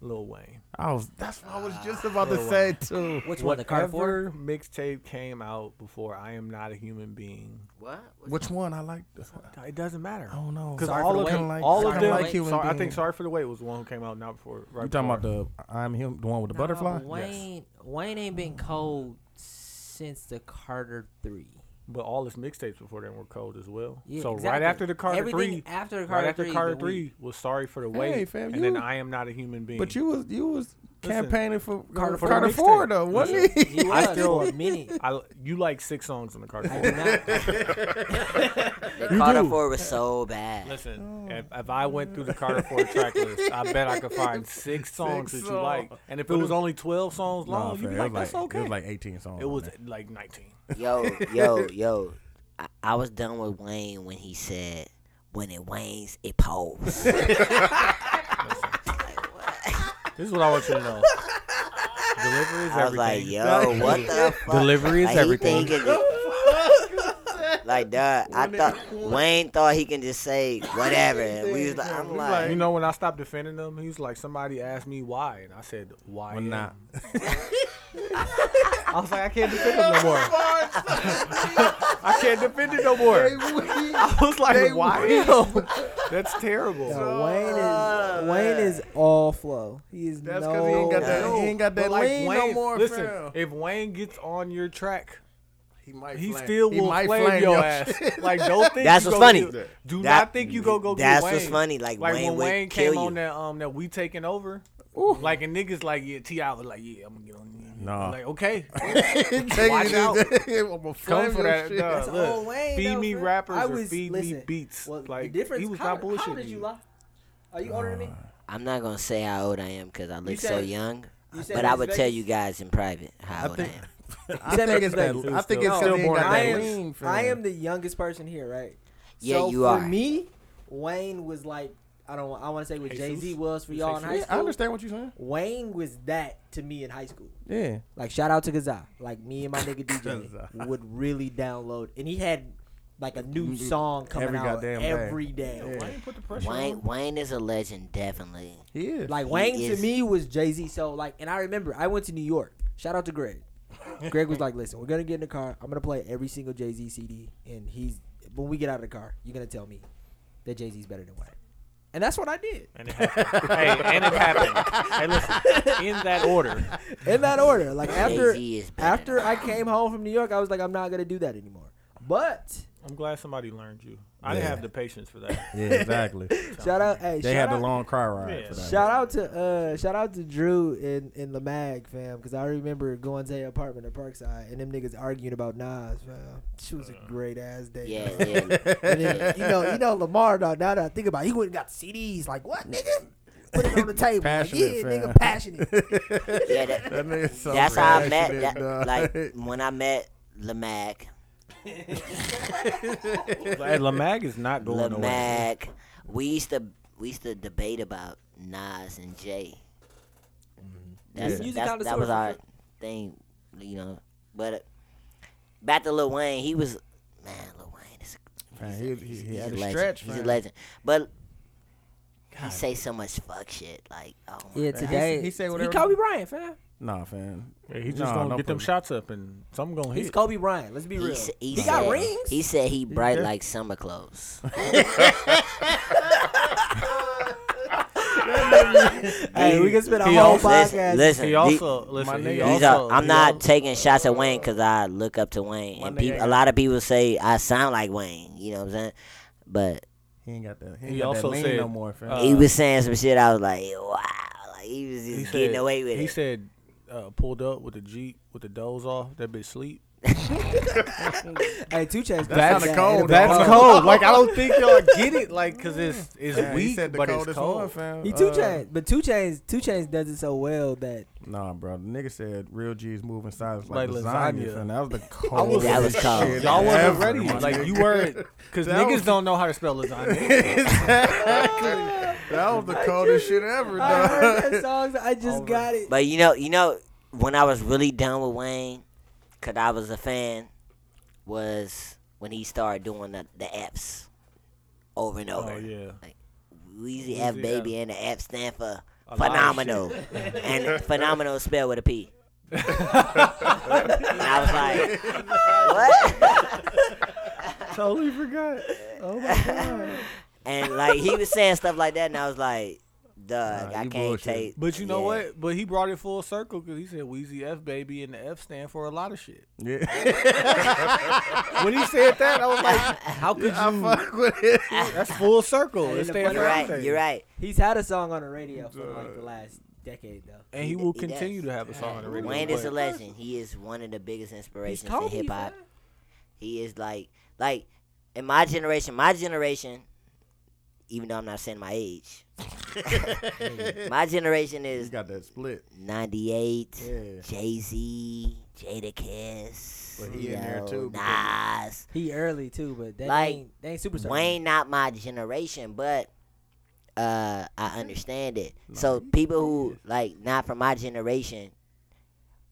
Speaker 1: Lil Wayne.
Speaker 2: I was. That's what I was just about to say too.
Speaker 3: Which one? The Carter Four?
Speaker 1: Whatever mixtape came out before I Am Not a Human Being.
Speaker 4: What? What-
Speaker 2: Which one I like?
Speaker 1: It doesn't matter.
Speaker 2: I don't know.
Speaker 1: Because
Speaker 3: Sorry
Speaker 1: all
Speaker 3: for
Speaker 1: of
Speaker 3: the
Speaker 1: them,
Speaker 3: Wait.
Speaker 2: like,
Speaker 1: all of
Speaker 2: kinda
Speaker 1: them,
Speaker 2: like
Speaker 1: sorry,
Speaker 2: Human
Speaker 1: I think
Speaker 2: Being.
Speaker 1: "Sorry for the Wait" was the one who came out not before. Right
Speaker 2: You talking about
Speaker 1: before.
Speaker 2: the I'm him, the one with the
Speaker 3: Nah,
Speaker 2: butterfly?
Speaker 3: Wayne Wayne ain't been cold since the Carter Three.
Speaker 1: But all his mixtapes before then were cold as well.
Speaker 3: Yeah,
Speaker 1: so right
Speaker 3: exactly.
Speaker 1: after the Carter
Speaker 3: Everything
Speaker 1: Three,
Speaker 3: after the
Speaker 1: right
Speaker 3: Carter
Speaker 1: after
Speaker 3: Three,
Speaker 1: Carter
Speaker 3: the
Speaker 1: Three was "Sorry for the Wait,"
Speaker 2: fam,
Speaker 1: and then
Speaker 2: you-
Speaker 1: "I Am Not a Human Being."
Speaker 2: But you was you was
Speaker 1: Listen,
Speaker 2: campaigning for
Speaker 3: Carter
Speaker 2: Carter,
Speaker 3: Ford
Speaker 2: Carter
Speaker 1: mixtape.
Speaker 2: Ford though, wasn't
Speaker 3: week.
Speaker 2: he?
Speaker 3: He was
Speaker 1: I
Speaker 3: I
Speaker 1: still-
Speaker 3: still, for a minute.
Speaker 1: I, you like six songs on the Carter
Speaker 3: I
Speaker 1: Four.
Speaker 3: did not.
Speaker 4: The Carter
Speaker 1: do.
Speaker 4: Four was so bad.
Speaker 1: Listen,
Speaker 2: Oh,
Speaker 1: if, if I went through the Carter Four track list, I bet I could find six songs that you like. And if it was only twelve songs long, you'd be like, "That's okay."
Speaker 2: It was like 18 songs.
Speaker 1: it
Speaker 2: on
Speaker 1: was
Speaker 2: there.
Speaker 1: like nineteen.
Speaker 4: Yo, yo, yo. I, I was done with Wayne when he said, "When it wanes, it pours."
Speaker 1: This is what I want you to know. Delivery is
Speaker 4: I was like,
Speaker 1: everything.
Speaker 4: "Yo, what the fuck?"
Speaker 1: Delivery is
Speaker 4: Like, he
Speaker 1: everything.
Speaker 4: thinking that- like that, I thought Wayne thought he can just say whatever. And we was like, I'm like,
Speaker 1: You know, when I stopped defending him, he was like, somebody asked me why, and I said, why
Speaker 2: Why
Speaker 1: am?"
Speaker 2: not?
Speaker 1: I was like, I can't defend him no more. I can't defend it no more. I was like, why am? That's terrible.
Speaker 3: Wayne is Wayne is all flow. He is
Speaker 2: That's
Speaker 3: no.
Speaker 2: 'cause he ain't got that- he ain't got
Speaker 1: But
Speaker 2: that
Speaker 1: like
Speaker 2: lean
Speaker 1: Wayne,
Speaker 2: no more.
Speaker 1: listen,
Speaker 2: fam.
Speaker 1: if Wayne gets on your track,
Speaker 2: he might.
Speaker 1: he still will
Speaker 2: might
Speaker 1: flame,
Speaker 2: flame
Speaker 1: your
Speaker 2: your
Speaker 1: ass. like, don't think
Speaker 4: That's
Speaker 1: you gonna
Speaker 4: what's funny.
Speaker 1: Get, do
Speaker 4: That-
Speaker 1: not think you go go.
Speaker 4: that's
Speaker 1: get Wayne.
Speaker 4: what's funny, like, Wayne
Speaker 1: when
Speaker 4: would
Speaker 1: Wayne
Speaker 4: kill
Speaker 1: came on
Speaker 4: you.
Speaker 1: that um that we taking over. Like and niggas like yeah, Ti was like yeah, I'm gonna get on. you.
Speaker 2: Nah.
Speaker 1: like okay, Watch
Speaker 2: Watch
Speaker 1: out.
Speaker 2: out. Come
Speaker 1: come for that. Nah,
Speaker 3: That's
Speaker 1: look,
Speaker 3: old Wayne,
Speaker 1: feed
Speaker 3: though,
Speaker 1: me
Speaker 3: fam.
Speaker 1: rappers
Speaker 3: I
Speaker 1: or
Speaker 3: was-
Speaker 1: feed me
Speaker 3: listen,
Speaker 1: beats.
Speaker 3: Well,
Speaker 1: like
Speaker 3: the difference.
Speaker 1: he was
Speaker 3: how,
Speaker 1: not bullshitting.
Speaker 3: how old did you lie? Are you older than me?
Speaker 4: I'm not gonna say how old I am because I look so
Speaker 3: said-
Speaker 4: young.
Speaker 3: you said
Speaker 4: But I
Speaker 3: Las
Speaker 4: would tell
Speaker 3: Vegas?
Speaker 4: you guys in private how old I, am.
Speaker 2: I think it's that. I think it's
Speaker 1: still
Speaker 2: still
Speaker 1: born
Speaker 2: born.
Speaker 1: out.
Speaker 3: I
Speaker 1: that
Speaker 3: am, I am the youngest person here, right?
Speaker 4: Yeah,
Speaker 3: so
Speaker 4: you
Speaker 3: for
Speaker 4: are.
Speaker 3: me, Wayne was like I don't. I want to say what Jay Z was for y'all in high
Speaker 1: Jesus.
Speaker 2: I
Speaker 3: school.
Speaker 2: understand what you're saying.
Speaker 3: Wayne was that to me in high school.
Speaker 2: Yeah.
Speaker 3: Like shout out to Gaza. Like me and my nigga DJ
Speaker 2: Gaza.
Speaker 3: would really download, and he had like a new song coming
Speaker 2: Every
Speaker 3: out
Speaker 2: goddamn day.
Speaker 3: every day.
Speaker 1: Wayne put the pressure on.
Speaker 4: Wayne, Wayne is a legend, definitely.
Speaker 2: He is.
Speaker 3: Like
Speaker 4: He
Speaker 3: Wayne
Speaker 4: is-
Speaker 3: to me was Jay Z. So like, and I remember I went to New York. Shout out to Greg. Greg was like, "Listen, we're gonna get in the car. I'm gonna play every single Jay Z CD, and he's when we get out of the car, you're gonna tell me that Jay Z's better than Wayne." And that's what I did
Speaker 1: And it happened. hey, and it happened. Hey, listen, in that order.
Speaker 3: in that order. Like after
Speaker 4: Jay-Z is better
Speaker 3: after
Speaker 4: than
Speaker 3: I came home from New York, I was like, "I'm not gonna do that anymore." But
Speaker 1: I'm glad somebody learned you. I didn't
Speaker 2: Yeah.
Speaker 1: have the patience for that.
Speaker 2: yeah, exactly.
Speaker 3: shout out, hey,
Speaker 2: They
Speaker 3: shout
Speaker 2: had the
Speaker 3: out-
Speaker 2: long car ride.
Speaker 1: Yeah.
Speaker 2: For that.
Speaker 3: Shout out to uh, shout out to Drew and and Lamag fam, because I remember going to their apartment at Parkside and them niggas arguing about Nas fam. She was a
Speaker 2: Uh.
Speaker 3: great ass day.
Speaker 4: Yeah,
Speaker 3: dog.
Speaker 4: yeah.
Speaker 3: And then, you know, you know Lamar dog. Now that I think about, it, he went and got CDs. Like what, nigga? Put it on the table. Like,
Speaker 2: Passionate,
Speaker 3: yeah,
Speaker 2: fam.
Speaker 3: nigga, passionate.
Speaker 4: yeah that,
Speaker 2: That nigga's so
Speaker 4: that's how I met.
Speaker 2: passionate,
Speaker 4: That,
Speaker 2: dog.
Speaker 4: like when I met Lamac,
Speaker 1: Hey, Lamag is not going away.
Speaker 4: Lamac, we used to we used to debate about Nas and Jay. That's,
Speaker 3: Yeah. Music
Speaker 4: that's, that
Speaker 3: connoisseur
Speaker 4: was
Speaker 3: for
Speaker 4: our
Speaker 3: sure.
Speaker 4: thing, you know. But uh, back to Lil Wayne, he was man. Lil Wayne is
Speaker 2: Man,
Speaker 4: he's,
Speaker 2: he-
Speaker 4: a-
Speaker 2: he-
Speaker 4: he's-
Speaker 2: he
Speaker 4: he's
Speaker 2: had
Speaker 4: a
Speaker 2: a
Speaker 4: legend.
Speaker 2: stretch,
Speaker 4: he's a
Speaker 2: man.
Speaker 4: legend, but he say so much fuck shit. Like, oh my
Speaker 3: yeah, today
Speaker 2: he said
Speaker 3: he
Speaker 2: whatever-
Speaker 3: Kobe Bryant fam.
Speaker 2: Nah, fam.
Speaker 1: Hey, he just
Speaker 2: Nah,
Speaker 1: gonna
Speaker 2: no
Speaker 1: get them
Speaker 2: problem.
Speaker 1: shots up and something gonna
Speaker 3: He's
Speaker 1: hit.
Speaker 3: Kobe Bryant. Let's be real.
Speaker 4: He,
Speaker 3: He,
Speaker 4: sa- he
Speaker 3: got
Speaker 4: said,
Speaker 3: rings.
Speaker 4: He said he bright like summer clothes.
Speaker 3: hey, we can spend a
Speaker 1: he
Speaker 3: whole
Speaker 1: also-
Speaker 3: podcast.
Speaker 4: listen, listen,
Speaker 1: He
Speaker 4: the-
Speaker 1: also listen.
Speaker 2: my
Speaker 1: he
Speaker 2: nigga-
Speaker 4: These
Speaker 1: also,
Speaker 4: are, I'm
Speaker 1: he
Speaker 4: not
Speaker 1: also-
Speaker 4: taking shots at Wayne because I look up to Wayne,
Speaker 2: My
Speaker 4: and
Speaker 2: nigga
Speaker 4: peop
Speaker 2: ain't
Speaker 4: a
Speaker 2: got-
Speaker 4: lot of people say I sound like Wayne. You know what I'm saying? But
Speaker 2: He ain't got that. He, ain't
Speaker 1: He
Speaker 2: got
Speaker 1: also
Speaker 2: that lean
Speaker 1: said,
Speaker 2: no more, fam.
Speaker 1: uh,
Speaker 4: he was saying some shit. I was like, wow, like he was just
Speaker 1: He
Speaker 4: getting
Speaker 1: said,
Speaker 4: away with
Speaker 1: he
Speaker 4: it.
Speaker 1: said, uh, pulled up with the jeep with the doze off. That bitch sleep.
Speaker 3: Hey, two chains.
Speaker 2: That's kinda cold,
Speaker 1: Oh, That's
Speaker 2: dog.
Speaker 1: cold. Like I don't think y'all get it. Like because it's it's
Speaker 2: Yeah, he
Speaker 1: weak,
Speaker 2: said the
Speaker 1: but it's
Speaker 2: coldest One,
Speaker 1: cold.
Speaker 2: fam.
Speaker 3: He two
Speaker 2: Uh,
Speaker 3: chains, but two chains, two chains does it so well that
Speaker 2: Nah, bro. The nigga said real G's moving silence like,
Speaker 1: Like
Speaker 2: lasagna.
Speaker 1: lasagna.
Speaker 2: fam. That was the
Speaker 4: I was-
Speaker 2: coldest.
Speaker 4: That was cold.
Speaker 2: shit
Speaker 1: Y'all wasn't
Speaker 2: ever,
Speaker 1: ready.
Speaker 2: my
Speaker 1: Like
Speaker 2: nigga.
Speaker 1: you weren't, because
Speaker 2: That
Speaker 1: niggas
Speaker 2: was-
Speaker 1: don't know how to spell lasagna.
Speaker 2: exactly. That was the coldest shit ever,
Speaker 3: I
Speaker 2: dog.
Speaker 3: heard that song. I just got it.
Speaker 4: But you know, you know, when I was really done with Wayne, cause I was a fan, was when he started doing the, the F's over and over.
Speaker 1: oh yeah.
Speaker 4: Weezy F
Speaker 1: Weezy
Speaker 4: baby and the F stand
Speaker 1: A
Speaker 4: for
Speaker 1: lot of
Speaker 4: phenomenal, and phenomenal is spelled with a P. and I was like, what?
Speaker 1: Totally forgot. Oh my god.
Speaker 4: And like he was saying stuff like that, and I was like, Doug,
Speaker 2: Nah,
Speaker 4: I
Speaker 2: you
Speaker 4: can't
Speaker 2: bullshitting.
Speaker 4: take.
Speaker 1: But you know
Speaker 4: yeah.
Speaker 1: what? But he brought it full circle because he said Wheezy F baby and the F stand for a lot of shit.
Speaker 2: Yeah.
Speaker 1: When he said that, I was like, how could you?
Speaker 2: Fuck with it.
Speaker 1: That's full circle.
Speaker 3: And
Speaker 1: It
Speaker 3: the
Speaker 1: stands
Speaker 3: funny-
Speaker 1: for
Speaker 4: You're right.
Speaker 1: everything.
Speaker 4: You're right.
Speaker 3: He's had a song on the radio for like the last decade though.
Speaker 1: And he will
Speaker 4: He does.
Speaker 1: continue to have a song on the radio.
Speaker 4: Wayne is a
Speaker 1: but-
Speaker 4: legend. He is one of the biggest
Speaker 3: He's
Speaker 4: inspirations in
Speaker 3: Kobe.
Speaker 4: hip hop.
Speaker 3: fam.
Speaker 4: He is like like in my generation, my generation, even though I'm not saying my age, my generation
Speaker 2: He
Speaker 4: is
Speaker 2: got that split.
Speaker 4: 98,
Speaker 2: Yeah.
Speaker 4: Jay Z, Jada Kiss,
Speaker 2: But he
Speaker 4: you
Speaker 2: in there
Speaker 4: know,
Speaker 2: too, because-
Speaker 4: Nas.
Speaker 3: He early too, but that
Speaker 4: Like,
Speaker 3: ain't that ain't superstar.
Speaker 4: Wayne not my generation, but uh I understand it. so people who like not from my generation,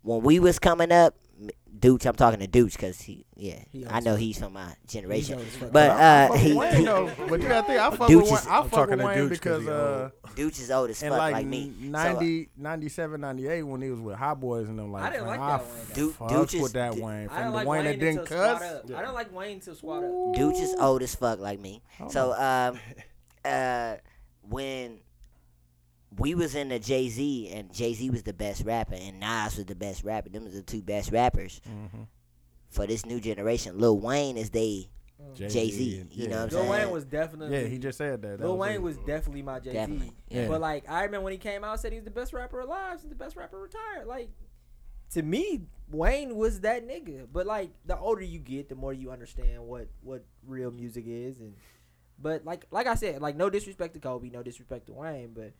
Speaker 4: when we was coming up, m- Dooch, I'm talking to Dooch because he, yeah,
Speaker 3: He
Speaker 4: I
Speaker 3: old
Speaker 4: know he's from my generation,
Speaker 3: old as fuck.
Speaker 4: but uh,
Speaker 2: Fuck with
Speaker 4: he,
Speaker 2: Wayne,
Speaker 4: he
Speaker 2: though. But you gotta think, I fuck
Speaker 4: Dooch
Speaker 2: with
Speaker 4: is-
Speaker 2: Wayne. I
Speaker 1: I'm
Speaker 2: fuck
Speaker 1: talking
Speaker 2: with
Speaker 1: to
Speaker 2: Wayne
Speaker 1: Dooch 'cause
Speaker 2: because
Speaker 1: he
Speaker 2: uh,
Speaker 1: old.
Speaker 4: Dooch is old as
Speaker 2: in
Speaker 4: fuck
Speaker 2: like,
Speaker 4: like, me. So, uh,
Speaker 2: 90, 97, 98 when he was with Hot Boys and them like,
Speaker 3: I didn't
Speaker 2: man,
Speaker 3: like
Speaker 2: I
Speaker 3: that Wayne, though.
Speaker 4: Dude,
Speaker 2: fucked
Speaker 4: Dooch is-
Speaker 2: with that
Speaker 4: Dude,
Speaker 2: Wayne.
Speaker 3: I
Speaker 2: From
Speaker 3: don't
Speaker 2: the
Speaker 3: like
Speaker 2: Wayne
Speaker 3: Wayne
Speaker 2: that
Speaker 3: until
Speaker 2: didn't
Speaker 3: swat
Speaker 2: cuss.
Speaker 3: up. I don't like Wayne till swat up.
Speaker 4: Dooch is old as fuck like me.
Speaker 2: Oh,
Speaker 4: So um, uh, when we was in the Jay Z and Jay Z was the best rapper and Nas was the best rapper. Them was the two best rappers for this new generation. Lil Wayne is they Jay Z. You know what I'm
Speaker 3: Lil
Speaker 4: saying?
Speaker 3: Wayne was definitely
Speaker 2: Yeah, he just said that. that
Speaker 3: Lil
Speaker 2: was
Speaker 3: Wayne
Speaker 2: it.
Speaker 3: was definitely my Jay Z.
Speaker 4: Definitely, yeah.
Speaker 3: But like I remember when he came out, said he was the best rapper alive, and the best rapper retired. Like to me, Wayne was that nigga. But like the older you get, the more you understand what what real music is. And but like like I said, like no disrespect to Kobe, no disrespect to Wayne, but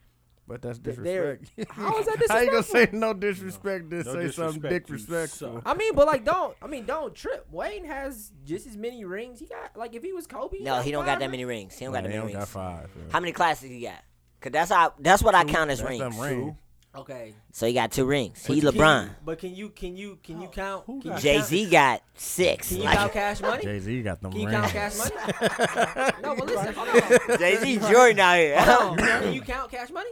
Speaker 2: But that's
Speaker 3: Th- they're-
Speaker 2: disrespect.
Speaker 3: How is that
Speaker 2: How you gonna say
Speaker 3: disrespectful?
Speaker 2: no disrespect? Then
Speaker 1: No
Speaker 2: say something
Speaker 1: disrespect, you
Speaker 2: disrespectful.
Speaker 1: suck.
Speaker 3: I mean, but like don't I mean don't trip. Wayne has just as many rings. He got like if he was Kobe.
Speaker 4: no, he don't got
Speaker 3: five
Speaker 4: that
Speaker 3: rings.
Speaker 4: many rings. He don't
Speaker 2: Nah,
Speaker 4: got that
Speaker 2: they
Speaker 4: many
Speaker 2: don't got
Speaker 4: rings.
Speaker 2: five.
Speaker 4: How many classics he got? Cause that's how that's what I count as
Speaker 2: That's
Speaker 4: rings.
Speaker 2: them ring.
Speaker 3: Okay,
Speaker 4: So he got two rings.
Speaker 3: But
Speaker 4: He
Speaker 3: can
Speaker 4: LeBron.
Speaker 3: you- but can you can you can you count
Speaker 1: Oh, who
Speaker 3: can you
Speaker 1: got-
Speaker 4: Jay
Speaker 3: count-
Speaker 4: Z got six.
Speaker 3: Can you
Speaker 4: Like-
Speaker 3: count cash money?
Speaker 2: Jay Z got them
Speaker 3: Can you
Speaker 2: rings.
Speaker 3: count cash money? no, but listen, hold on.
Speaker 4: Jay Z Jordan out
Speaker 3: Hold on.
Speaker 4: here.
Speaker 3: Can Oh, you count cash money?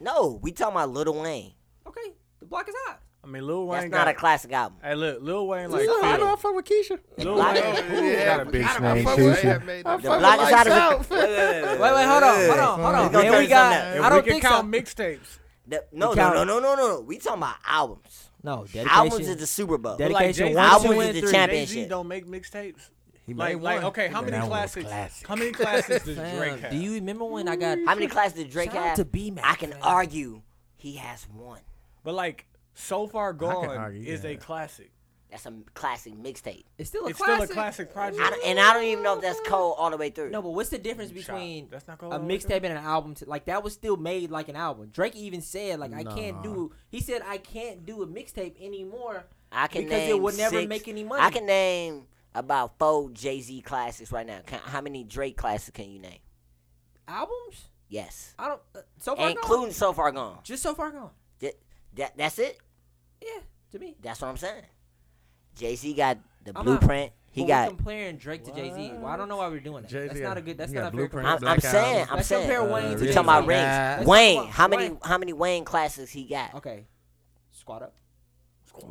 Speaker 4: no, we talking about Lil Wayne.
Speaker 3: Okay, the block is hot.
Speaker 1: I mean, Lil
Speaker 4: That's
Speaker 1: Wayne
Speaker 4: not a
Speaker 1: got.
Speaker 4: classic album.
Speaker 1: Hey, look, Lil Wayne like.
Speaker 2: I
Speaker 1: feel-
Speaker 2: don't fuck with Keisha.
Speaker 1: Lil
Speaker 4: Block-
Speaker 1: Wayne.
Speaker 7: Yeah,
Speaker 1: got a
Speaker 7: bitch
Speaker 1: bitch
Speaker 7: named
Speaker 2: fuck with
Speaker 7: Keisha.
Speaker 2: I
Speaker 4: The
Speaker 2: fuck
Speaker 4: block
Speaker 2: with
Speaker 4: is
Speaker 2: lights
Speaker 4: out
Speaker 2: out.
Speaker 4: of
Speaker 3: Wait, wait, hold on, hold on, hold on.
Speaker 4: gonna
Speaker 3: Then
Speaker 4: turn
Speaker 3: we
Speaker 4: this
Speaker 3: got.
Speaker 4: on
Speaker 1: If
Speaker 3: I
Speaker 1: we
Speaker 3: don't
Speaker 1: can
Speaker 3: think
Speaker 1: count
Speaker 3: so.
Speaker 1: mixtapes.
Speaker 4: The, no,
Speaker 3: You
Speaker 4: no,
Speaker 3: count-
Speaker 4: no, no, no, no. We talking about albums.
Speaker 3: No,
Speaker 4: Albums is the Super Bowl.
Speaker 3: Dedication
Speaker 1: Like Jay-Z-
Speaker 3: one,
Speaker 4: Albums
Speaker 3: two,
Speaker 4: is
Speaker 3: and
Speaker 4: the
Speaker 3: three.
Speaker 4: championship.
Speaker 1: Jay Z don't make mixtapes.
Speaker 2: He
Speaker 1: Like,
Speaker 2: made
Speaker 1: like,
Speaker 2: one.
Speaker 1: okay, how
Speaker 2: But
Speaker 1: many
Speaker 2: that was a
Speaker 1: classics?
Speaker 2: classic.
Speaker 1: How many classics does Drake have?
Speaker 3: do you remember when I got?
Speaker 4: How many classes did Drake
Speaker 3: Shout out
Speaker 4: have?
Speaker 3: to B-Mac,
Speaker 4: I can
Speaker 3: man.
Speaker 4: argue he has one.
Speaker 1: But like, so far gone
Speaker 2: argue,
Speaker 1: is
Speaker 2: yeah.
Speaker 1: a classic.
Speaker 4: That's a classic mixtape.
Speaker 3: It's still a
Speaker 1: it's
Speaker 3: classic.
Speaker 1: still a classic project.
Speaker 4: I don't- and I don't even know if that's cold all the way through.
Speaker 3: No, but what's the difference
Speaker 1: Shot.
Speaker 3: between
Speaker 1: That's not going
Speaker 3: a
Speaker 1: all the way
Speaker 3: mixtape and an album? To, like that was still made like an album. Drake even said like I can't
Speaker 2: Nah.
Speaker 3: do. He said I can't do a mixtape anymore.
Speaker 4: I can
Speaker 3: because it
Speaker 4: name
Speaker 3: would never
Speaker 4: six-
Speaker 3: make any money.
Speaker 4: I can name about four Jay Z classics right now. Can- How many Drake classics can you name?
Speaker 3: Albums?
Speaker 4: Yes,
Speaker 3: I don't. Uh, so far gone.
Speaker 4: including So Far Gone.
Speaker 3: Just so far gone.
Speaker 4: Th- That, that's it.
Speaker 3: Yeah, to me.
Speaker 4: That's what I'm saying. Jay Z got the
Speaker 3: I'm not-
Speaker 4: blueprint. he
Speaker 3: But
Speaker 4: got
Speaker 3: We're comparing Drake to Jay Z. Well, I don't know why we're doing that.
Speaker 2: Jay-Z
Speaker 3: that's
Speaker 2: had-
Speaker 3: not a good. That's
Speaker 2: he had
Speaker 3: not a fair.
Speaker 2: Blueprint,
Speaker 3: comparison.
Speaker 4: I'm, I'm
Speaker 2: Black
Speaker 4: saying,
Speaker 2: Album.
Speaker 4: I'm
Speaker 3: Let's
Speaker 4: saying.
Speaker 3: compare Wayne
Speaker 2: Uh,
Speaker 3: to
Speaker 4: we
Speaker 3: Jay-Z.
Speaker 4: talking about
Speaker 2: Wayne.
Speaker 4: rings.
Speaker 3: Let's
Speaker 4: Wayne,
Speaker 3: talk
Speaker 4: how
Speaker 3: about
Speaker 4: many how many Wayne classics he got?
Speaker 3: Okay, squat up.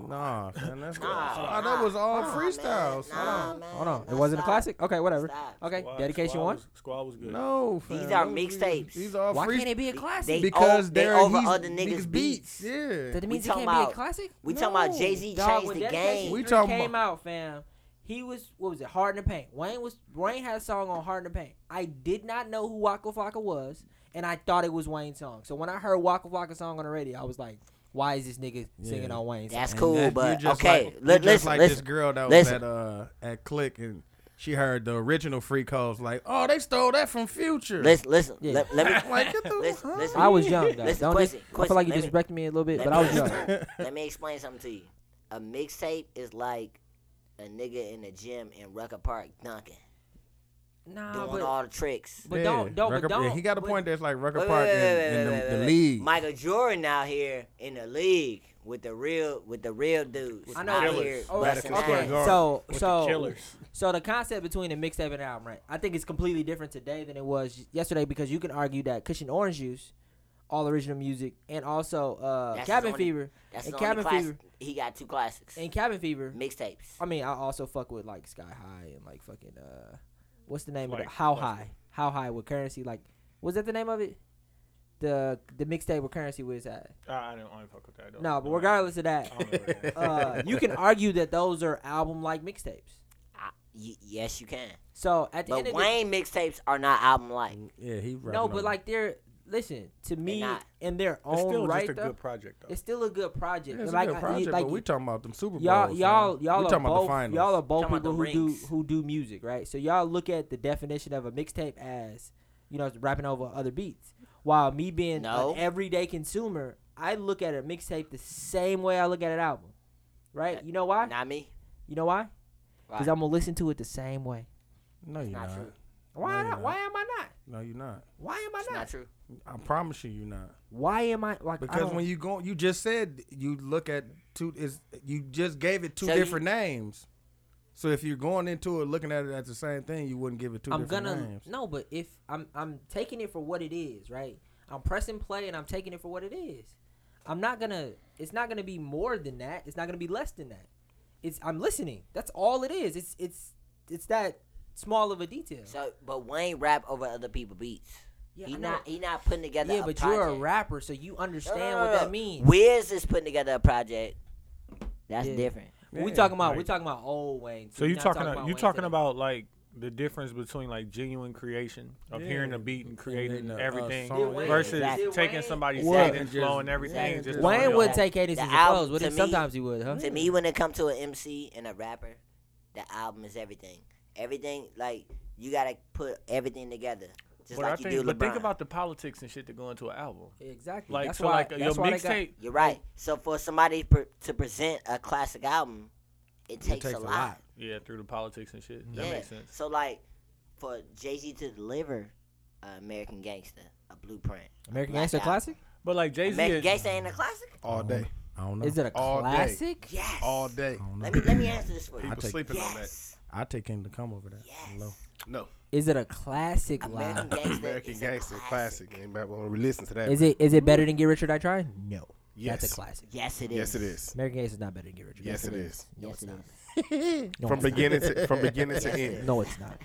Speaker 2: Nah, man, that's
Speaker 4: Nah,
Speaker 2: Ah, that was all freestyles.
Speaker 4: Nah,
Speaker 2: Hold on.
Speaker 4: man,
Speaker 3: Hold on, it
Speaker 4: nah,
Speaker 3: wasn't a
Speaker 4: stop.
Speaker 3: classic. Okay, whatever.
Speaker 4: Stop.
Speaker 3: Okay,
Speaker 1: Squad-
Speaker 3: dedication
Speaker 1: Squad
Speaker 3: one.
Speaker 1: Was, squad was good.
Speaker 2: No, fam.
Speaker 4: These are
Speaker 2: Those-
Speaker 4: mixtapes.
Speaker 2: These are
Speaker 3: Why
Speaker 2: free-
Speaker 3: can't it be a
Speaker 4: they-
Speaker 3: classic?
Speaker 2: because
Speaker 4: o- they
Speaker 2: they're
Speaker 4: over
Speaker 2: he's-
Speaker 4: other niggas' beats.
Speaker 2: Yeah.
Speaker 3: That means it
Speaker 4: talking
Speaker 3: can't be a
Speaker 4: about-
Speaker 3: classic.
Speaker 4: We talking about
Speaker 3: No.
Speaker 4: Jay Z
Speaker 3: Dog,
Speaker 4: changed
Speaker 3: when
Speaker 4: the
Speaker 3: Dedication
Speaker 4: game.
Speaker 2: We
Speaker 3: Three
Speaker 2: talking
Speaker 3: came
Speaker 2: about-
Speaker 3: out, fam. He was what was it? Hard in the paint. Wayne was Wayne had a song on Hard in the paint. I did not know who Waka Flocka was, and I thought it was Wayne's song. So when I heard Waka Flocka song on the radio, I was like, "Why is this nigga singing
Speaker 2: Yeah.
Speaker 3: on Wayne's?"
Speaker 4: That's
Speaker 3: song?
Speaker 4: cool,
Speaker 2: And that- you
Speaker 4: but
Speaker 2: just Like,
Speaker 4: okay. li-
Speaker 2: you just
Speaker 4: listen,
Speaker 2: like
Speaker 4: listen.
Speaker 2: this girl that was
Speaker 4: listen.
Speaker 2: at uh at Click and she heard the original free calls like, oh, they stole that from Future.
Speaker 4: Listen, listen.
Speaker 3: Yeah.
Speaker 4: Let, let me.
Speaker 2: Like, get the-
Speaker 4: listen, listen.
Speaker 3: I was young though.
Speaker 4: Listen,
Speaker 3: Don't
Speaker 4: Quincy,
Speaker 3: dis- I
Speaker 4: Quincy,
Speaker 3: feel like you
Speaker 4: let me-
Speaker 3: disrespected me a little bit,
Speaker 4: let
Speaker 3: but
Speaker 4: me-
Speaker 3: I was young.
Speaker 4: Let me explain something to you. A mixtape is like a nigga in the gym in Rucker Park dunking,
Speaker 3: Nah,
Speaker 4: doing
Speaker 3: but,
Speaker 4: all the tricks.
Speaker 3: but
Speaker 2: Yeah,
Speaker 3: don't don't
Speaker 2: Rucker-
Speaker 3: but don't.
Speaker 2: yeah, he got a
Speaker 3: but-
Speaker 2: point that's like Rucker
Speaker 4: Wait,
Speaker 2: Park
Speaker 4: wait, wait,
Speaker 2: and,
Speaker 4: wait,
Speaker 2: and the,
Speaker 4: wait, wait,
Speaker 2: the
Speaker 4: wait.
Speaker 2: league.
Speaker 4: Michael Jordan out here in the league with the real with the real dudes.
Speaker 3: I know
Speaker 4: out
Speaker 3: what-
Speaker 4: here.
Speaker 3: oh,
Speaker 4: busting
Speaker 7: Madison Square
Speaker 4: ass.
Speaker 7: Garden.
Speaker 3: So so
Speaker 1: killers.
Speaker 3: So the concept between a mixtape and an album, right? I think it's completely different today than it was yesterday because you can argue that Cushion Orange Juice, all original music, and also uh,
Speaker 4: That's
Speaker 3: Cabin
Speaker 4: his only-
Speaker 3: Fever,
Speaker 4: That's
Speaker 3: and
Speaker 4: the only
Speaker 3: Cabin
Speaker 4: classic.
Speaker 3: Fever,
Speaker 4: He got two classics.
Speaker 3: and Cabin Fever.
Speaker 4: Mixtapes.
Speaker 3: I mean, I also fuck with like Sky High and like fucking uh, what's the name of
Speaker 1: Like,
Speaker 3: the How
Speaker 1: like-
Speaker 3: High? How High with Currency? Like, was that the name of it? The the mixtape with Currency was at.
Speaker 8: I, I didn't only fuck with that. I don't-
Speaker 3: No, but
Speaker 8: I don't-
Speaker 3: regardless of that,
Speaker 8: I don't know what that is.
Speaker 3: uh, you can argue that those are album like mixtapes.
Speaker 4: Y- yes, you can.
Speaker 3: So at the end of
Speaker 4: But
Speaker 3: the
Speaker 4: Wayne mixtapes are not album like.
Speaker 3: Mm.
Speaker 2: Yeah, he
Speaker 3: No, but like they're listen to me
Speaker 4: not.
Speaker 3: in their
Speaker 1: It's
Speaker 3: own
Speaker 1: still
Speaker 3: right.
Speaker 1: just a
Speaker 3: though,
Speaker 1: good project though.
Speaker 3: it's still a good project.
Speaker 2: it's
Speaker 3: like,
Speaker 2: a good
Speaker 3: I-
Speaker 2: project,
Speaker 3: like,
Speaker 2: but we talking about them Super Bowls.
Speaker 3: y'all,
Speaker 2: man.
Speaker 3: y'all, y'all
Speaker 2: we
Speaker 3: are
Speaker 2: talking about the
Speaker 3: both
Speaker 2: finals.
Speaker 3: y'all are both
Speaker 4: Talking about
Speaker 3: people who
Speaker 4: the
Speaker 3: do
Speaker 4: rings.
Speaker 3: who do music, right? So y'all look at the definition of a mixtape as you know rapping over other beats. While me being
Speaker 4: No.
Speaker 3: an everyday consumer, I look at a mixtape the same way I look at an album, right? You know why?
Speaker 4: Not me.
Speaker 3: You know why? Because
Speaker 4: Why?
Speaker 3: I'm gonna listen to it the same way.
Speaker 2: no, you're
Speaker 4: not
Speaker 2: not.
Speaker 4: true.
Speaker 3: Why?
Speaker 2: No, you're
Speaker 3: not?
Speaker 2: not.
Speaker 3: Why am I not?
Speaker 2: No, you're not.
Speaker 3: Why am I
Speaker 4: It's
Speaker 3: not?
Speaker 4: not true.
Speaker 2: I promise you, you're not.
Speaker 3: Why am I like? I
Speaker 2: Because
Speaker 3: don't-
Speaker 2: when you go, you just said you look at two. Is you just gave it two
Speaker 4: So you-
Speaker 2: different names. So if you're going into it looking at it as the same thing, you wouldn't give it 2
Speaker 3: I'm
Speaker 2: different
Speaker 3: gonna
Speaker 2: names.
Speaker 3: no, but if I'm I'm taking it for what it is, right? I'm pressing play and I'm taking it for what it is. I'm not gonna. It's not gonna be more than that. It's not gonna be less than that. It's I'm listening. That's all it is. It's it's it's that small of a detail.
Speaker 4: So, but Wayne rap over other people beats.
Speaker 3: Yeah,
Speaker 4: he
Speaker 3: I know.
Speaker 4: not he not putting together.
Speaker 3: yeah,
Speaker 4: a
Speaker 3: but
Speaker 4: project.
Speaker 3: you're a rapper, so you
Speaker 4: No,
Speaker 3: understand
Speaker 4: no, no,
Speaker 3: what
Speaker 4: no.
Speaker 3: that means.
Speaker 4: Wiz is putting together a project. That's
Speaker 3: Yeah.
Speaker 4: different.
Speaker 3: we
Speaker 2: Yeah,
Speaker 3: talking about we
Speaker 1: like-
Speaker 3: talking about old Wayne.
Speaker 1: So you
Speaker 3: not
Speaker 1: talking? you
Speaker 3: Wayne
Speaker 1: talking
Speaker 3: today.
Speaker 1: about like the difference between like genuine creation of hearing a beat and creating
Speaker 2: then, uh,
Speaker 1: everything
Speaker 2: song, yeah.
Speaker 1: versus
Speaker 4: Exactly.
Speaker 1: taking
Speaker 3: Wayne-
Speaker 1: somebody's
Speaker 4: Exactly.
Speaker 1: head and
Speaker 2: Just-
Speaker 1: flow and everything. and
Speaker 2: exactly.
Speaker 1: just
Speaker 3: Wayne
Speaker 1: throwing it
Speaker 3: would
Speaker 1: off.
Speaker 3: take cadence
Speaker 4: The
Speaker 3: and
Speaker 4: album-
Speaker 3: flows, but
Speaker 4: to
Speaker 3: it-
Speaker 4: me-
Speaker 3: sometimes he would, huh?
Speaker 4: To me, when it comes to an MC and a rapper, the album is everything. Everything like you gotta put everything together, just
Speaker 8: But I
Speaker 4: like you
Speaker 8: think,
Speaker 4: do LeBron.
Speaker 8: but think about the politics and shit that go into an album.
Speaker 3: Exactly.
Speaker 1: Like
Speaker 3: that's
Speaker 1: so,
Speaker 3: why,
Speaker 1: like
Speaker 3: that's
Speaker 1: your
Speaker 3: why they got-
Speaker 1: mixtape.
Speaker 4: You're right. So for somebody per, to present a classic album, it takes, a, lot.
Speaker 8: Yeah, through the politics and shit.
Speaker 4: yeah.
Speaker 8: That makes sense.
Speaker 4: So like, for Jay Z to deliver uh, American Gangster, a blueprint.
Speaker 3: American
Speaker 4: Black
Speaker 3: Gangster
Speaker 4: Album.
Speaker 3: Classic.
Speaker 1: But like Jay Z,
Speaker 4: American
Speaker 1: is
Speaker 4: Gangster ain't a classic.
Speaker 7: all day,
Speaker 2: I don't know.
Speaker 3: Is it a
Speaker 7: All day.
Speaker 3: classic?
Speaker 4: Yes.
Speaker 7: all day.
Speaker 2: I don't know.
Speaker 4: Let me let me answer this for you.
Speaker 7: People
Speaker 2: take-
Speaker 7: sleeping on that.
Speaker 4: Yes.
Speaker 2: I take him to come over there. Hello.
Speaker 4: Yes.
Speaker 7: No,
Speaker 3: Is it a classic
Speaker 4: American
Speaker 3: live?
Speaker 4: Gangster.
Speaker 7: American
Speaker 4: is
Speaker 7: Gangster
Speaker 4: a classic.
Speaker 7: classic. Anybody want to listen to that?
Speaker 3: Is it is it better than Get Rich or Die Trying? No. That's
Speaker 7: Yes.
Speaker 3: a classic.
Speaker 4: Yes, it is.
Speaker 7: Yes, it is.
Speaker 3: American Gangster is not better than Get Rich. or Die
Speaker 7: Yes, it
Speaker 3: Trying.
Speaker 7: is.
Speaker 3: No,
Speaker 4: Yes,
Speaker 3: it's
Speaker 4: it
Speaker 3: not.
Speaker 4: is.
Speaker 3: No,
Speaker 7: From
Speaker 3: it's not.
Speaker 7: beginning to from beginning to end.
Speaker 3: No, it's not.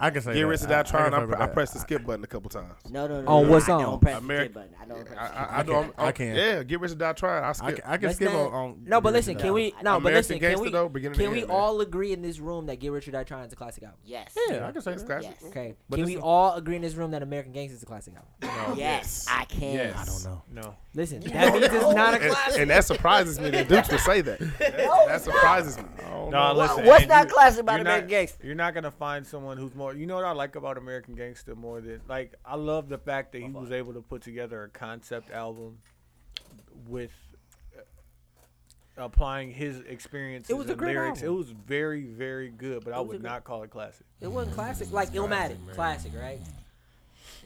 Speaker 2: I can say
Speaker 7: Get
Speaker 2: that.
Speaker 7: rid of
Speaker 2: I- I
Speaker 7: that
Speaker 2: can
Speaker 7: trying. I,
Speaker 2: fuck with
Speaker 7: I
Speaker 2: that.
Speaker 7: pressed the skip button a couple times.
Speaker 4: No, no, no.
Speaker 3: On
Speaker 4: no,
Speaker 3: what
Speaker 4: I
Speaker 3: song?
Speaker 4: don't press the
Speaker 7: Ameri-
Speaker 4: skip button. I don't.
Speaker 7: I,
Speaker 4: press the
Speaker 7: I, I,
Speaker 2: I
Speaker 7: don't.
Speaker 2: can't- I can't.
Speaker 7: Yeah, get rid of that trying. I
Speaker 2: I
Speaker 7: skip.
Speaker 2: can, I can
Speaker 3: Let's
Speaker 2: skip
Speaker 3: not-
Speaker 2: on, on.
Speaker 3: No,
Speaker 2: Get Rich or
Speaker 3: but listen,
Speaker 2: Die
Speaker 3: can
Speaker 2: Trying.
Speaker 3: we no, but
Speaker 7: American
Speaker 3: listen, can
Speaker 7: Gangster,
Speaker 3: we
Speaker 7: though, beginning to
Speaker 3: can we
Speaker 7: end, man.
Speaker 3: all agree in this room that Get Rich or Die Trying is a classic album?
Speaker 4: Yes.
Speaker 2: Yeah, I can say
Speaker 7: It's
Speaker 2: that.
Speaker 7: classic.
Speaker 4: Yes.
Speaker 3: Okay.
Speaker 2: But
Speaker 3: can
Speaker 2: this
Speaker 3: we
Speaker 2: is-
Speaker 3: all agree in this room that American Gangster is a classic album?
Speaker 7: No,
Speaker 4: Yes, I can.
Speaker 7: Yes.
Speaker 2: I don't know.
Speaker 1: no.
Speaker 3: Listen, that means it's not a
Speaker 7: and,
Speaker 3: classic.
Speaker 7: and that surprises me that Dukes would say that. That surprises me.
Speaker 1: No,
Speaker 4: Wha-
Speaker 1: listen.
Speaker 4: what's
Speaker 1: and
Speaker 4: not
Speaker 1: you-
Speaker 4: classic about
Speaker 1: you're
Speaker 4: American
Speaker 1: not,
Speaker 4: Gangster?
Speaker 1: You're not gonna find someone who's more. You know what I like about American Gangster more than like I love the fact that he was able to put together a concept album with uh, applying his experiences
Speaker 3: It was a
Speaker 1: and
Speaker 3: great
Speaker 1: lyrics.
Speaker 3: album.
Speaker 1: It was very, very good, but I
Speaker 3: was a
Speaker 1: would
Speaker 3: great-
Speaker 1: not call it classic.
Speaker 3: It wasn't classic. Like Illmatic, classic, right?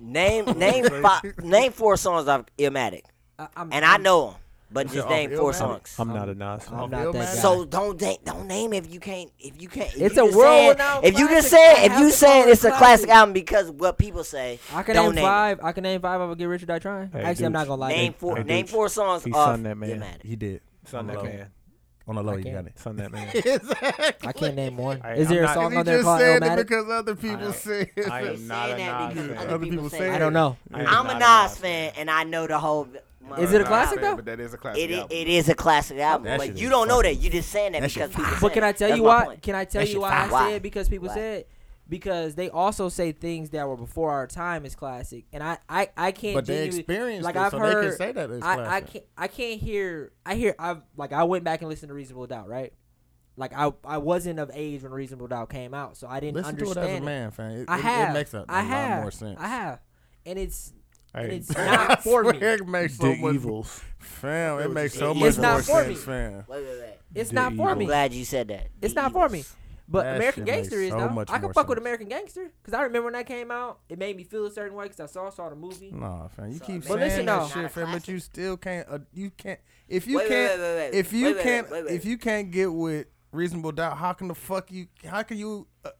Speaker 4: Name name fi- name four songs of Illmatic,
Speaker 3: I, I'm,
Speaker 4: and I
Speaker 3: I'm-
Speaker 4: know them, but
Speaker 2: said
Speaker 4: just
Speaker 2: off
Speaker 4: name four
Speaker 2: Illmatic?
Speaker 4: songs.
Speaker 1: I'm not a Nas.
Speaker 3: I'm not that guy.
Speaker 4: So don't da- don't name if you can't if you can't. If
Speaker 3: It's
Speaker 4: you
Speaker 3: a
Speaker 4: just saying,
Speaker 3: world-renowned
Speaker 4: If you just
Speaker 3: classic, I
Speaker 4: saying if
Speaker 3: have
Speaker 4: you
Speaker 3: to
Speaker 4: saying
Speaker 3: call it
Speaker 4: it's a classic
Speaker 3: classic.
Speaker 4: album because what people say.
Speaker 3: I can
Speaker 4: don't
Speaker 3: name
Speaker 4: name it.
Speaker 3: five. I can name five. I would get rich or die trying.
Speaker 1: Hey,
Speaker 3: Actually,
Speaker 1: dudes.
Speaker 3: I'm not gonna lie.
Speaker 4: Name four
Speaker 1: Hey,
Speaker 4: name
Speaker 1: dude.
Speaker 4: four songs
Speaker 1: He
Speaker 4: off
Speaker 1: sung that man.
Speaker 4: Illmatic.
Speaker 2: He did.
Speaker 1: Son that
Speaker 2: Hello.
Speaker 1: man.
Speaker 2: On the low, you
Speaker 3: can't.
Speaker 2: got it.
Speaker 1: Son that man.
Speaker 3: I can't name one.
Speaker 1: Hey,
Speaker 3: Is
Speaker 1: I'm
Speaker 3: there a
Speaker 1: not-
Speaker 3: song on there Oh, called Illmatic?
Speaker 2: because other people say
Speaker 1: I
Speaker 4: They
Speaker 1: am not
Speaker 4: saying that
Speaker 1: a Nas
Speaker 4: because
Speaker 1: fan.
Speaker 4: other
Speaker 2: Other
Speaker 4: people
Speaker 2: people
Speaker 4: say
Speaker 2: say
Speaker 4: it.
Speaker 3: I don't know.
Speaker 1: I am
Speaker 4: I'm a
Speaker 1: not
Speaker 4: Nas fan, and I know the whole. my
Speaker 3: Is it a
Speaker 7: I
Speaker 3: classic,
Speaker 7: understand,
Speaker 3: though?
Speaker 7: But that is a classic
Speaker 4: It, i-
Speaker 7: album.
Speaker 4: it is a classic album,
Speaker 2: That
Speaker 4: but
Speaker 2: shit
Speaker 4: you
Speaker 2: is
Speaker 4: don't know that. You just saying that,
Speaker 2: That shit
Speaker 4: because people.
Speaker 3: But
Speaker 4: said
Speaker 3: can
Speaker 4: it.
Speaker 3: I tell
Speaker 4: That's
Speaker 3: you
Speaker 4: my
Speaker 3: why?
Speaker 4: point.
Speaker 3: Can I tell
Speaker 2: That
Speaker 3: you
Speaker 2: shit
Speaker 3: why
Speaker 4: fire.
Speaker 3: I said because people
Speaker 4: Why?
Speaker 3: said because they also say things that were before our time is classic, and I I, I can't.
Speaker 2: But they
Speaker 3: genuinely-
Speaker 2: experienced
Speaker 3: like
Speaker 2: it,
Speaker 3: I've
Speaker 2: so
Speaker 3: heard.
Speaker 2: they can say that it's
Speaker 3: I, I
Speaker 2: classic.
Speaker 3: can't. I can't hear. I hear. I have like I went back and listened to Reasonable Doubt, right? Like I I wasn't of age when Reasonable Doubt came out, so I didn't
Speaker 2: Listen to it
Speaker 3: understand
Speaker 2: as a man, fam. It,
Speaker 3: I
Speaker 2: it-
Speaker 3: have.
Speaker 2: It makes a, a
Speaker 3: I have.
Speaker 2: lot more sense.
Speaker 3: I have, and it's and
Speaker 8: Hey.
Speaker 3: it's not for me.
Speaker 2: It makes so
Speaker 1: The
Speaker 2: much,
Speaker 1: evils.
Speaker 2: fam. It makes so
Speaker 4: It's
Speaker 2: much
Speaker 3: not
Speaker 2: more
Speaker 3: for me.
Speaker 2: sense, fam.
Speaker 4: Wait, wait, wait.
Speaker 3: It's not for
Speaker 2: E
Speaker 4: I'm
Speaker 3: me.
Speaker 4: glad you said that.
Speaker 3: It's
Speaker 4: The
Speaker 3: not for me.
Speaker 4: Eagles.
Speaker 3: But
Speaker 2: That
Speaker 3: American
Speaker 2: shit makes
Speaker 3: Gangster is
Speaker 2: so
Speaker 3: though.
Speaker 2: much
Speaker 3: I can
Speaker 2: more
Speaker 3: fuck with
Speaker 2: sense.
Speaker 3: American Gangster because I remember when that came out, it made me feel a certain way because I saw saw the movie.
Speaker 2: Nah, fam. You
Speaker 4: So,
Speaker 2: keep
Speaker 3: Well,
Speaker 2: saying
Speaker 3: listen,
Speaker 2: that
Speaker 3: though.
Speaker 2: shit, fam, but you still can't. Uh, you can't. If you
Speaker 4: Wait, wait,
Speaker 2: can't,
Speaker 4: wait, wait, wait.
Speaker 2: if you
Speaker 4: Wait, wait,
Speaker 2: can't,
Speaker 4: wait, wait.
Speaker 2: if you can't get with reasonable doubt, how can the fuck you? How can you? Uh,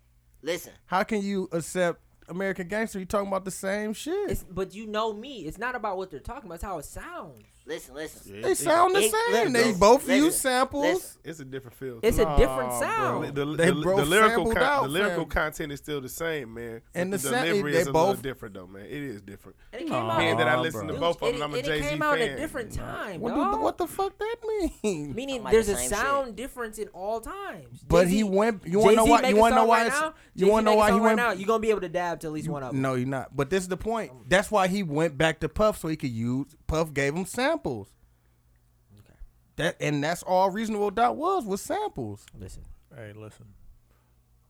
Speaker 4: Listen,
Speaker 2: how can you accept American Gangster? You talking about the same shit?
Speaker 3: It's, but you know me. It's not about what they're talking about. It's how it sounds.
Speaker 4: listen, listen.
Speaker 2: they sound the
Speaker 4: it-
Speaker 2: same.
Speaker 4: listen,
Speaker 2: They both
Speaker 4: listen,
Speaker 2: use samples.
Speaker 4: listen.
Speaker 7: It's a different feel.
Speaker 3: It's
Speaker 2: Nah,
Speaker 3: a different
Speaker 2: bro.
Speaker 7: The,
Speaker 3: sound.
Speaker 7: the,
Speaker 2: They
Speaker 7: the-
Speaker 2: both
Speaker 7: the lyrical,
Speaker 2: sampled
Speaker 7: con-
Speaker 2: out,
Speaker 7: the lyrical
Speaker 2: fam.
Speaker 7: content is still the same, man.
Speaker 2: And
Speaker 7: But
Speaker 2: the sa-
Speaker 7: delivery
Speaker 2: they
Speaker 7: is a little
Speaker 2: both-
Speaker 7: different, though, man. It is different.
Speaker 3: And it came
Speaker 2: Nah,
Speaker 3: out.
Speaker 7: Being that I
Speaker 2: bro.
Speaker 7: listen to
Speaker 3: Dude,
Speaker 7: both of
Speaker 3: and
Speaker 7: them, I'm
Speaker 3: it-
Speaker 7: a
Speaker 3: and it
Speaker 7: Jay Z
Speaker 3: came out
Speaker 7: fan.
Speaker 3: at a different time.
Speaker 2: What, do,
Speaker 3: dawg.
Speaker 2: what the fuck that mean?
Speaker 3: Meaning,
Speaker 4: Like
Speaker 3: there's
Speaker 4: the
Speaker 3: a
Speaker 4: same
Speaker 3: sound
Speaker 4: shit.
Speaker 3: difference in all times.
Speaker 2: But
Speaker 3: Jay-Z-
Speaker 2: he went. You want to know
Speaker 3: Jay-Z
Speaker 2: why?
Speaker 3: make
Speaker 2: You
Speaker 3: a
Speaker 2: want to know
Speaker 3: song
Speaker 2: why?
Speaker 3: right
Speaker 2: it's-
Speaker 3: now?
Speaker 2: You want to
Speaker 3: Jay-Z
Speaker 2: know
Speaker 3: make a
Speaker 2: why he
Speaker 3: song right
Speaker 2: went?
Speaker 3: now? You're gonna be able to dab to at least one of them.
Speaker 2: No, you're not. But this is the point. That's why he went back to Puff so he could use. Puff gave him samples. That and that's all reasonable doubt was was samples.
Speaker 3: Listen,
Speaker 1: Hey, listen.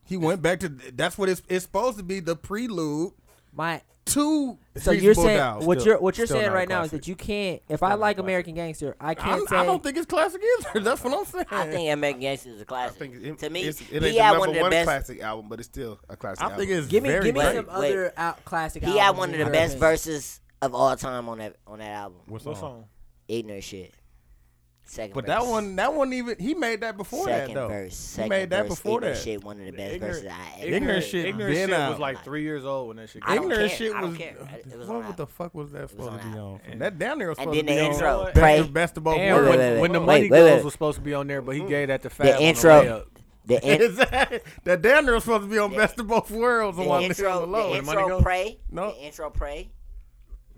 Speaker 2: He went back to. That's what it's, it's supposed to be the prelude
Speaker 3: my
Speaker 2: to.
Speaker 3: So you're
Speaker 2: Reasonable
Speaker 3: saying
Speaker 2: Doubt.
Speaker 3: what
Speaker 2: Still-
Speaker 3: you're what you're
Speaker 2: still
Speaker 3: saying
Speaker 2: not a
Speaker 3: right now is
Speaker 2: classic.
Speaker 3: that you can't. If I like American Gangster, I can't
Speaker 2: I'm-
Speaker 3: say.
Speaker 2: I don't think it's classic either. That's what I'm saying.
Speaker 4: I think American Gangster is a
Speaker 7: I
Speaker 4: classic.
Speaker 7: think it,
Speaker 4: to me,
Speaker 7: it's, it ain't
Speaker 4: he
Speaker 7: the
Speaker 4: had
Speaker 7: number
Speaker 4: one of the
Speaker 7: one
Speaker 4: best.
Speaker 7: classic album, but it's still a classic.
Speaker 2: I
Speaker 7: album.
Speaker 2: think it's
Speaker 3: give me
Speaker 2: very
Speaker 3: give me
Speaker 2: late.
Speaker 3: some uh,
Speaker 4: Wait.
Speaker 3: other out classic.
Speaker 4: He had
Speaker 3: albums
Speaker 4: one of
Speaker 3: in
Speaker 4: the
Speaker 3: my
Speaker 4: best
Speaker 3: opinion.
Speaker 4: verses of all time on that on that album.
Speaker 8: What song?
Speaker 4: Ignorant shit. Second
Speaker 2: But
Speaker 4: verse.
Speaker 2: that one, that one even he made that before
Speaker 4: second
Speaker 2: that though.
Speaker 4: verse.
Speaker 2: he
Speaker 4: Second
Speaker 2: made that
Speaker 4: verse,
Speaker 2: before
Speaker 4: ignorant
Speaker 2: that.
Speaker 4: Shit, one of the best
Speaker 8: Ignorant-
Speaker 4: verses I ever
Speaker 2: Ignorant
Speaker 4: heard.
Speaker 2: shit
Speaker 8: Ignorant
Speaker 2: been
Speaker 8: shit
Speaker 2: out.
Speaker 8: was like three years old when that shit.
Speaker 4: I
Speaker 8: Came
Speaker 4: don't
Speaker 2: Ignorant
Speaker 4: care.
Speaker 2: shit
Speaker 4: I don't
Speaker 2: was.
Speaker 4: care. It was
Speaker 2: what,
Speaker 4: on
Speaker 2: what the fuck was that supposed
Speaker 4: on
Speaker 2: to be
Speaker 4: album.
Speaker 2: on? That down there was
Speaker 4: And
Speaker 2: supposed
Speaker 4: then
Speaker 2: to be
Speaker 4: the
Speaker 2: on.
Speaker 4: intro.
Speaker 2: Best
Speaker 4: Pray.
Speaker 2: of best of both
Speaker 1: And
Speaker 4: wait,
Speaker 1: when,
Speaker 2: worlds.
Speaker 4: wait,
Speaker 1: when the
Speaker 4: wait,
Speaker 1: money
Speaker 4: wait, wait,
Speaker 1: goes
Speaker 4: wait.
Speaker 1: was supposed to be on there,
Speaker 2: Mm-hmm.
Speaker 1: but he gave that to Fab. on
Speaker 4: intro-
Speaker 1: layup.
Speaker 4: The, in,
Speaker 2: Exactly. That damn near was supposed to be on Best of Both Worlds on
Speaker 4: the
Speaker 2: one nigga on
Speaker 4: intro,
Speaker 2: the
Speaker 4: the
Speaker 2: low.
Speaker 4: intro, pray.
Speaker 2: No.
Speaker 4: The intro, pray.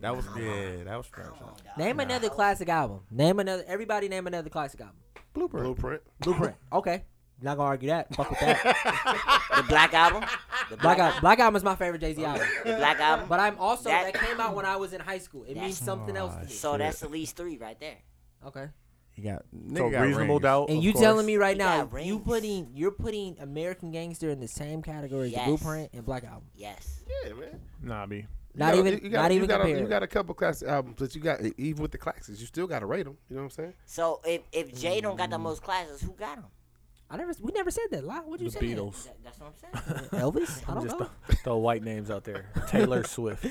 Speaker 2: That was yeah, that was strange.
Speaker 3: Name another classic album. Name another. Everybody name another classic album.
Speaker 2: Blooper.
Speaker 7: Blueprint.
Speaker 3: Blueprint. okay. Not gonna argue that. Fuck with that.
Speaker 4: The black album. The
Speaker 3: Black
Speaker 4: black album.
Speaker 3: Al- Black Album is my favorite Jay Z album.
Speaker 4: The black album.
Speaker 3: But I'm also
Speaker 4: That-
Speaker 3: that, came out when I was in high school. It means
Speaker 4: That's-
Speaker 3: something else to me.
Speaker 4: so that's at least three right there.
Speaker 3: Okay.
Speaker 2: He got nigga
Speaker 1: So
Speaker 2: got
Speaker 1: reasonable
Speaker 2: rings.
Speaker 1: doubt.
Speaker 3: And
Speaker 1: of
Speaker 3: you
Speaker 1: course.
Speaker 3: telling me right
Speaker 4: He
Speaker 3: now
Speaker 4: got
Speaker 3: you
Speaker 4: rings.
Speaker 3: putting you're putting American Gangster in the same category
Speaker 4: Yes.
Speaker 3: as Blueprint and Black Album.
Speaker 4: Yes.
Speaker 7: Yeah, man.
Speaker 8: Nah, B.
Speaker 7: You
Speaker 3: Not
Speaker 7: got-
Speaker 3: even
Speaker 7: you got-
Speaker 3: not
Speaker 7: you
Speaker 3: even
Speaker 7: got a,
Speaker 3: compared.
Speaker 7: You got a couple classic albums, but you got even with the classics, you still got to rate them. You know what I'm saying?
Speaker 4: So if if Jay don't
Speaker 2: Mm.
Speaker 4: got the most classes, who got them?
Speaker 3: I never we never said that. Lie. What you
Speaker 1: the
Speaker 3: say?
Speaker 1: Beatles.
Speaker 4: that's what I'm saying.
Speaker 3: Elvis? I don't
Speaker 1: Just
Speaker 3: know.
Speaker 1: throw, throw white names out there. Taylor Swift.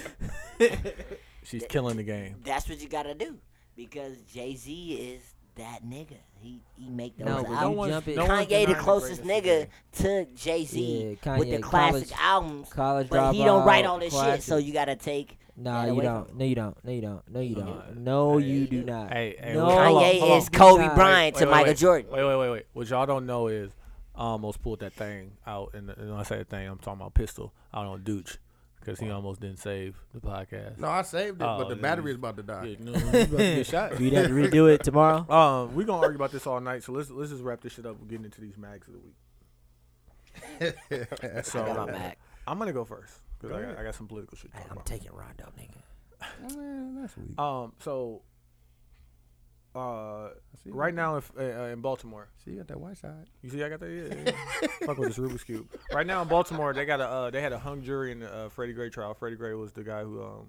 Speaker 1: She's killing the game.
Speaker 4: that's what you gotta do because Jay Z is that nigga. He he make those
Speaker 3: No, but
Speaker 4: albums.
Speaker 3: don't want- jump it. no
Speaker 1: one's
Speaker 4: Kanye the
Speaker 1: denying
Speaker 4: closest nigga
Speaker 1: greatness
Speaker 4: to Jay Z
Speaker 3: Yeah,
Speaker 4: with the
Speaker 3: Kanye,
Speaker 4: classic
Speaker 3: college-
Speaker 4: albums,
Speaker 3: college
Speaker 4: but he don't write
Speaker 3: dropout,
Speaker 4: all this shit.
Speaker 3: classic.
Speaker 4: So you gotta take
Speaker 3: Nah,
Speaker 4: that
Speaker 3: you
Speaker 4: away from
Speaker 3: don't.
Speaker 4: him.
Speaker 3: No, you don't. No, you don't. No, you don't. No, you do not.
Speaker 1: Hey, hey,
Speaker 3: no,
Speaker 1: we- Hold on,
Speaker 4: Kanye
Speaker 1: hold on.
Speaker 4: is Kobe
Speaker 3: Nah.
Speaker 4: Bryant to
Speaker 1: Wait, wait,
Speaker 4: Michael
Speaker 1: wait.
Speaker 4: Jordan.
Speaker 1: Wait, wait, wait, wait. What y'all don't know is I almost pulled that thing out, and, and when I say the thing, I'm talking about pistol out on Dooch because
Speaker 4: Oh.
Speaker 1: he almost didn't save the podcast.
Speaker 2: No, I saved it,
Speaker 1: Oh,
Speaker 2: but the
Speaker 1: yeah.
Speaker 2: battery is about to die.
Speaker 1: Yeah, no, you about to get shot.
Speaker 3: You'd have to redo it tomorrow.
Speaker 1: Um, we gonna argue about this all night, so let's let's just wrap this shit up. We're getting into these mags of the week.
Speaker 4: I
Speaker 1: so
Speaker 4: got my back.
Speaker 1: I'm gonna go first because I, got- I got some political shit. To talk
Speaker 3: I'm
Speaker 1: about.
Speaker 3: taking Rondo, nigga.
Speaker 2: Eh, that's weak.
Speaker 1: Um, so uh,
Speaker 2: see what
Speaker 1: right now, if uh, uh, in Baltimore,
Speaker 2: See you at that white side.
Speaker 1: You see, I got that. Yeah, yeah, yeah. Fuck with this Rubik's cube. Right now in Baltimore, they got a uh, they had a hung jury in the uh, Freddie Gray trial. Freddie Gray was the guy who um,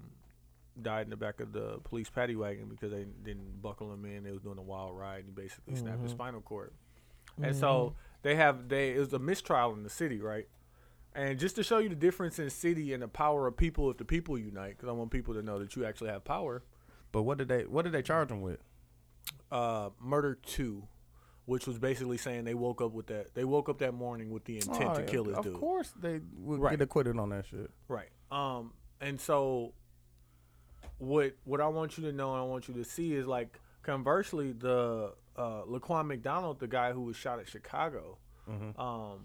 Speaker 1: died in the back of the police paddy wagon because they didn't buckle him in. They was doing a wild ride, and he basically snapped his spinal cord. And so they have they it was a mistrial in the city, right? And just to show you the difference in city and the power of people, if the people unite, because I want people to know that you actually have power.
Speaker 2: But what did they what did they charge him with?
Speaker 1: Uh, murder two, which was basically saying they woke up with that they woke up that morning with the intent
Speaker 2: Oh,
Speaker 1: to
Speaker 2: yeah,
Speaker 1: kill this
Speaker 2: of
Speaker 1: dude.
Speaker 2: course they would
Speaker 1: Right.
Speaker 2: get acquitted on that shit.
Speaker 1: Right. Um, and so what what I want you to know and I want you to see is like conversely the uh Laquan McDonald, the guy who was shot at Chicago, um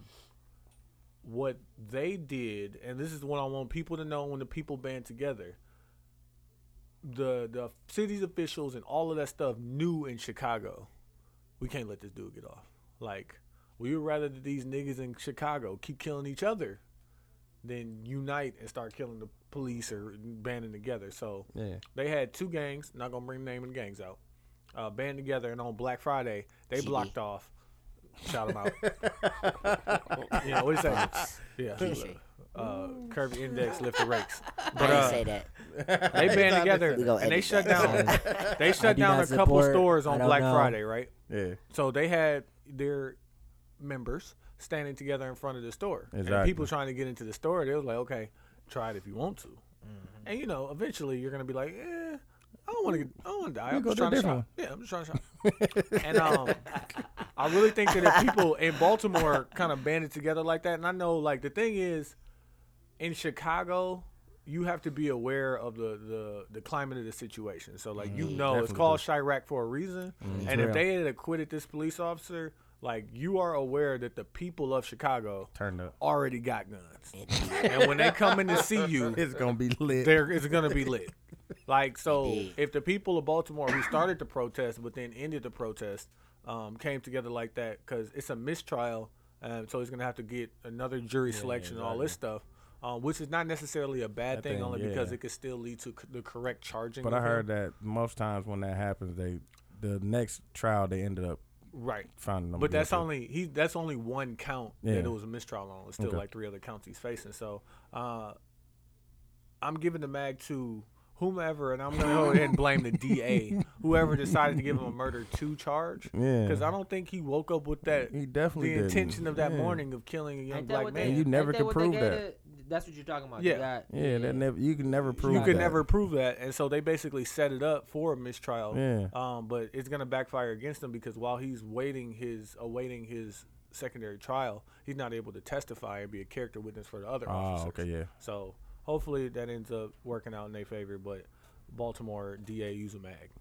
Speaker 1: what they did, and this is what I want people to know when the people band together. the the city's officials and all of that stuff knew in Chicago, we can't let this dude get off. Like we would rather that these niggas in Chicago keep killing each other than unite and start killing the police or banding together. So
Speaker 3: Yeah.
Speaker 1: they had two gangs. Not gonna bring name and gangs out. Uh, band together and on Black Friday they blocked off. Shout them out. yeah, what do you say? Yeah. Uh, curvy index, lift the rakes.
Speaker 4: I
Speaker 1: But,
Speaker 4: didn't
Speaker 1: uh,
Speaker 4: say that.
Speaker 1: they band together
Speaker 4: We gonna
Speaker 1: and they
Speaker 4: edit
Speaker 1: shut
Speaker 4: that.
Speaker 1: down. They
Speaker 3: I
Speaker 1: shut
Speaker 3: do
Speaker 1: down
Speaker 3: not
Speaker 1: a couple
Speaker 3: support-
Speaker 1: stores
Speaker 3: I
Speaker 1: on
Speaker 3: don't
Speaker 1: Black
Speaker 3: know.
Speaker 1: Friday, right?
Speaker 2: Yeah.
Speaker 1: So they had their members standing together in front of the store, and
Speaker 2: Exactly.
Speaker 1: people trying to get into the store. They was like, "Okay, try it if you want to," and you know, eventually you're gonna be like, "Eh, I don't want to get, I don't want to die. I'm
Speaker 2: go
Speaker 1: just
Speaker 2: to
Speaker 1: trying
Speaker 2: a
Speaker 1: to shop. Yeah, I'm just trying to shop." and um, I really think that if people in Baltimore kind of banded together like that, and I know, like, the thing is, in Chicago, you have to be aware of the the, the climate of the situation. So like
Speaker 2: Mm-hmm.
Speaker 1: you know, it's called Chirac for a reason. And if
Speaker 2: Real.
Speaker 1: they had acquitted this police officer, like you are aware that the people of Chicago
Speaker 2: Turned up.
Speaker 1: already got guns, and when they come in to see you,
Speaker 2: It's gonna be lit.
Speaker 1: there it's gonna be lit. Like so,
Speaker 4: Indeed.
Speaker 1: if the people of Baltimore who started the protest but then ended the protest um, came together like that, because it's a mistrial, um, so he's gonna have to get another jury selection and all this stuff, um, which is not necessarily a bad
Speaker 2: That
Speaker 1: thing,
Speaker 2: thing,
Speaker 1: only because
Speaker 2: yeah.
Speaker 1: it could still lead to c- the correct charging.
Speaker 2: But I
Speaker 1: of him.
Speaker 2: heard that most times when that happens, they the next trial they ended up
Speaker 1: right.
Speaker 2: finding them.
Speaker 1: But that's
Speaker 2: guilty.
Speaker 1: only he. That's only one count
Speaker 2: Yeah.
Speaker 1: that it was a mistrial on. It's still
Speaker 2: Okay.
Speaker 1: like three other counts he's facing. So uh, I'm giving the mag to whomever, and I'm gonna go ahead and blame the DA, whoever decided to give him a murder two charge.
Speaker 2: Yeah.
Speaker 1: Because I don't think he woke up with that.
Speaker 2: He definitely
Speaker 1: the
Speaker 2: didn't.
Speaker 1: intention of that
Speaker 2: Yeah.
Speaker 1: morning of killing a young
Speaker 3: Ain't that
Speaker 1: black
Speaker 3: what they-
Speaker 1: man.
Speaker 2: And you
Speaker 3: ain't
Speaker 2: never could
Speaker 3: what they
Speaker 2: prove
Speaker 3: gave
Speaker 2: that.
Speaker 3: the- that's what you're talking about.
Speaker 1: Yeah.
Speaker 3: You got,
Speaker 2: Yeah, that never you can never prove.
Speaker 1: you could
Speaker 2: that.
Speaker 1: never prove that, and so they basically set it up for a mistrial.
Speaker 2: Yeah.
Speaker 1: Um, but it's gonna backfire against him because while he's waiting his awaiting his secondary trial, he's not able to testify and be a character witness for the other
Speaker 2: Oh,
Speaker 1: officers.
Speaker 2: okay, yeah.
Speaker 1: So hopefully that ends up working out in their favor. But Baltimore DA use a mag.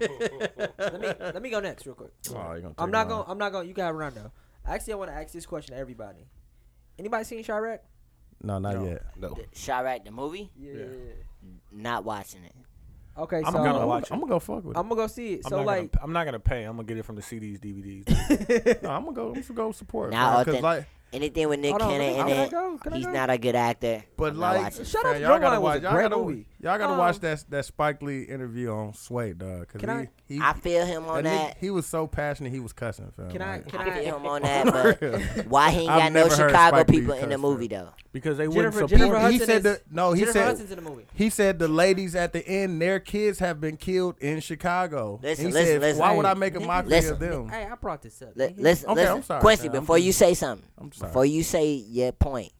Speaker 3: let me let me go next real quick.
Speaker 2: Oh, you gonna
Speaker 3: I'm
Speaker 2: take
Speaker 3: not
Speaker 2: mine.
Speaker 3: gonna I'm not gonna you can have Rondo. Actually, I want to ask this question to everybody. Anybody seen Chirac?
Speaker 2: No, not yet.
Speaker 7: No.
Speaker 4: The- Chirac the movie?
Speaker 3: Yeah.
Speaker 4: Not watching it.
Speaker 3: Okay, so
Speaker 1: I'm gonna
Speaker 2: I'm,
Speaker 1: watch it.
Speaker 2: I'm gonna go fuck with it.
Speaker 3: I'm gonna go see it.
Speaker 1: I'm
Speaker 3: so
Speaker 1: not
Speaker 3: like,
Speaker 1: gonna, I'm not gonna pay. I'm gonna get it from the CDs, DVDs.
Speaker 2: No, I'm gonna go. I'm gonna go support.
Speaker 4: Now,
Speaker 2: man,
Speaker 4: I
Speaker 2: 'cause
Speaker 4: think-
Speaker 2: like,
Speaker 4: Anything with Nick
Speaker 3: Hold on,
Speaker 4: Cannon
Speaker 3: can I-
Speaker 4: in
Speaker 3: can I
Speaker 4: it,
Speaker 3: go? Can I
Speaker 4: he's
Speaker 3: go?
Speaker 4: not a good actor.
Speaker 2: but
Speaker 4: I'm not
Speaker 2: like,
Speaker 4: watching.
Speaker 3: Shut
Speaker 2: man,
Speaker 3: Up,
Speaker 2: y'all
Speaker 3: Drumline
Speaker 2: gotta
Speaker 3: was
Speaker 2: watch.
Speaker 3: a
Speaker 2: Y'all
Speaker 3: great
Speaker 2: gotta,
Speaker 3: movie.
Speaker 2: y'all gotta
Speaker 3: Um,
Speaker 2: watch that that Spike Lee interview on Sway, dog. Cause
Speaker 3: Can I-
Speaker 2: he, he,
Speaker 4: I feel him
Speaker 2: that
Speaker 4: on
Speaker 2: nigga-
Speaker 4: that.
Speaker 2: he was so passionate, he was cussing. Fam.
Speaker 3: can I
Speaker 2: like,
Speaker 3: can
Speaker 4: I
Speaker 3: I?
Speaker 4: feel him on that, but why he ain't
Speaker 2: I've
Speaker 4: got no
Speaker 2: never heard
Speaker 4: Chicago
Speaker 2: Spike Lee
Speaker 4: people in the
Speaker 2: cuss,
Speaker 4: movie though?
Speaker 1: because they wouldn't
Speaker 3: Jennifer,
Speaker 1: support.
Speaker 3: Jennifer
Speaker 2: He
Speaker 3: Hudson
Speaker 2: said
Speaker 3: is,
Speaker 2: the- no, he
Speaker 3: Jennifer
Speaker 2: said-
Speaker 3: Hudson's in the movie.
Speaker 2: He said the ladies at the end, their kids have been killed in Chicago.
Speaker 4: Listen,
Speaker 2: he
Speaker 4: listen,
Speaker 2: said,
Speaker 4: listen.
Speaker 2: Why would I make a mockery
Speaker 4: Listen.
Speaker 2: of them?
Speaker 3: Hey, I brought this up.
Speaker 4: Li-
Speaker 3: nigga.
Speaker 4: listen,
Speaker 2: Okay,
Speaker 4: listen,
Speaker 2: I'm sorry,
Speaker 4: Quincy.
Speaker 2: man. I'm
Speaker 4: Before you say something,
Speaker 2: I'm sorry.
Speaker 4: before you say your point,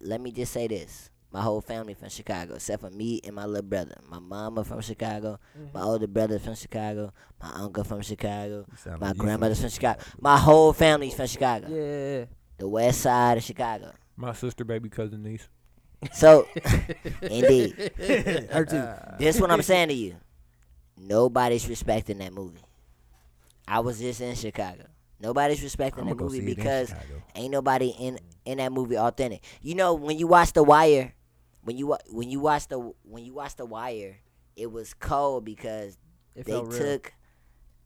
Speaker 4: let me just say this: my whole family from Chicago, except for me and my little brother. My mama from Chicago,
Speaker 2: Mm-hmm.
Speaker 4: my older brother from Chicago, my uncle from Chicago,
Speaker 2: sound
Speaker 4: my
Speaker 2: like you from
Speaker 4: grandmother's from Chicago. My whole family's from Chicago,
Speaker 3: Yeah, yeah, yeah.
Speaker 4: the West Side of Chicago.
Speaker 1: My sister, baby, cousin, niece.
Speaker 4: So, indeed, this is what I'm saying to you. Nobody's respecting that movie. I was just in Chicago. Nobody's respecting
Speaker 2: I'ma
Speaker 4: that
Speaker 2: go
Speaker 4: movie
Speaker 2: see it in
Speaker 4: because
Speaker 2: Chicago.
Speaker 4: ain't nobody in in that movie authentic. You know when you watch The Wire, when you wa- when you watch the when you watch The Wire, it was cold because
Speaker 3: It
Speaker 4: they
Speaker 3: felt real.
Speaker 4: took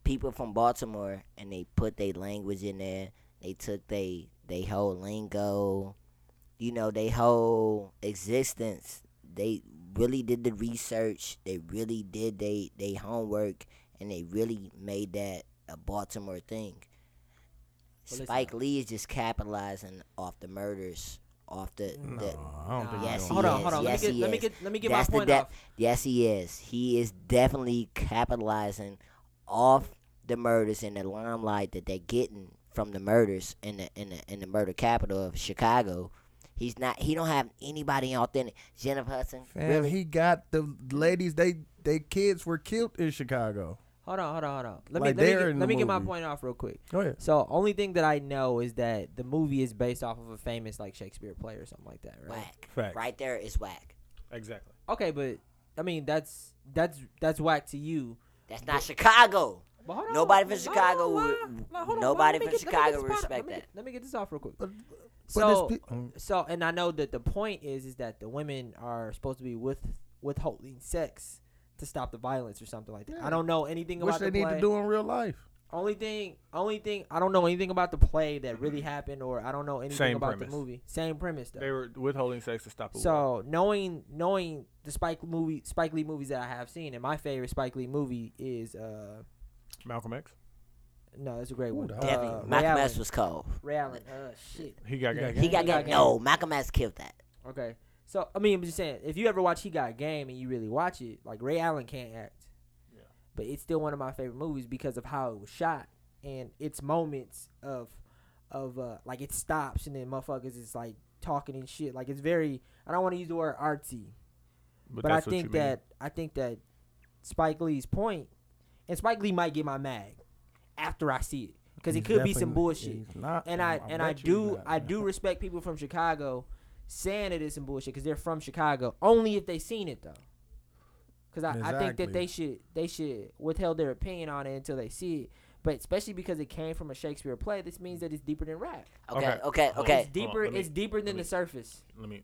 Speaker 4: people from Baltimore and they put their language in there. They took they they whole lingo, you know, they whole existence. They really did the research. They really did they they homework, and they really made that a Baltimore thing.
Speaker 3: Well, listen.
Speaker 4: Spike Lee is just capitalizing off the murders, off the, the
Speaker 2: I don't think
Speaker 4: Yes,
Speaker 2: he
Speaker 4: he
Speaker 3: hold on,
Speaker 4: is.
Speaker 3: hold on.
Speaker 4: Yes,
Speaker 3: let me
Speaker 4: he
Speaker 3: get let me
Speaker 4: is.
Speaker 3: get let me get
Speaker 4: That's
Speaker 3: my
Speaker 4: the
Speaker 3: point
Speaker 4: de-
Speaker 3: off.
Speaker 4: Yes, he is. He is definitely capitalizing off the murders and the limelight that they're getting from the murders in the in the in the murder capital of Chicago. He's not. He don't have anybody authentic. Jennifer Hudson,
Speaker 2: Fam,
Speaker 4: really?
Speaker 2: he got the ladies. They they kids were killed in Chicago.
Speaker 3: Hold on, hold on, hold on. Let
Speaker 2: Like,
Speaker 3: me let
Speaker 2: they're
Speaker 3: me, get,
Speaker 2: in
Speaker 3: let
Speaker 2: the
Speaker 3: me get my
Speaker 2: movie.
Speaker 3: point off real quick.
Speaker 2: Go ahead.
Speaker 3: So, only thing that I know is that the movie is based off of a famous like Shakespeare play or something like that, right?
Speaker 4: whack.
Speaker 1: Fact.
Speaker 4: Right there is whack.
Speaker 1: Exactly.
Speaker 3: Okay, but I mean that's that's that's whack to you.
Speaker 4: That's not Chicago.
Speaker 3: But hold on,
Speaker 4: Nobody from
Speaker 3: like, why-
Speaker 4: Chicago
Speaker 3: why-
Speaker 4: would-
Speaker 3: like, hold on,
Speaker 4: nobody
Speaker 3: let me
Speaker 4: from
Speaker 3: get- let me get
Speaker 4: Chicago
Speaker 3: this
Speaker 4: would
Speaker 3: part-
Speaker 4: respect
Speaker 3: let me
Speaker 4: that.
Speaker 3: get- Let me get this off real quick.
Speaker 2: But
Speaker 3: So,
Speaker 2: it's pe-
Speaker 3: so, and I know that the point is is that the women are supposed to be with withholding sex to stop the violence or something like that. I don't know anything
Speaker 2: Which
Speaker 3: about
Speaker 2: they
Speaker 3: the
Speaker 2: need
Speaker 3: play.
Speaker 2: to do in real life.
Speaker 3: Only thing, only thing, I don't know anything about the play that
Speaker 2: Mm-hmm.
Speaker 3: really happened, or I don't know anything
Speaker 1: Same
Speaker 3: about
Speaker 1: premise.
Speaker 3: the movie. Same premise though.
Speaker 1: They were withholding sex to stop. the war.
Speaker 3: So knowing knowing the Spike movie Spike Lee movies that I have seen, and my favorite Spike Lee movie is uh
Speaker 1: Malcolm X.
Speaker 3: no, it's a great one.
Speaker 2: that
Speaker 4: Definitely.
Speaker 3: Uh, Ray
Speaker 4: Malcolm
Speaker 3: Allen.
Speaker 4: X was cold.
Speaker 3: Ray Allen. Uh, shit.
Speaker 1: He got
Speaker 2: He got
Speaker 1: game.
Speaker 4: He got
Speaker 3: He got
Speaker 4: got no. Malcolm X killed that.
Speaker 3: Okay. So I mean, I'm just saying, if you ever watch He Got Game and you really watch it, like Ray Allen can't act,
Speaker 8: Yeah.
Speaker 3: but it's still one of my favorite movies because of how it was shot and its moments of, of uh, like it stops and then motherfuckers is like talking and shit. Like it's very. I don't want to use the word artsy, but, I
Speaker 1: that's what you
Speaker 3: think
Speaker 1: mean.
Speaker 3: that I think that Spike Lee's point, and Spike Lee might get my mag after I see it because it
Speaker 2: He's
Speaker 3: could be some
Speaker 2: definitely-
Speaker 3: bullshit
Speaker 2: he's not-
Speaker 3: and I
Speaker 2: I'm-
Speaker 3: and I
Speaker 2: bet you
Speaker 3: do
Speaker 2: not,
Speaker 3: I
Speaker 2: man.
Speaker 3: do respect people from Chicago saying it is some bullshit because they're from Chicago. Only if they seen it though, because I, I think that
Speaker 2: Exactly.
Speaker 3: they should they should withhold their opinion on it until they see it. But especially because it came from a Shakespeare play, this means that it's deeper than rap.
Speaker 4: Okay,
Speaker 8: Okay.
Speaker 4: okay,
Speaker 3: It's
Speaker 4: okay.
Speaker 8: on,
Speaker 3: deeper.
Speaker 8: let me-
Speaker 3: it's deeper than
Speaker 8: me-
Speaker 3: the surface.
Speaker 8: Let me.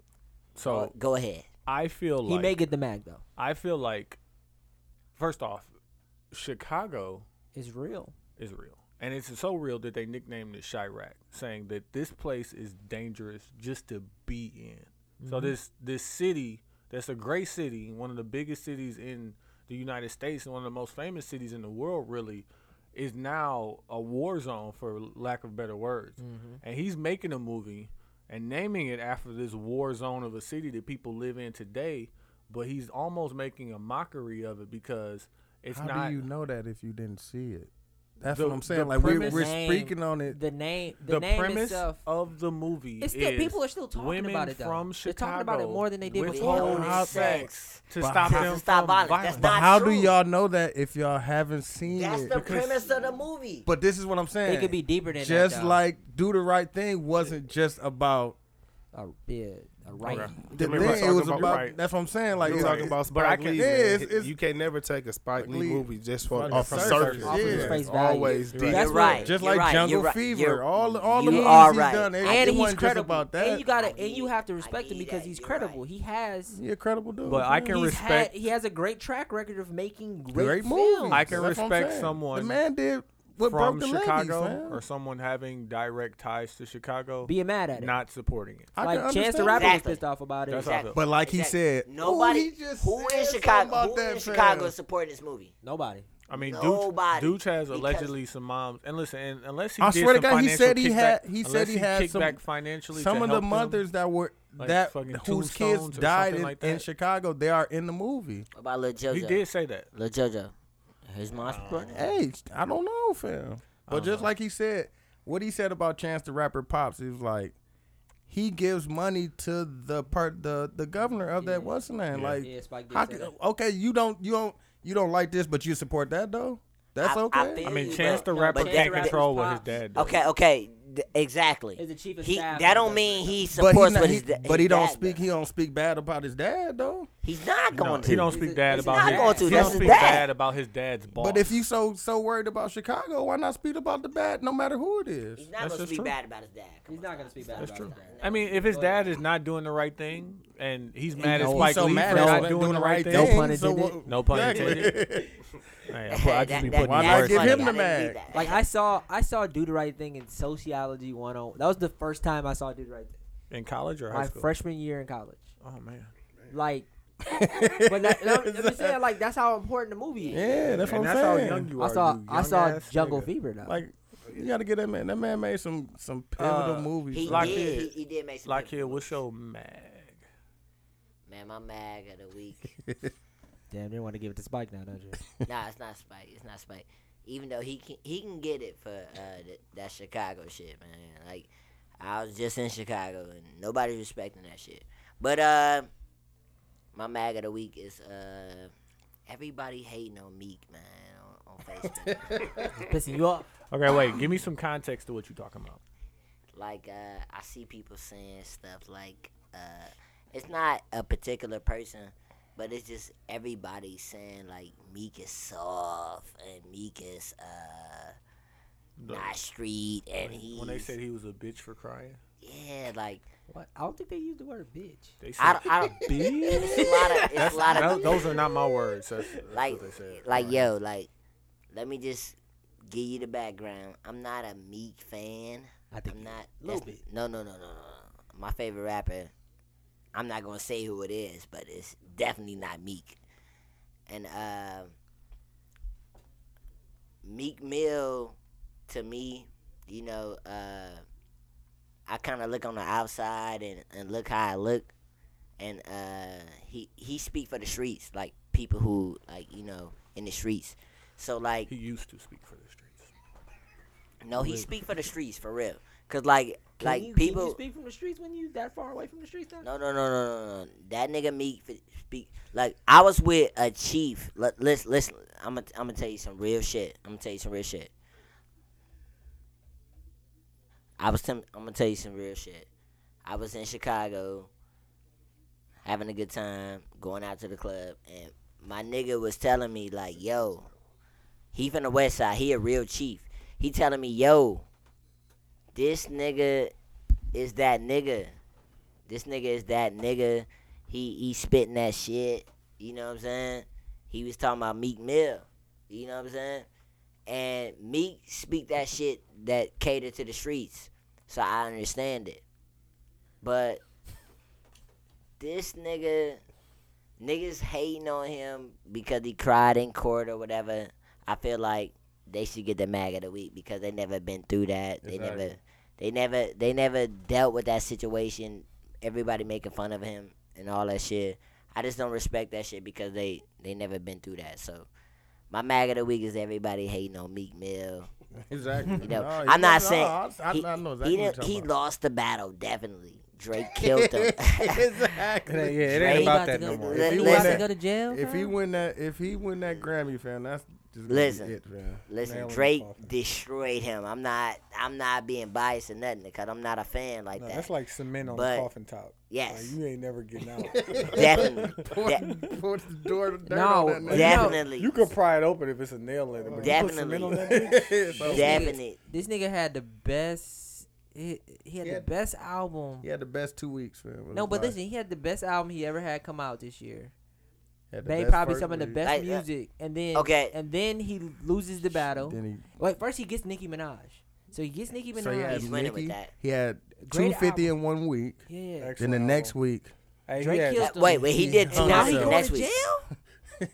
Speaker 1: So
Speaker 4: Go ahead.
Speaker 1: I feel like
Speaker 3: he may get the mag though.
Speaker 1: I feel like first off, Chicago
Speaker 3: It's real.
Speaker 1: is real. And it's so real that they nicknamed it Chirac, saying that this place is dangerous just to be in.
Speaker 2: Mm-hmm.
Speaker 1: So this this city that's a great city, one of the biggest cities in the United States and one of the most famous cities in the world really is now a war zone for lack of better words.
Speaker 2: Mm-hmm.
Speaker 1: And he's making a movie and naming it after this war zone of a city that people live in today, but he's almost making a mockery of it because it's
Speaker 2: How
Speaker 1: not
Speaker 2: do you know that if you didn't see it? That's
Speaker 1: The-
Speaker 2: what I'm saying.
Speaker 1: the
Speaker 2: Like we're,
Speaker 1: premise-
Speaker 2: we're
Speaker 3: Name.
Speaker 2: speaking on it.
Speaker 3: The name. The,
Speaker 1: the,
Speaker 3: name
Speaker 1: premise
Speaker 3: itself.
Speaker 1: of the movie
Speaker 3: It's still-
Speaker 1: is
Speaker 3: people are still talking
Speaker 1: women
Speaker 3: about it, though.
Speaker 1: from
Speaker 3: They're
Speaker 1: Chicago
Speaker 3: talking about it more than they did before.
Speaker 1: withholding
Speaker 4: Withholding
Speaker 1: sex
Speaker 4: sex.
Speaker 1: to
Speaker 2: But-
Speaker 1: stop
Speaker 4: To
Speaker 1: them
Speaker 4: stop
Speaker 1: from
Speaker 4: violence.
Speaker 1: violence.
Speaker 4: That's
Speaker 2: but
Speaker 4: not
Speaker 2: how do
Speaker 4: true.
Speaker 2: y'all know that if y'all haven't seen
Speaker 4: That's
Speaker 2: it?
Speaker 4: the premise of the movie.
Speaker 2: but this is what I'm saying.
Speaker 3: It could be deeper than that,
Speaker 2: just
Speaker 3: though.
Speaker 2: like do the right thing wasn't just about
Speaker 3: a, yeah, a right.
Speaker 1: Okay.
Speaker 2: the
Speaker 7: I mean,
Speaker 2: thing.
Speaker 7: we're
Speaker 2: It
Speaker 7: talking
Speaker 2: was
Speaker 7: about-
Speaker 2: about,
Speaker 7: you're right.
Speaker 2: that's what I'm saying. Like
Speaker 7: You're
Speaker 2: it's
Speaker 7: talking
Speaker 2: it-
Speaker 7: about
Speaker 1: but I
Speaker 7: Spike
Speaker 1: can-
Speaker 7: Lee.
Speaker 2: Yeah,
Speaker 7: man.
Speaker 2: it's-
Speaker 7: It-
Speaker 2: it's-
Speaker 7: you can't never take a Spike Lee
Speaker 2: Lee-
Speaker 7: movie just for
Speaker 2: Off
Speaker 7: off
Speaker 2: the
Speaker 7: the
Speaker 2: surface,
Speaker 7: surface.
Speaker 2: yeah. Off its
Speaker 3: face value.
Speaker 7: always
Speaker 3: You're
Speaker 7: deep.
Speaker 3: right.
Speaker 4: You're right.
Speaker 2: just
Speaker 4: You're
Speaker 2: like
Speaker 4: right.
Speaker 2: Jungle
Speaker 4: You're right.
Speaker 2: Fever.
Speaker 4: You're-
Speaker 2: all the- all the
Speaker 4: you
Speaker 2: movies
Speaker 4: are
Speaker 2: he's
Speaker 4: right.
Speaker 2: done, it, it
Speaker 3: and he's
Speaker 2: wasn't just
Speaker 3: credible.
Speaker 2: about that.
Speaker 3: And you gotta,
Speaker 4: I
Speaker 3: and you
Speaker 4: need-
Speaker 3: have to
Speaker 4: I
Speaker 3: respect him
Speaker 4: need
Speaker 3: because
Speaker 4: that.
Speaker 3: he's
Speaker 4: You're
Speaker 3: credible.
Speaker 4: right.
Speaker 3: He has,
Speaker 2: He a credible dude.
Speaker 1: But I
Speaker 2: man.
Speaker 1: can
Speaker 3: he's had,
Speaker 1: respect.
Speaker 3: he has a great track record of making great,
Speaker 2: great
Speaker 3: films.
Speaker 2: movie.
Speaker 1: I can
Speaker 2: That's what I'm
Speaker 1: respect
Speaker 2: saying.
Speaker 1: someone
Speaker 2: The man did what
Speaker 1: from
Speaker 2: broke the
Speaker 1: Chicago
Speaker 2: ladies, man.
Speaker 1: or someone having direct ties to Chicago,
Speaker 3: Being mad at it,
Speaker 1: not supporting it.
Speaker 2: I can
Speaker 3: like Chance the
Speaker 2: understand
Speaker 3: Rapper
Speaker 2: that.
Speaker 3: was
Speaker 4: Exactly.
Speaker 3: pissed off about it.
Speaker 1: That's
Speaker 4: Exactly.
Speaker 1: how I feel.
Speaker 2: But like he
Speaker 4: Exactly.
Speaker 2: said,
Speaker 4: nobody
Speaker 2: Ooh, he just
Speaker 4: who
Speaker 2: said
Speaker 4: in
Speaker 2: something
Speaker 4: Chicago
Speaker 2: about
Speaker 4: who
Speaker 2: that
Speaker 4: in
Speaker 2: fam.
Speaker 4: Chicago is supporting this movie.
Speaker 3: Nobody.
Speaker 1: I mean, Dooch,
Speaker 4: Nobody.
Speaker 1: Dooch has
Speaker 4: Because-
Speaker 1: allegedly some moms, and listen, and unless he
Speaker 2: I
Speaker 1: did
Speaker 2: swear
Speaker 1: some
Speaker 2: to God, he
Speaker 1: financial
Speaker 2: said he
Speaker 1: kickback-
Speaker 2: had. He said
Speaker 1: unless
Speaker 2: he had
Speaker 1: kicked
Speaker 2: some
Speaker 1: back financially.
Speaker 2: Some
Speaker 1: to
Speaker 2: of the
Speaker 1: help them.
Speaker 2: mothers that were
Speaker 1: like
Speaker 2: that
Speaker 1: fucking
Speaker 2: whose kids
Speaker 1: tombstones or
Speaker 2: died
Speaker 1: something
Speaker 2: in,
Speaker 1: like
Speaker 2: in
Speaker 1: that.
Speaker 2: Chicago, they are in the movie.
Speaker 4: What about Lil Jojo?
Speaker 1: he did say that.
Speaker 4: Lil Jojo. His monster supporting it?
Speaker 2: Hey, I don't know, fam. But just like he said, what he said about Chance the Rapper pops, it was like he gives money to the part the the governor of that what's his name? Like,
Speaker 3: Yeah, Spike did
Speaker 2: how
Speaker 3: say
Speaker 2: could-
Speaker 3: that.
Speaker 2: okay, you don't you don't you don't like this, but you support that though. That's
Speaker 4: I- I
Speaker 2: okay.
Speaker 4: feel
Speaker 1: I mean,
Speaker 4: But-
Speaker 1: Chance the
Speaker 4: no,
Speaker 1: Rapper
Speaker 4: but
Speaker 1: can't
Speaker 4: that-
Speaker 1: control
Speaker 3: that-
Speaker 1: what his dad does.
Speaker 4: Okay, okay, d- exactly.
Speaker 3: Is the chief of
Speaker 4: he,
Speaker 3: staff of
Speaker 4: that don't
Speaker 3: the-
Speaker 4: mean he
Speaker 2: but he,
Speaker 4: supports
Speaker 2: not-
Speaker 4: what
Speaker 2: he-
Speaker 4: his da-
Speaker 2: but he
Speaker 4: his
Speaker 2: don't
Speaker 4: dad
Speaker 2: speak.
Speaker 4: does.
Speaker 2: He don't speak bad about his dad though.
Speaker 4: He's not
Speaker 1: No,
Speaker 4: going to.
Speaker 1: he don't speak bad
Speaker 3: He's
Speaker 1: about
Speaker 3: not
Speaker 1: his.
Speaker 3: going to.
Speaker 1: He
Speaker 3: That's
Speaker 1: don't
Speaker 3: his
Speaker 1: speak
Speaker 4: dad.
Speaker 1: bad about his dad's boss.
Speaker 2: But if you so so worried about Chicago, why not speak about the bad no matter who it is?
Speaker 4: He's not
Speaker 1: That's
Speaker 4: going to
Speaker 1: just
Speaker 4: speak
Speaker 1: true.
Speaker 4: bad about his dad. Come
Speaker 3: He's
Speaker 4: on.
Speaker 3: not gonna speak bad about it.
Speaker 1: I mean, if his dad is not doing the right thing and he's mad
Speaker 2: You
Speaker 1: at
Speaker 2: know,
Speaker 1: Spike
Speaker 2: he's so
Speaker 1: Lee
Speaker 2: mad
Speaker 1: for
Speaker 2: at
Speaker 1: not
Speaker 2: him
Speaker 1: doing, the right thing,
Speaker 3: No pun
Speaker 2: so
Speaker 3: intended.
Speaker 2: what-
Speaker 1: no pun
Speaker 2: Exactly.
Speaker 1: intended. Hey, I, put- I just be
Speaker 4: That-
Speaker 1: putting
Speaker 4: that-
Speaker 2: Why
Speaker 1: words
Speaker 2: not
Speaker 1: in.
Speaker 2: give him
Speaker 4: funny.
Speaker 2: the
Speaker 4: I didn't
Speaker 2: mag?
Speaker 4: read that.
Speaker 3: Like I saw, I saw Do the Right Thing in Sociology 101. That was the first time I saw Do the Right Thing.
Speaker 1: in college or high
Speaker 3: My
Speaker 1: school?
Speaker 3: freshman year in college.
Speaker 1: oh man,
Speaker 3: Like, but that, I'm, I'm just saying, like that's how important the movie is.
Speaker 2: Yeah, that's
Speaker 1: and
Speaker 2: what I'm
Speaker 1: that's how
Speaker 2: saying.
Speaker 1: young you
Speaker 3: I
Speaker 1: are.
Speaker 3: saw,
Speaker 1: you
Speaker 3: I saw
Speaker 1: young-ass
Speaker 3: Jungle
Speaker 1: nigga.
Speaker 3: Fever though.
Speaker 2: Like you gotta get that man. That man made some some pivotal
Speaker 1: Uh,
Speaker 2: movies.
Speaker 4: He
Speaker 2: bro.
Speaker 1: Lock
Speaker 4: did.
Speaker 1: it.
Speaker 4: He, he did make some.
Speaker 1: Like
Speaker 4: people-
Speaker 1: here, what's your mag?
Speaker 4: Man, my mag of the week.
Speaker 3: Damn, they want to give it to Spike now, don't you?
Speaker 4: nah, it's not Spike. It's not Spike. Even though he can, he can get it for uh, th- that Chicago shit, man. Like I was just in Chicago and nobody's respecting that shit. But uh, my mag of the week is uh, everybody hating on Meek, man, on, on Facebook.
Speaker 3: Pissing you off.
Speaker 1: Okay, wait. Give me some context to what you're talking about.
Speaker 4: like uh, I see people saying stuff like uh, it's not a particular person, but it's just everybody saying like Meek is soft and Meek is uh,
Speaker 1: The-
Speaker 4: not street and
Speaker 1: when-
Speaker 4: he
Speaker 1: when they said he was a bitch for crying.
Speaker 4: yeah like
Speaker 3: What? I don't think they use the word bitch.
Speaker 1: They
Speaker 4: I
Speaker 1: said
Speaker 4: don't. I don't
Speaker 1: bitch.
Speaker 4: it's a lot of. It's a lot
Speaker 1: Tho-
Speaker 4: of.
Speaker 1: Those are not my words. That's, that's
Speaker 4: like,
Speaker 1: what they said.
Speaker 4: like yo, like, let me just give you the background. I'm not a Meek fan.
Speaker 3: I think
Speaker 4: I'm
Speaker 3: you-
Speaker 4: not.
Speaker 3: little
Speaker 4: that's- No, no, no, no, no. no. My favorite rapper. I'm not gonna say who it is, but it's definitely not Meek. And uh, Meek Mill, to me, you know, uh, I kind of look on the outside and, and look how I look, and uh, he he speak for the streets, like people who like you know in the streets. So like
Speaker 1: He used to speak for the streets.
Speaker 4: no, he speak for the streets for real. Cause like like
Speaker 3: you,
Speaker 4: people.
Speaker 3: Can you speak from the streets when you that far away from the streets? Now?
Speaker 4: No, no, no, no, no, no. That nigga Meek fi- speak like I was with a chief. L- listen, listen. I'm gonna, I'm gonna tell you some real shit. I'm gonna tell you some real shit. I was, tem- I'm gonna tell you some real shit. I was in Chicago, having a good time, going out to the club, and my nigga was telling me like, "Yo, he from the West Side. He a real chief. He telling me, yo, this nigga is that nigga." this nigga is that nigga. He he spitting that shit. You know what I'm saying? He was talking about Meek Mill. You know what I'm saying? And Meek speak that shit that cater to the streets. So I understand it. But this nigga niggas hating on him because he cried in court or whatever. I feel like they should get the mag of the week because they never been through that. They never
Speaker 7: Exactly.
Speaker 4: they never they never dealt with that situation. Everybody making fun of him and all that shit. I just don't respect that shit because they they never been through that. So my mag of the week is everybody hating on Meek Mill.
Speaker 2: Exactly.
Speaker 4: You know,
Speaker 2: No,
Speaker 4: I'm not
Speaker 2: no,
Speaker 4: saying
Speaker 2: I, I,
Speaker 4: he,
Speaker 2: I know exactly
Speaker 4: he didn't-
Speaker 2: what you're
Speaker 4: he
Speaker 2: talking
Speaker 4: lost the battle definitely. Drake killed him.
Speaker 2: about. exactly.
Speaker 1: yeah, it
Speaker 4: ain't
Speaker 1: ain't
Speaker 4: about
Speaker 1: about
Speaker 3: to
Speaker 1: that
Speaker 3: go,
Speaker 1: no more.
Speaker 4: Let-
Speaker 3: If he
Speaker 4: let's-
Speaker 3: about to go to jail.
Speaker 2: If he
Speaker 3: fam?
Speaker 2: win that, if he win that Grammy, fam, that's just gonna be
Speaker 4: Listen.
Speaker 2: it, fam.
Speaker 4: Listen,
Speaker 2: Nail in the
Speaker 4: Drake
Speaker 2: coffin.
Speaker 4: destroyed him. I'm not I'm not being biased or nothing because I'm not a fan like
Speaker 8: No,
Speaker 4: that.
Speaker 8: that's like cement on
Speaker 4: But-
Speaker 8: the coffin top.
Speaker 4: yes,
Speaker 8: Like, you ain't never getting out.
Speaker 4: definitely, de-
Speaker 2: Put the door dirt
Speaker 3: No,
Speaker 2: on that
Speaker 4: definitely, Oh,
Speaker 8: you could pry it open if it's a nail in it, but you put cement on that
Speaker 4: definitely,
Speaker 8: bitch,
Speaker 2: nigga. So,
Speaker 4: definitely.
Speaker 3: This nigga had the best. He, he had
Speaker 2: He
Speaker 3: the
Speaker 2: had-
Speaker 3: best album.
Speaker 2: He had the best two weeks, fam. It
Speaker 3: No,
Speaker 2: was
Speaker 3: but
Speaker 2: like-
Speaker 3: listen, he had the best album he ever had come out this year.
Speaker 2: had the
Speaker 3: Made
Speaker 2: best
Speaker 3: probably
Speaker 2: first
Speaker 3: some of the
Speaker 2: week.
Speaker 3: best
Speaker 4: Like, uh,
Speaker 3: music, and then
Speaker 4: okay.
Speaker 3: and then he loses the battle.
Speaker 2: Then he
Speaker 3: Wait, first he gets Nicki Minaj, so he gets Nicki Minaj.
Speaker 2: So he had
Speaker 4: He's winning with
Speaker 2: Nicki.
Speaker 4: that.
Speaker 2: He had
Speaker 3: Great
Speaker 2: two fifty in one week.
Speaker 3: yeah,
Speaker 2: Then the
Speaker 8: Excellent
Speaker 2: next week,
Speaker 8: Hey,
Speaker 3: Drake
Speaker 8: yeah,
Speaker 3: killed-
Speaker 4: Uh, wait, wait, he did
Speaker 2: He's
Speaker 4: two
Speaker 2: hung
Speaker 4: hours
Speaker 2: himself.
Speaker 4: the next
Speaker 3: Going to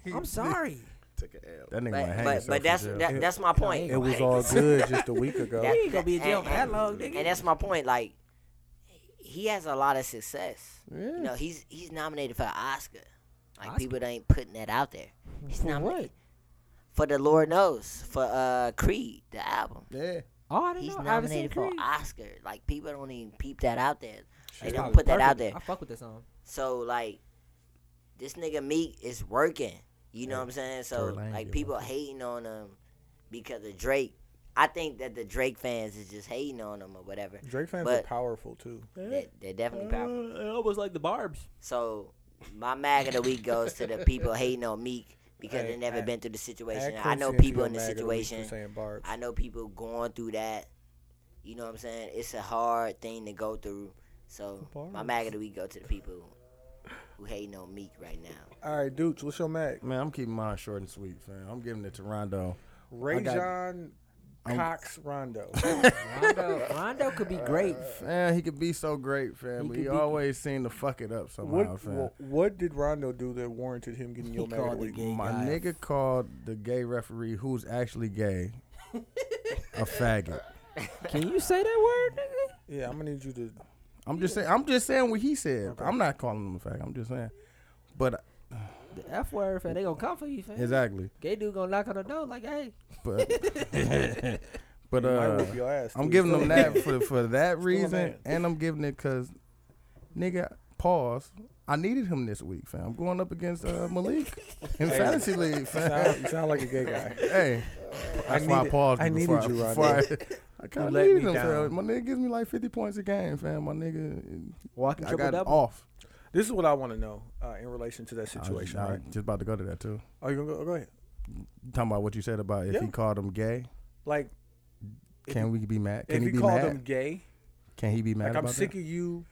Speaker 4: week.
Speaker 3: I'm sorry.
Speaker 7: Took a L.
Speaker 2: that nigga gonna
Speaker 4: But
Speaker 2: hang
Speaker 4: but,
Speaker 2: himself
Speaker 4: but
Speaker 2: in
Speaker 4: that's
Speaker 2: jail.
Speaker 4: that, that's my point.
Speaker 1: It was all good just a week ago.
Speaker 4: That-
Speaker 3: He ain't gonna be in jail
Speaker 4: and-
Speaker 3: for that long, nigga.
Speaker 4: And that's my point. Like he has a lot of success.
Speaker 2: Yeah.
Speaker 4: You know, he's he's nominated for an Oscar. Like
Speaker 3: Oscar?
Speaker 4: people ain't putting that out there. He's
Speaker 3: For what?
Speaker 4: nominated for the Lord knows for uh Creed the album.
Speaker 2: yeah.
Speaker 3: Oh, I didn't
Speaker 4: He's
Speaker 3: know. I haven't seen
Speaker 4: nominated for an
Speaker 3: Creed.
Speaker 4: Oscar. Like people don't even peep that out there. They
Speaker 3: It's
Speaker 4: don't
Speaker 3: probably
Speaker 4: put that out
Speaker 3: perfect.
Speaker 4: there.
Speaker 3: I fuck with that song.
Speaker 4: So like this nigga Meek is working. You know what I'm saying? So
Speaker 2: Tory Lanez
Speaker 4: like
Speaker 2: get
Speaker 4: people hating on him because of Drake. I think that the Drake fans is just hating on him or whatever.
Speaker 8: Drake fans are
Speaker 4: But-
Speaker 8: powerful too.
Speaker 4: They, they're
Speaker 2: uh,
Speaker 4: definitely powerful.
Speaker 3: almost like the Barb's.
Speaker 4: So my mag of the week goes to the people hating on Meek because
Speaker 8: Hey,
Speaker 4: they never
Speaker 8: I-
Speaker 4: been through the situation.
Speaker 8: Add
Speaker 4: I know
Speaker 8: Quincy into
Speaker 4: people
Speaker 8: your
Speaker 4: in the
Speaker 8: mag of week for
Speaker 4: situation.
Speaker 8: saying barbs.
Speaker 4: I know people going through that. You know what I'm saying? It's a hard thing to go through. So my mag of the week go to the people who hating on Meek right now.
Speaker 8: All right, dudes, what's your mag?
Speaker 2: Man, I'm keeping mine short and sweet, fam. I'm giving it to Rondo.
Speaker 8: Ray
Speaker 2: got-
Speaker 8: John Cox Rondo.
Speaker 3: Rondo, Rondo could be great.
Speaker 2: Man, he could be so great, fam,
Speaker 3: He
Speaker 2: but
Speaker 3: could
Speaker 2: he
Speaker 3: be-
Speaker 2: always seemed to fuck it up somehow,
Speaker 8: what,
Speaker 2: fam.
Speaker 8: what what did Rondo do that warranted him getting your
Speaker 3: He
Speaker 8: mag of the
Speaker 3: called the
Speaker 8: week?
Speaker 3: game.
Speaker 2: My
Speaker 3: guy.
Speaker 2: nigga called the gay referee, who's actually gay, a faggot.
Speaker 3: Can you say that word, nigga?
Speaker 8: Yeah, I'm gonna need you to.
Speaker 2: I'm just saying. I'm just saying what he said. I'm not calling him a faggot. I'm just saying. But
Speaker 3: The F word, fam. They gonna come for you, fam.
Speaker 2: exactly.
Speaker 3: Gay dude gonna knock on the door like, hey.
Speaker 2: But but
Speaker 8: I
Speaker 2: uh,
Speaker 8: whoop your ass.
Speaker 2: I'm
Speaker 8: too.
Speaker 2: giving them that for for that
Speaker 8: man.
Speaker 2: reason, and I'm giving it because, nigga, pause. I needed him this week, fam. I'm going up against uh, Malik in fantasy league,
Speaker 8: You
Speaker 2: fam.
Speaker 8: sound, you sound like a gay guy.
Speaker 2: Hey, that's why I
Speaker 8: needed-
Speaker 2: paused.
Speaker 8: I
Speaker 2: before
Speaker 8: needed you,
Speaker 2: before
Speaker 8: Rodney.
Speaker 2: I, I kind of
Speaker 1: let
Speaker 2: needed
Speaker 1: me
Speaker 2: him, fam.
Speaker 1: down.
Speaker 2: My nigga gives me like 50 points a game, fam. My nigga,
Speaker 3: Walking
Speaker 2: I
Speaker 3: triple
Speaker 2: got
Speaker 3: double.
Speaker 2: off.
Speaker 8: This is what I want to know uh, in relation to that
Speaker 2: I was
Speaker 8: situation.
Speaker 2: just, I
Speaker 8: right?
Speaker 2: was just about to go to that too.
Speaker 8: Oh, you gonna go? Go ahead.
Speaker 2: Talking about what you said about if
Speaker 8: Yeah.
Speaker 2: he called him gay,
Speaker 8: Like, If
Speaker 2: can we be mad? Can
Speaker 8: if
Speaker 2: he
Speaker 8: you
Speaker 2: be
Speaker 8: called
Speaker 2: mad?
Speaker 8: him gay,
Speaker 2: Can he be mad
Speaker 8: like I'm
Speaker 2: about
Speaker 8: sick
Speaker 2: that?
Speaker 8: of you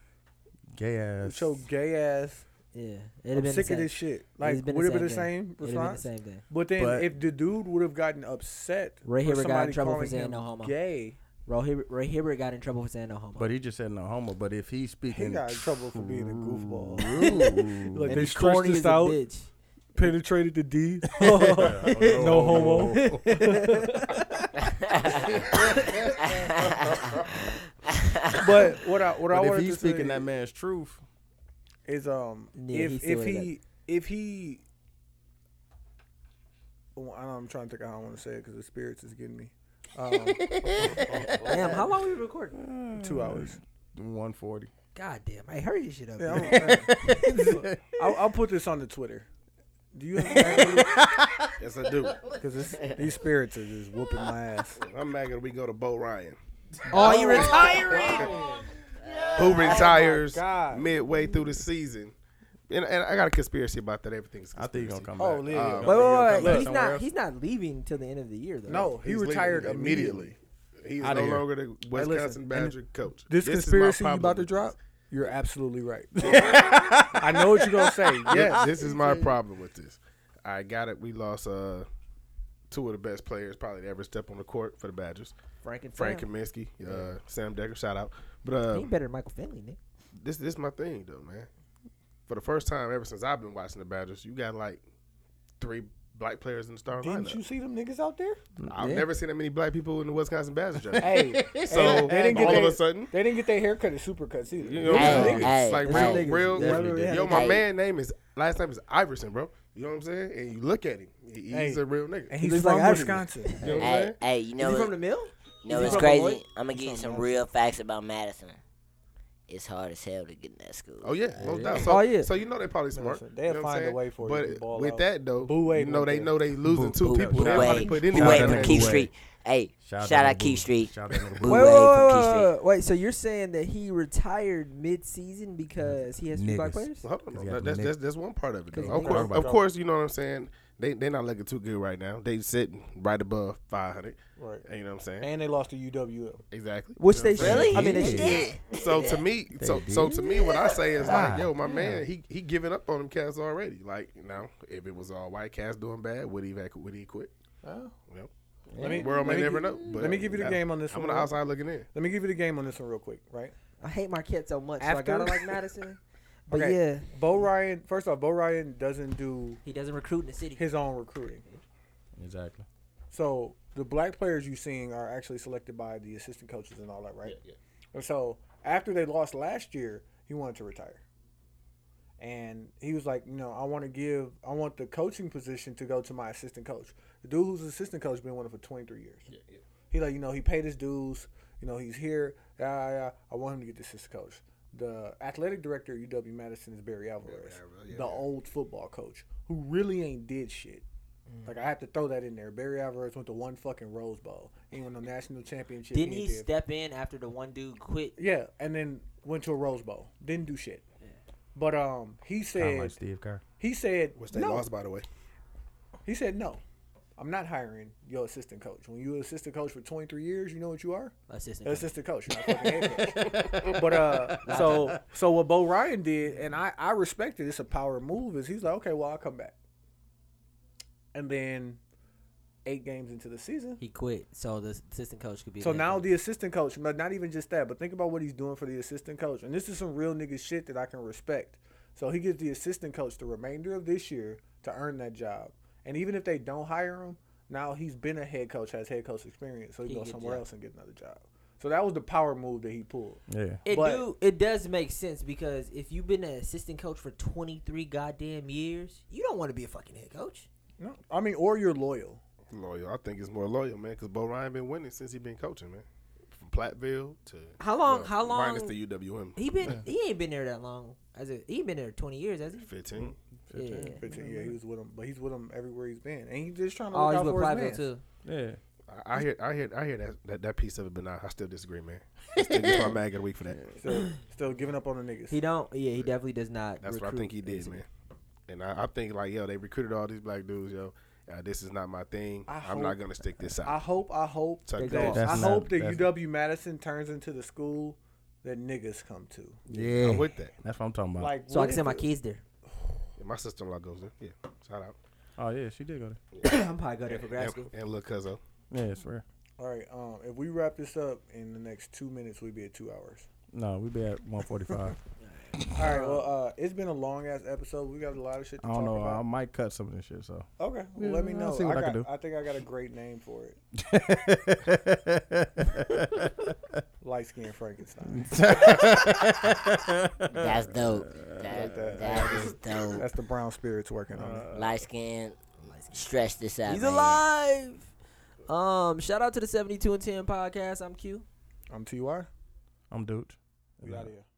Speaker 2: gay
Speaker 1: With
Speaker 2: ass.
Speaker 1: your gay ass.
Speaker 3: Yeah, it'd
Speaker 1: I'm
Speaker 3: have been
Speaker 1: sick
Speaker 3: the
Speaker 1: of
Speaker 3: same.
Speaker 1: this shit.
Speaker 3: It'd
Speaker 1: Like,
Speaker 3: have been
Speaker 1: would have been the
Speaker 3: thing.
Speaker 1: same
Speaker 3: It'd have
Speaker 1: response.
Speaker 3: been the same thing.
Speaker 1: But then,
Speaker 2: But-
Speaker 1: if the dude would have gotten upset,
Speaker 3: Ray
Speaker 1: for
Speaker 3: Hibbert got in
Speaker 1: somebody
Speaker 3: trouble for
Speaker 1: calling
Speaker 3: saying
Speaker 1: him
Speaker 3: no homo.
Speaker 1: Gay,
Speaker 3: Roy Hibbert, Roy Hibbert got in trouble for saying no homo.
Speaker 2: But he just said no homo. But if he's
Speaker 1: he
Speaker 2: speaking,
Speaker 1: got in trouble for being a goofball.
Speaker 2: true-
Speaker 1: Like
Speaker 3: and
Speaker 1: they
Speaker 3: he's
Speaker 1: stretched
Speaker 3: corny as
Speaker 1: this
Speaker 3: a
Speaker 1: out,
Speaker 3: bitch.
Speaker 1: penetrated the D. no homo. but what I what I
Speaker 2: but if
Speaker 1: wanted
Speaker 2: he's
Speaker 1: to
Speaker 2: speaking
Speaker 1: say
Speaker 2: that man's truth,
Speaker 1: is um
Speaker 3: Yeah, he
Speaker 1: if
Speaker 3: still
Speaker 1: if
Speaker 3: would've got-
Speaker 1: he if he Oh, I don't- I'm trying to think of how I want to say it because the spirits is getting me. Um,
Speaker 3: Damn, how long we recording?
Speaker 7: Hmm.
Speaker 1: two hours.
Speaker 2: one forty.
Speaker 6: God damn, I hurry this shit up.
Speaker 1: Yeah, I'm- I'll, I'll put this on the Twitter. Do you? Because
Speaker 7: Yes, I do.
Speaker 1: these spirits are just whooping my ass.
Speaker 7: I'm mad that we go to Bo Ryan,
Speaker 6: Oh, you retired?
Speaker 7: who retires
Speaker 1: God.
Speaker 7: midway through the season. And, and I got a conspiracy about that. Everything's.
Speaker 2: I think he's gonna
Speaker 7: conspiracy.
Speaker 2: come back.
Speaker 1: Oh, yeah.
Speaker 2: Uh,
Speaker 3: Wait, wait,
Speaker 2: I
Speaker 3: wait.
Speaker 2: think he'll come back
Speaker 3: He's
Speaker 2: somewhere
Speaker 3: not.
Speaker 2: else.
Speaker 3: He's not leaving till the end of the year though.
Speaker 1: No, he
Speaker 7: He's leaving
Speaker 1: retired immediately.
Speaker 7: He's
Speaker 2: Outta
Speaker 7: no
Speaker 2: here.
Speaker 7: longer the
Speaker 1: listen,
Speaker 7: Wisconsin
Speaker 1: and
Speaker 7: Badger coach.
Speaker 1: This,
Speaker 7: is my
Speaker 1: conspiracy you
Speaker 7: problem
Speaker 1: about to
Speaker 7: with
Speaker 1: drop? You're absolutely right. I know what you're gonna say.
Speaker 7: this.
Speaker 1: Yes.
Speaker 7: Yeah, this is my problem with this. I got it. We lost uh, two of the best players probably to ever step on the court for the Badgers.
Speaker 3: Frank and
Speaker 7: Frank
Speaker 3: Sam.
Speaker 7: Kaminsky, uh, Sam Decker, shout out. But uh,
Speaker 3: He better than Michael Finley, Nick.
Speaker 7: this this is my thing though, man. For the first time ever since I've been watching the Badgers, you got like three black players in the starting
Speaker 1: Didn't
Speaker 7: lineup.
Speaker 1: you see them niggas out there?
Speaker 7: I've never seen that many black people in the Wisconsin Badgers. jersey.
Speaker 1: Hey,
Speaker 7: so
Speaker 1: they didn't get
Speaker 7: all of
Speaker 1: their-
Speaker 7: a sudden,
Speaker 1: they didn't get their haircut at supercuts either.
Speaker 7: you know, what I'm
Speaker 4: Hey,
Speaker 7: saying? it's
Speaker 4: hey,
Speaker 7: like
Speaker 4: hey.
Speaker 7: real, real.
Speaker 2: Definitely
Speaker 7: Yo, my
Speaker 4: did.
Speaker 7: man name is last name is Iverson, bro. You know what I'm saying? And you look at him, he- he's
Speaker 1: Hey.
Speaker 7: a real nigga.
Speaker 1: And
Speaker 7: you
Speaker 1: he's
Speaker 3: looks
Speaker 1: from
Speaker 3: like Ivory.
Speaker 1: Wisconsin.
Speaker 7: know what
Speaker 4: Hey,
Speaker 7: I'm saying?
Speaker 4: hey, you know
Speaker 3: Is he from
Speaker 4: what?
Speaker 3: the mill?
Speaker 4: You know
Speaker 1: he
Speaker 4: what's
Speaker 1: from Beloit?
Speaker 4: crazy? I'm gonna give you some real facts about Madison. It's hard as hell to get in that school.
Speaker 7: Oh yeah, most doubt. So,
Speaker 3: Oh, yeah.
Speaker 7: So you know they probably smart.
Speaker 1: Listen, they'll
Speaker 7: You know what
Speaker 1: find
Speaker 7: I'm
Speaker 1: a
Speaker 7: saying?
Speaker 1: way for it if you
Speaker 7: But
Speaker 1: ball
Speaker 7: with
Speaker 1: out.
Speaker 7: that though,
Speaker 1: Boo
Speaker 7: you know
Speaker 1: went
Speaker 7: they
Speaker 1: there.
Speaker 7: know they losing two
Speaker 4: Boo-
Speaker 7: people. They
Speaker 4: Boo-
Speaker 7: probably put in
Speaker 4: Boo-way
Speaker 2: Shout out
Speaker 4: from
Speaker 2: to
Speaker 4: Keith
Speaker 2: Boo-way.
Speaker 4: Street. Hey, shout, out Keith Street.
Speaker 2: Shout out to Boo.
Speaker 4: Boo-
Speaker 3: Wait, wait,
Speaker 4: Bootleg from
Speaker 3: wait,
Speaker 4: Keith
Speaker 3: wait,
Speaker 4: Street.
Speaker 3: wait, wait. So you're saying that he retired mid-season because he has three black
Speaker 2: Niggas.
Speaker 3: players?
Speaker 7: Well, hold on,
Speaker 2: Because you got
Speaker 7: that- that's,
Speaker 2: the
Speaker 7: that's that's one part of it.
Speaker 3: Because
Speaker 7: Though. Of
Speaker 3: you
Speaker 7: course,
Speaker 2: got-
Speaker 7: of course, you know what I'm saying. They they not looking too good right now. They sitting right above 500.
Speaker 1: Right.
Speaker 7: You know what I'm saying?
Speaker 1: And they lost to UWL.
Speaker 7: exactly.
Speaker 3: Which
Speaker 7: You know
Speaker 3: they should.
Speaker 7: what I'm saying?
Speaker 4: Really?
Speaker 3: I mean, they
Speaker 2: Yeah.
Speaker 3: should.
Speaker 7: So to me, so
Speaker 2: They
Speaker 7: so to me, what I say is
Speaker 2: Ah,
Speaker 7: like, yo, my man, he he giving up on them cats already. Like, you know, if it was all white cats doing bad, would he vac- would he quit?
Speaker 1: Oh.
Speaker 7: You know,
Speaker 1: Let me,
Speaker 7: world
Speaker 1: let
Speaker 7: may
Speaker 1: me
Speaker 7: never
Speaker 1: gi-
Speaker 7: know. But
Speaker 1: let me give you the
Speaker 7: I-
Speaker 1: game on this
Speaker 7: I'm on
Speaker 1: one.
Speaker 7: the
Speaker 1: real-
Speaker 7: outside looking in.
Speaker 1: Let me give you the game on this one real quick, right?
Speaker 3: I hate Marquette so much. so I
Speaker 1: After-
Speaker 3: gotta like Madison. But
Speaker 1: Okay.
Speaker 3: yeah,
Speaker 1: Bo Ryan. First off, Bo Ryan doesn't do
Speaker 3: he doesn't recruit in the city.
Speaker 1: his own recruiting.
Speaker 2: Exactly.
Speaker 1: So the black players you're seeing are actually selected by the assistant coaches and all that, right? Yeah, And so after they lost last year, he wanted to retire. And he was like, you know, I want to give, I want the coaching position to go to my assistant coach. The dude who's assistant coach been with him for 23 years. Yeah, yeah. He like, you know, he paid his dues. You know, he's here. Yeah, yeah, yeah. I want him to get the assistant coach. The athletic director at UW Madison is Barry Alvarez, the old football coach who really ain't did shit. Like I have to throw that in there. Barry Alvarez went to one fucking Rose Bowl. He won the national championship.
Speaker 3: Didn't he
Speaker 1: did-
Speaker 3: step in after the one dude quit?
Speaker 1: Yeah, and then went to a Rose Bowl. Didn't do shit. But um, he said
Speaker 2: Steve Kerr.
Speaker 1: he said
Speaker 7: Which they
Speaker 1: no.
Speaker 7: lost, by the way.
Speaker 1: He said no. I'm not hiring your assistant coach. When you assistant coach for 23 years, you know what you are?
Speaker 3: Assistant. coach.
Speaker 1: assistant coach. You're not fucking head coach. but uh, so so what Bo Ryan did, and I I respect it. It's a power move. Is he's like, okay, well I'll come back. And then, eight games into the season,
Speaker 3: He quit, so the assistant coach could be.
Speaker 1: So
Speaker 3: the head
Speaker 1: now
Speaker 3: coach.
Speaker 1: the assistant coach, but not even just that, but think about what he's doing for the assistant coach. And this is some real nigga shit that I can respect. So he gives the assistant coach the remainder of this year to earn that job. And even if they don't hire him, now he's been a head coach, has head coach experience, so he,
Speaker 3: He
Speaker 1: goes
Speaker 3: get
Speaker 1: somewhere
Speaker 3: job.
Speaker 1: else and get another job. So that was the power move that he pulled.
Speaker 2: Yeah.
Speaker 3: it
Speaker 1: but-
Speaker 3: do it does make sense because if you've been an assistant coach for twenty three goddamn years, you don't want to be a fucking head coach.
Speaker 1: No, I mean, or you're loyal.
Speaker 7: Loyal. I think it's more loyal, man, because Bo Ryan been winning since he been coaching, man. From Platteville to
Speaker 3: How long? how
Speaker 7: Minus
Speaker 3: long?
Speaker 7: the UWM.
Speaker 3: he been? He ain't been there that long. As a, he ain't been there twenty years, has he?
Speaker 7: Fifteen.
Speaker 3: Yeah.
Speaker 1: Yeah, he was with him, but he's with him everywhere he's been, and he's just trying to
Speaker 3: Oh,
Speaker 1: look
Speaker 3: he's
Speaker 1: out
Speaker 3: with
Speaker 1: for his mans.
Speaker 3: Platteville too.
Speaker 2: Yeah.
Speaker 7: I, I hear, I hear, I hear that, that that piece of it, but nah, I still disagree, man. I still get my mag of the week for that.
Speaker 1: Still, still giving up on the niggas.
Speaker 3: He don't. Yeah, he definitely does not.
Speaker 7: That's what I
Speaker 3: recruit
Speaker 7: think he did,
Speaker 3: into-
Speaker 7: man. And I, I think like, yo, they recruited all these black dudes, yo. Uh, this is not my thing.
Speaker 1: I
Speaker 7: I'm not
Speaker 1: hope-
Speaker 7: gonna stick this
Speaker 1: I
Speaker 7: out.
Speaker 1: hope, I hope
Speaker 7: Tuck
Speaker 3: They
Speaker 7: that
Speaker 3: go
Speaker 7: off.
Speaker 1: I
Speaker 2: That's not-
Speaker 1: hope that
Speaker 2: that's-
Speaker 1: UW Madison turns into the school
Speaker 12: that niggas come to.
Speaker 2: Yeah,
Speaker 7: I'm with that.
Speaker 2: That's what I'm talking about.
Speaker 12: Like,
Speaker 3: So I
Speaker 12: what
Speaker 3: can send
Speaker 12: if
Speaker 3: my
Speaker 12: it-
Speaker 3: kids there.
Speaker 7: Yeah, my sister-in-law goes there. Yeah, shout out.
Speaker 2: oh yeah, she did go there.
Speaker 3: I'm probably going there for grad
Speaker 7: And,
Speaker 3: school.
Speaker 7: and little cuzzo.
Speaker 2: Yeah, it's rare.
Speaker 1: All right. Um, if we wrap this up in the next two minutes, we'd be at two hours.
Speaker 2: No, we be at 145.
Speaker 1: All right. Well, uh, it's been a long ass episode. We got a lot of shit
Speaker 2: I
Speaker 1: to
Speaker 2: don't
Speaker 1: talk
Speaker 2: know. I
Speaker 1: about.
Speaker 2: might cut some of this shit. So
Speaker 1: okay. Well,
Speaker 2: Yeah,
Speaker 1: let me
Speaker 2: I'll
Speaker 1: know.
Speaker 2: see what
Speaker 1: I,
Speaker 2: I can
Speaker 1: got-
Speaker 2: do.
Speaker 1: I think I got a great name for it. Light skin Frankenstein.
Speaker 4: That's dope.
Speaker 1: like
Speaker 4: That,
Speaker 1: that.
Speaker 4: that is dope.
Speaker 1: That's the brown spirits working on
Speaker 2: Uh,
Speaker 1: it.
Speaker 4: Light skin. Stretch this out.
Speaker 3: He's
Speaker 4: man.
Speaker 3: alive. Um, shout out to the 72 and 10 podcast. I'm Q.
Speaker 1: I'm Ty.
Speaker 2: I'm dude.
Speaker 1: We out here.